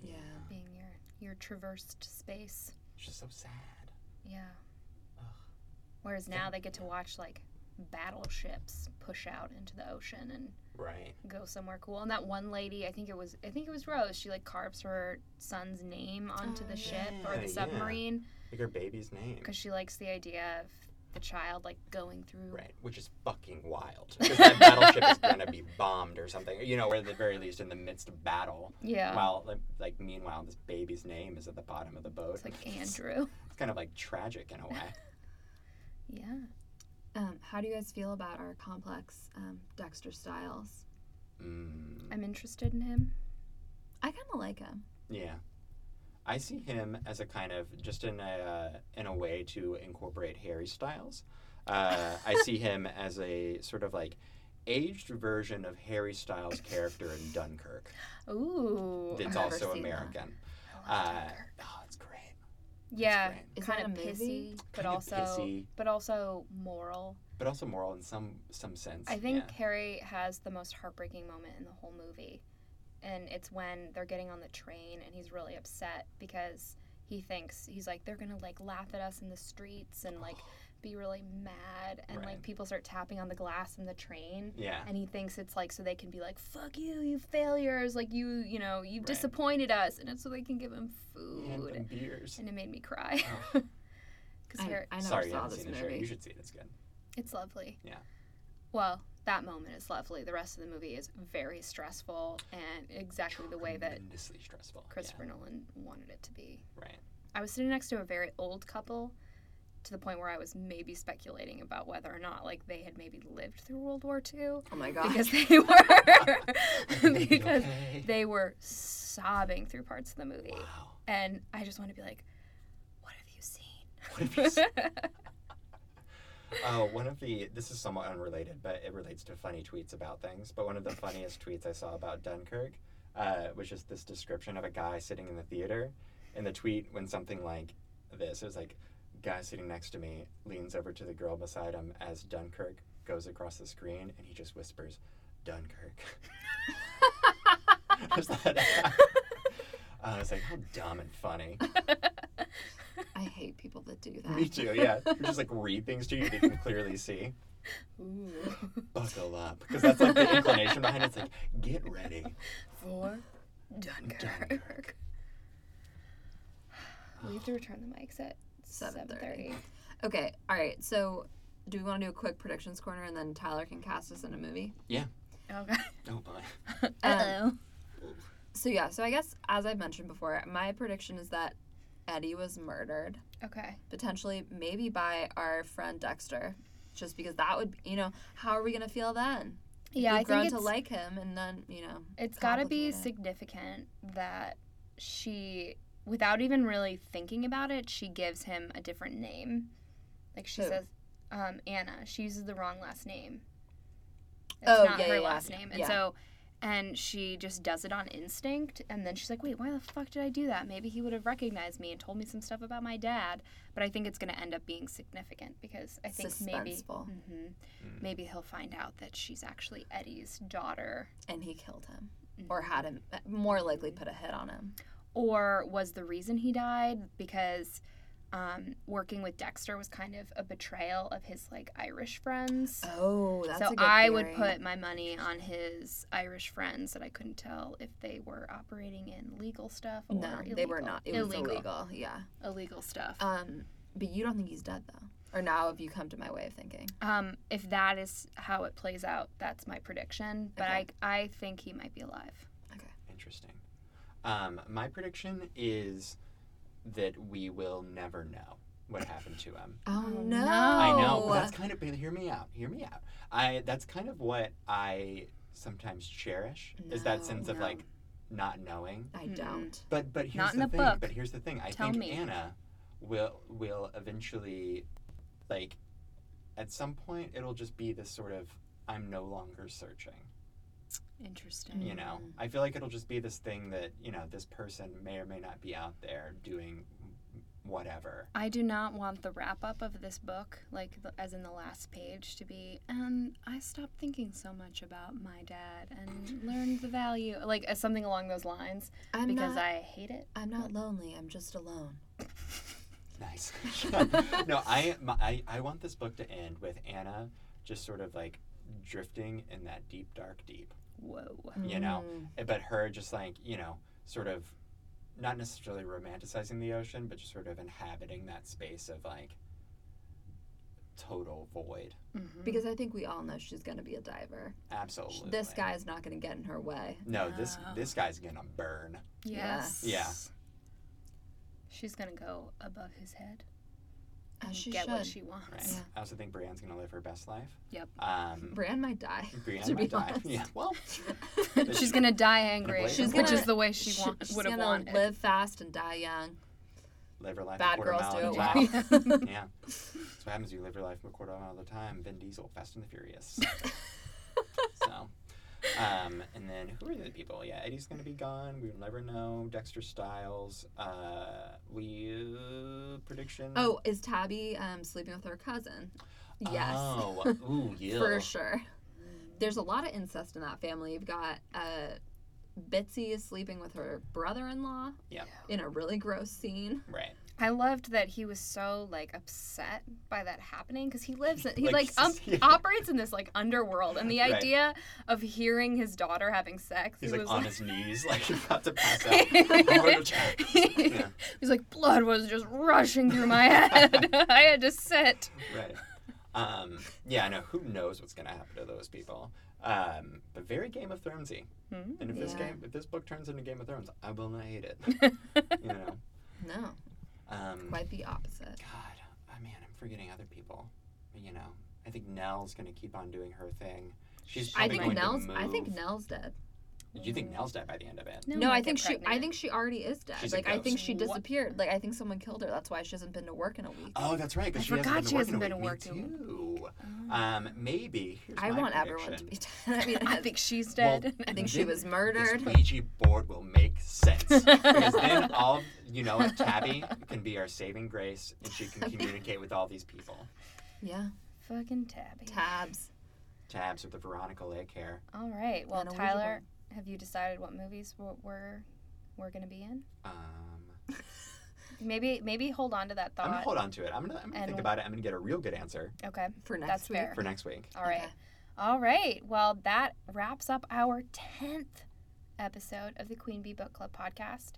Speaker 1: Yeah.
Speaker 2: being your your traversed space.
Speaker 3: it's just so sad
Speaker 2: Yeah.
Speaker 3: Ugh.
Speaker 2: Whereas now they get to watch like battleships push out into the ocean and
Speaker 3: right
Speaker 2: go somewhere cool. And that one lady, I think it was I think it was Rose, she like carves her son's name onto
Speaker 1: Oh,
Speaker 2: the ship or
Speaker 3: yeah,
Speaker 2: the
Speaker 3: yeah.
Speaker 2: submarine
Speaker 3: like her baby's name
Speaker 2: because she likes the idea of the child like going through
Speaker 3: Right, which is fucking wild. 'Cause that battleship is gonna be bombed or something. You know, or at the very least in the midst of battle.
Speaker 2: Yeah.
Speaker 3: While like, like meanwhile, this baby's name is at the bottom of the boat.
Speaker 2: It's like Andrew.
Speaker 3: It's kind of like tragic in a way.
Speaker 2: yeah.
Speaker 1: Um, how do you guys feel about our complex um, Dexter Styles?
Speaker 3: Mm,
Speaker 2: I'm interested in him.
Speaker 1: I kind of like him.
Speaker 3: yeah, I see him as a kind of just in a uh, in a way to incorporate Harry Styles. Uh, I see him as a sort of like aged version of Harry Styles' character in Dunkirk.
Speaker 2: Ooh.
Speaker 3: That's
Speaker 1: I've never
Speaker 3: also
Speaker 1: seen that.
Speaker 3: American.
Speaker 2: I love
Speaker 3: Uh,
Speaker 2: Dunkirk.
Speaker 3: oh, it's great. It's
Speaker 2: Yeah.
Speaker 3: great.
Speaker 1: Is
Speaker 2: kind
Speaker 1: that
Speaker 2: of
Speaker 1: a movie?
Speaker 2: pissy, but
Speaker 3: Kind of
Speaker 2: also
Speaker 3: pissy.
Speaker 2: but also moral.
Speaker 3: but also moral in some some sense.
Speaker 2: I think
Speaker 3: yeah.
Speaker 2: Harry has the most heartbreaking moment in the whole movie, and it's when they're getting on the train and he's really upset because he thinks he's like they're gonna like laugh at us in the streets and like be really mad and
Speaker 3: Right.
Speaker 2: like people start tapping on the glass in the train
Speaker 3: Yeah.
Speaker 2: and he thinks it's like so they can be like fuck you you failures like you you know you
Speaker 3: Right.
Speaker 2: disappointed us and it's so they can give him
Speaker 3: And
Speaker 2: food
Speaker 3: the beers.
Speaker 2: and it made me cry
Speaker 3: Oh.
Speaker 2: because
Speaker 1: I, I never
Speaker 3: Sorry, I
Speaker 1: saw
Speaker 3: haven't
Speaker 1: this
Speaker 3: seen this yet.
Speaker 1: movie.
Speaker 3: You should see it. It's good.
Speaker 2: it's lovely
Speaker 3: Yeah.
Speaker 2: well that moment is lovely the rest of the movie is very stressful and exactly the way that
Speaker 3: Tremendously stressful.
Speaker 2: christopher nolan wanted it to be
Speaker 3: Yeah, right.
Speaker 2: I was sitting next to a very old couple to the point where I was maybe speculating about whether or not like they had maybe lived through World War II
Speaker 1: Oh my god.
Speaker 2: because they were
Speaker 3: You
Speaker 2: because
Speaker 3: okay?
Speaker 2: they were sobbing through parts of the movie
Speaker 3: Wow.
Speaker 2: and I just want to be like what have you seen?
Speaker 3: What have you seen? Oh, one of the this is somewhat unrelated, but it relates to funny tweets about things. But one of the funniest tweets I saw about Dunkirk uh, was just this description of a guy sitting in the theater, and the tweet went something like this: It was like, "Guy sitting next to me leans over to the girl beside him as Dunkirk goes across the screen, and he just whispers, Dunkirk." I was like, I was like, how dumb and funny.
Speaker 1: I hate people that do that.
Speaker 3: Me too, yeah. You just like read things to you that you can clearly see.
Speaker 2: Ooh.
Speaker 3: buckle up because that's like the inclination behind it. It's like get ready.
Speaker 2: For Dunkirk.
Speaker 3: Dunkirk.
Speaker 2: we have to return the mics at
Speaker 1: 7:30.
Speaker 2: 7:30.
Speaker 1: Okay, all right. So, do we want to do a quick predictions corner and then Tyler can cast us in a movie?
Speaker 2: Okay.
Speaker 3: Oh boy.
Speaker 2: Uh-oh.
Speaker 1: So yeah, so I guess as I've mentioned before, my prediction is that Eddie was murdered
Speaker 2: okay.
Speaker 1: potentially maybe by our friend Dexter, just because that would you know how are we gonna feel then?
Speaker 2: Yeah,
Speaker 1: We've
Speaker 2: I
Speaker 1: grown
Speaker 2: think
Speaker 1: to
Speaker 2: it's
Speaker 1: like him, and then you know
Speaker 2: It's got to be
Speaker 1: complicated.
Speaker 2: significant that she, without even really thinking about it, she gives him a different name. Like she
Speaker 1: Who?
Speaker 2: says, um, Anna. She uses the wrong last name. It's
Speaker 1: Oh,
Speaker 2: not
Speaker 1: yeah,
Speaker 2: her
Speaker 1: yeah, yeah.
Speaker 2: last name, and
Speaker 1: Yeah.
Speaker 2: so, and she just does it on instinct. And then she's like, "Wait, why the fuck did I do that? Maybe he would have recognized me and told me some stuff about my dad." But I think it's going to end up being significant because I think maybe,
Speaker 1: Suspenseful.
Speaker 2: Mhm. maybe he'll find out that she's actually Eddie's daughter.
Speaker 1: and he killed him or had him more likely put a hit on him.
Speaker 2: or was the reason he died because um, working with Dexter was kind of a betrayal of his like Irish friends.
Speaker 1: Oh, that's
Speaker 2: so
Speaker 1: a good
Speaker 2: I would
Speaker 1: theory.
Speaker 2: put my money on his Irish friends that I couldn't tell if they were operating in legal stuff or
Speaker 1: no,
Speaker 2: illegal.
Speaker 1: they were not. It was
Speaker 2: illegal.
Speaker 1: illegal. Yeah.
Speaker 2: Illegal stuff.
Speaker 1: Um, but you don't think he's dead though, or now have you come to my way of thinking?
Speaker 2: Um, if that is how it plays out, that's my prediction. But I, I think he might be alive.
Speaker 3: Interesting. Um, my prediction is that we will never know what happened to him.
Speaker 1: Oh
Speaker 2: no.
Speaker 3: I
Speaker 2: Oh.
Speaker 3: know, but that's kind of. But hear me out. Hear me out. I. That's kind of what I sometimes cherish is that
Speaker 1: No,
Speaker 3: sense of
Speaker 2: no.
Speaker 3: like not knowing.
Speaker 1: I
Speaker 2: Mm-mm.
Speaker 1: don't.
Speaker 3: But but here's
Speaker 2: Not in
Speaker 3: the,
Speaker 2: the
Speaker 3: thing.
Speaker 2: book.
Speaker 3: But here's the thing. I
Speaker 2: Tell
Speaker 3: think
Speaker 2: me.
Speaker 3: Anna will will eventually, like, at some point it'll just be this sort of I'm no longer searching.
Speaker 2: Interesting.
Speaker 3: you know i feel like it'll just be this thing that you know this person may or may not be out there doing whatever
Speaker 2: I do not want the wrap up of this book, like the, as in the last page, to be, and I stopped thinking so much about my dad and learned the value, like as something along those lines,
Speaker 1: I'm
Speaker 2: because
Speaker 1: not.
Speaker 2: I hate it.
Speaker 1: I'm not lonely. I'm just alone.
Speaker 3: nice no I, my, I i want this book to end with anna just sort of like drifting in that deep dark deep
Speaker 2: Whoa.
Speaker 3: you know
Speaker 2: Mm-hmm.
Speaker 3: but her just like you know sort of not necessarily romanticizing the ocean but just sort of inhabiting that space of like total void
Speaker 1: Because I think we all know she's gonna be a diver. Sh-
Speaker 3: absolutely
Speaker 1: This guy's not gonna get in her way.
Speaker 3: no this
Speaker 2: No.
Speaker 3: this guy's gonna burn
Speaker 2: Yes.
Speaker 3: Yeah.
Speaker 2: She's gonna go above his head and
Speaker 1: As she
Speaker 2: get
Speaker 1: should.
Speaker 2: what she wants.
Speaker 3: Right.
Speaker 1: Yeah.
Speaker 3: I also think Brienne's gonna live her best life.
Speaker 2: Yep.
Speaker 3: Um,
Speaker 1: Bran might die.
Speaker 3: Brienne
Speaker 1: to be
Speaker 3: might die.
Speaker 1: honest.
Speaker 3: Yeah. Well,
Speaker 2: She's gonna die angry,
Speaker 3: She's
Speaker 2: which
Speaker 1: gonna-
Speaker 2: is the way she
Speaker 1: Sh-
Speaker 2: want,
Speaker 1: she's
Speaker 2: would have
Speaker 1: gonna
Speaker 2: wanted.
Speaker 1: live fast and die young.
Speaker 3: live her life. a
Speaker 1: Bad
Speaker 3: quarter
Speaker 1: girls
Speaker 3: mile
Speaker 1: do
Speaker 3: at a
Speaker 1: it
Speaker 3: time.
Speaker 1: well.
Speaker 3: yeah. That's what happens. You live your life a quarter mile at a time. Vin Diesel, Fast and the Furious. so, um, and then who are the people? Yeah, Eddie's gonna be gone. We'll never know. Dexter Styles. Uh, we uh, prediction.
Speaker 1: Oh, is Tabby um, sleeping with her cousin? Yes.
Speaker 3: Oh. Ooh. Yeah.
Speaker 1: for sure. There's a lot of incest in that family. You've got uh, Bitsy is sleeping with her brother-in-law
Speaker 3: Yeah.
Speaker 1: in a really gross scene.
Speaker 3: Right.
Speaker 2: I loved that he was so like upset by that happening because he lives in, he
Speaker 3: Like,
Speaker 2: like, um,
Speaker 3: yeah.
Speaker 2: operates in this like underworld and the
Speaker 3: Right.
Speaker 2: idea of hearing his daughter having sex
Speaker 3: He's
Speaker 2: he
Speaker 3: like
Speaker 2: was
Speaker 3: on
Speaker 2: like,
Speaker 3: his knees, like he's about to pass out. I'm going to check. Yeah,
Speaker 2: he's like blood was just rushing through my head I had to sit
Speaker 3: right. Um, yeah, I know. Who knows what's going to happen to those people? Um, but very Game of Thronesy.
Speaker 2: Mhm.
Speaker 3: And if this
Speaker 1: Yeah.
Speaker 3: game, if this book turns into Game of Thrones, I will not hate it. you know.
Speaker 1: No,
Speaker 3: Um,
Speaker 1: quite the opposite.
Speaker 3: God, oh, man, I'm forgetting other people. But, you know, I think Nell's going to keep on doing her thing. She's
Speaker 1: I
Speaker 3: probably
Speaker 1: think
Speaker 3: going
Speaker 1: Nell's.
Speaker 3: to move.
Speaker 1: I think Nell's dead.
Speaker 3: You think Nell's dead by the end of it?
Speaker 1: No, I think she. I
Speaker 7: pregnant.
Speaker 1: think she already is dead.
Speaker 3: She's a
Speaker 1: like I think
Speaker 3: ghost.
Speaker 1: she
Speaker 7: What?
Speaker 1: disappeared. Like I think someone killed her. That's why she hasn't been to work in a week.
Speaker 3: Oh, that's right. Because
Speaker 2: I
Speaker 3: she hasn't
Speaker 2: forgot
Speaker 3: been
Speaker 2: she hasn't
Speaker 3: to
Speaker 2: been
Speaker 3: work
Speaker 2: to
Speaker 3: in a week. Me too. Um, maybe. Here's
Speaker 1: I
Speaker 3: my
Speaker 1: want everyone to
Speaker 3: prediction.
Speaker 1: be dead. I mean, uh,
Speaker 2: I think she's
Speaker 3: Well,
Speaker 2: dead
Speaker 1: I think she
Speaker 3: then
Speaker 1: was
Speaker 3: This
Speaker 1: murdered.
Speaker 3: Ouija board will make sense because then all you know, what, Tabby can be our saving grace, and she can communicate with all these people.
Speaker 1: yeah,
Speaker 2: fucking tabby
Speaker 1: tabs.
Speaker 3: Tabs with the Veronica Lake hair.
Speaker 2: all right well
Speaker 1: And a Ouija
Speaker 2: Tyler have you decided what movies we're we're, we're gonna be in
Speaker 3: Um,
Speaker 2: maybe maybe hold on to that
Speaker 3: I'm gonna
Speaker 2: thought
Speaker 3: hold on to it. I'm gonna, I'm gonna think
Speaker 2: Uh, And-
Speaker 3: about it. I'm gonna get a real good answer
Speaker 2: okay
Speaker 1: For next
Speaker 2: That's
Speaker 1: week.
Speaker 2: fair.
Speaker 3: for next week.
Speaker 2: All right.
Speaker 1: Okay.
Speaker 2: All right. Well, that wraps up our 10th episode of the Queen Bee Book Club podcast.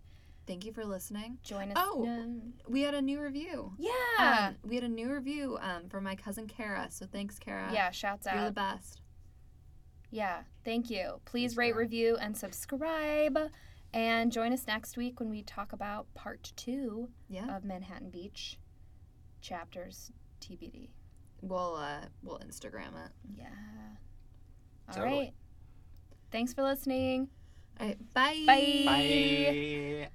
Speaker 1: Thank you for listening.
Speaker 2: Join us.
Speaker 1: Oh.
Speaker 2: um,
Speaker 1: We had a new review.
Speaker 2: yeah.
Speaker 1: Um, we had a new review um, from my cousin Kara. So thanks, Kara.
Speaker 2: Um, yeah. Shouts
Speaker 1: You're the
Speaker 2: out.
Speaker 1: best.
Speaker 2: Yeah. Thank you. Please
Speaker 3: Thanks,
Speaker 2: rate,
Speaker 3: Sarah.
Speaker 2: review, and subscribe. And join us next week when we talk about part two
Speaker 1: Yeah.
Speaker 2: of Manhattan Beach chapters TBD.
Speaker 1: We'll uh, we'll Instagram it.
Speaker 2: Yeah. All right.
Speaker 3: Totally.
Speaker 2: Thanks for listening.
Speaker 1: All right. Bye.
Speaker 2: Bye.
Speaker 3: Bye.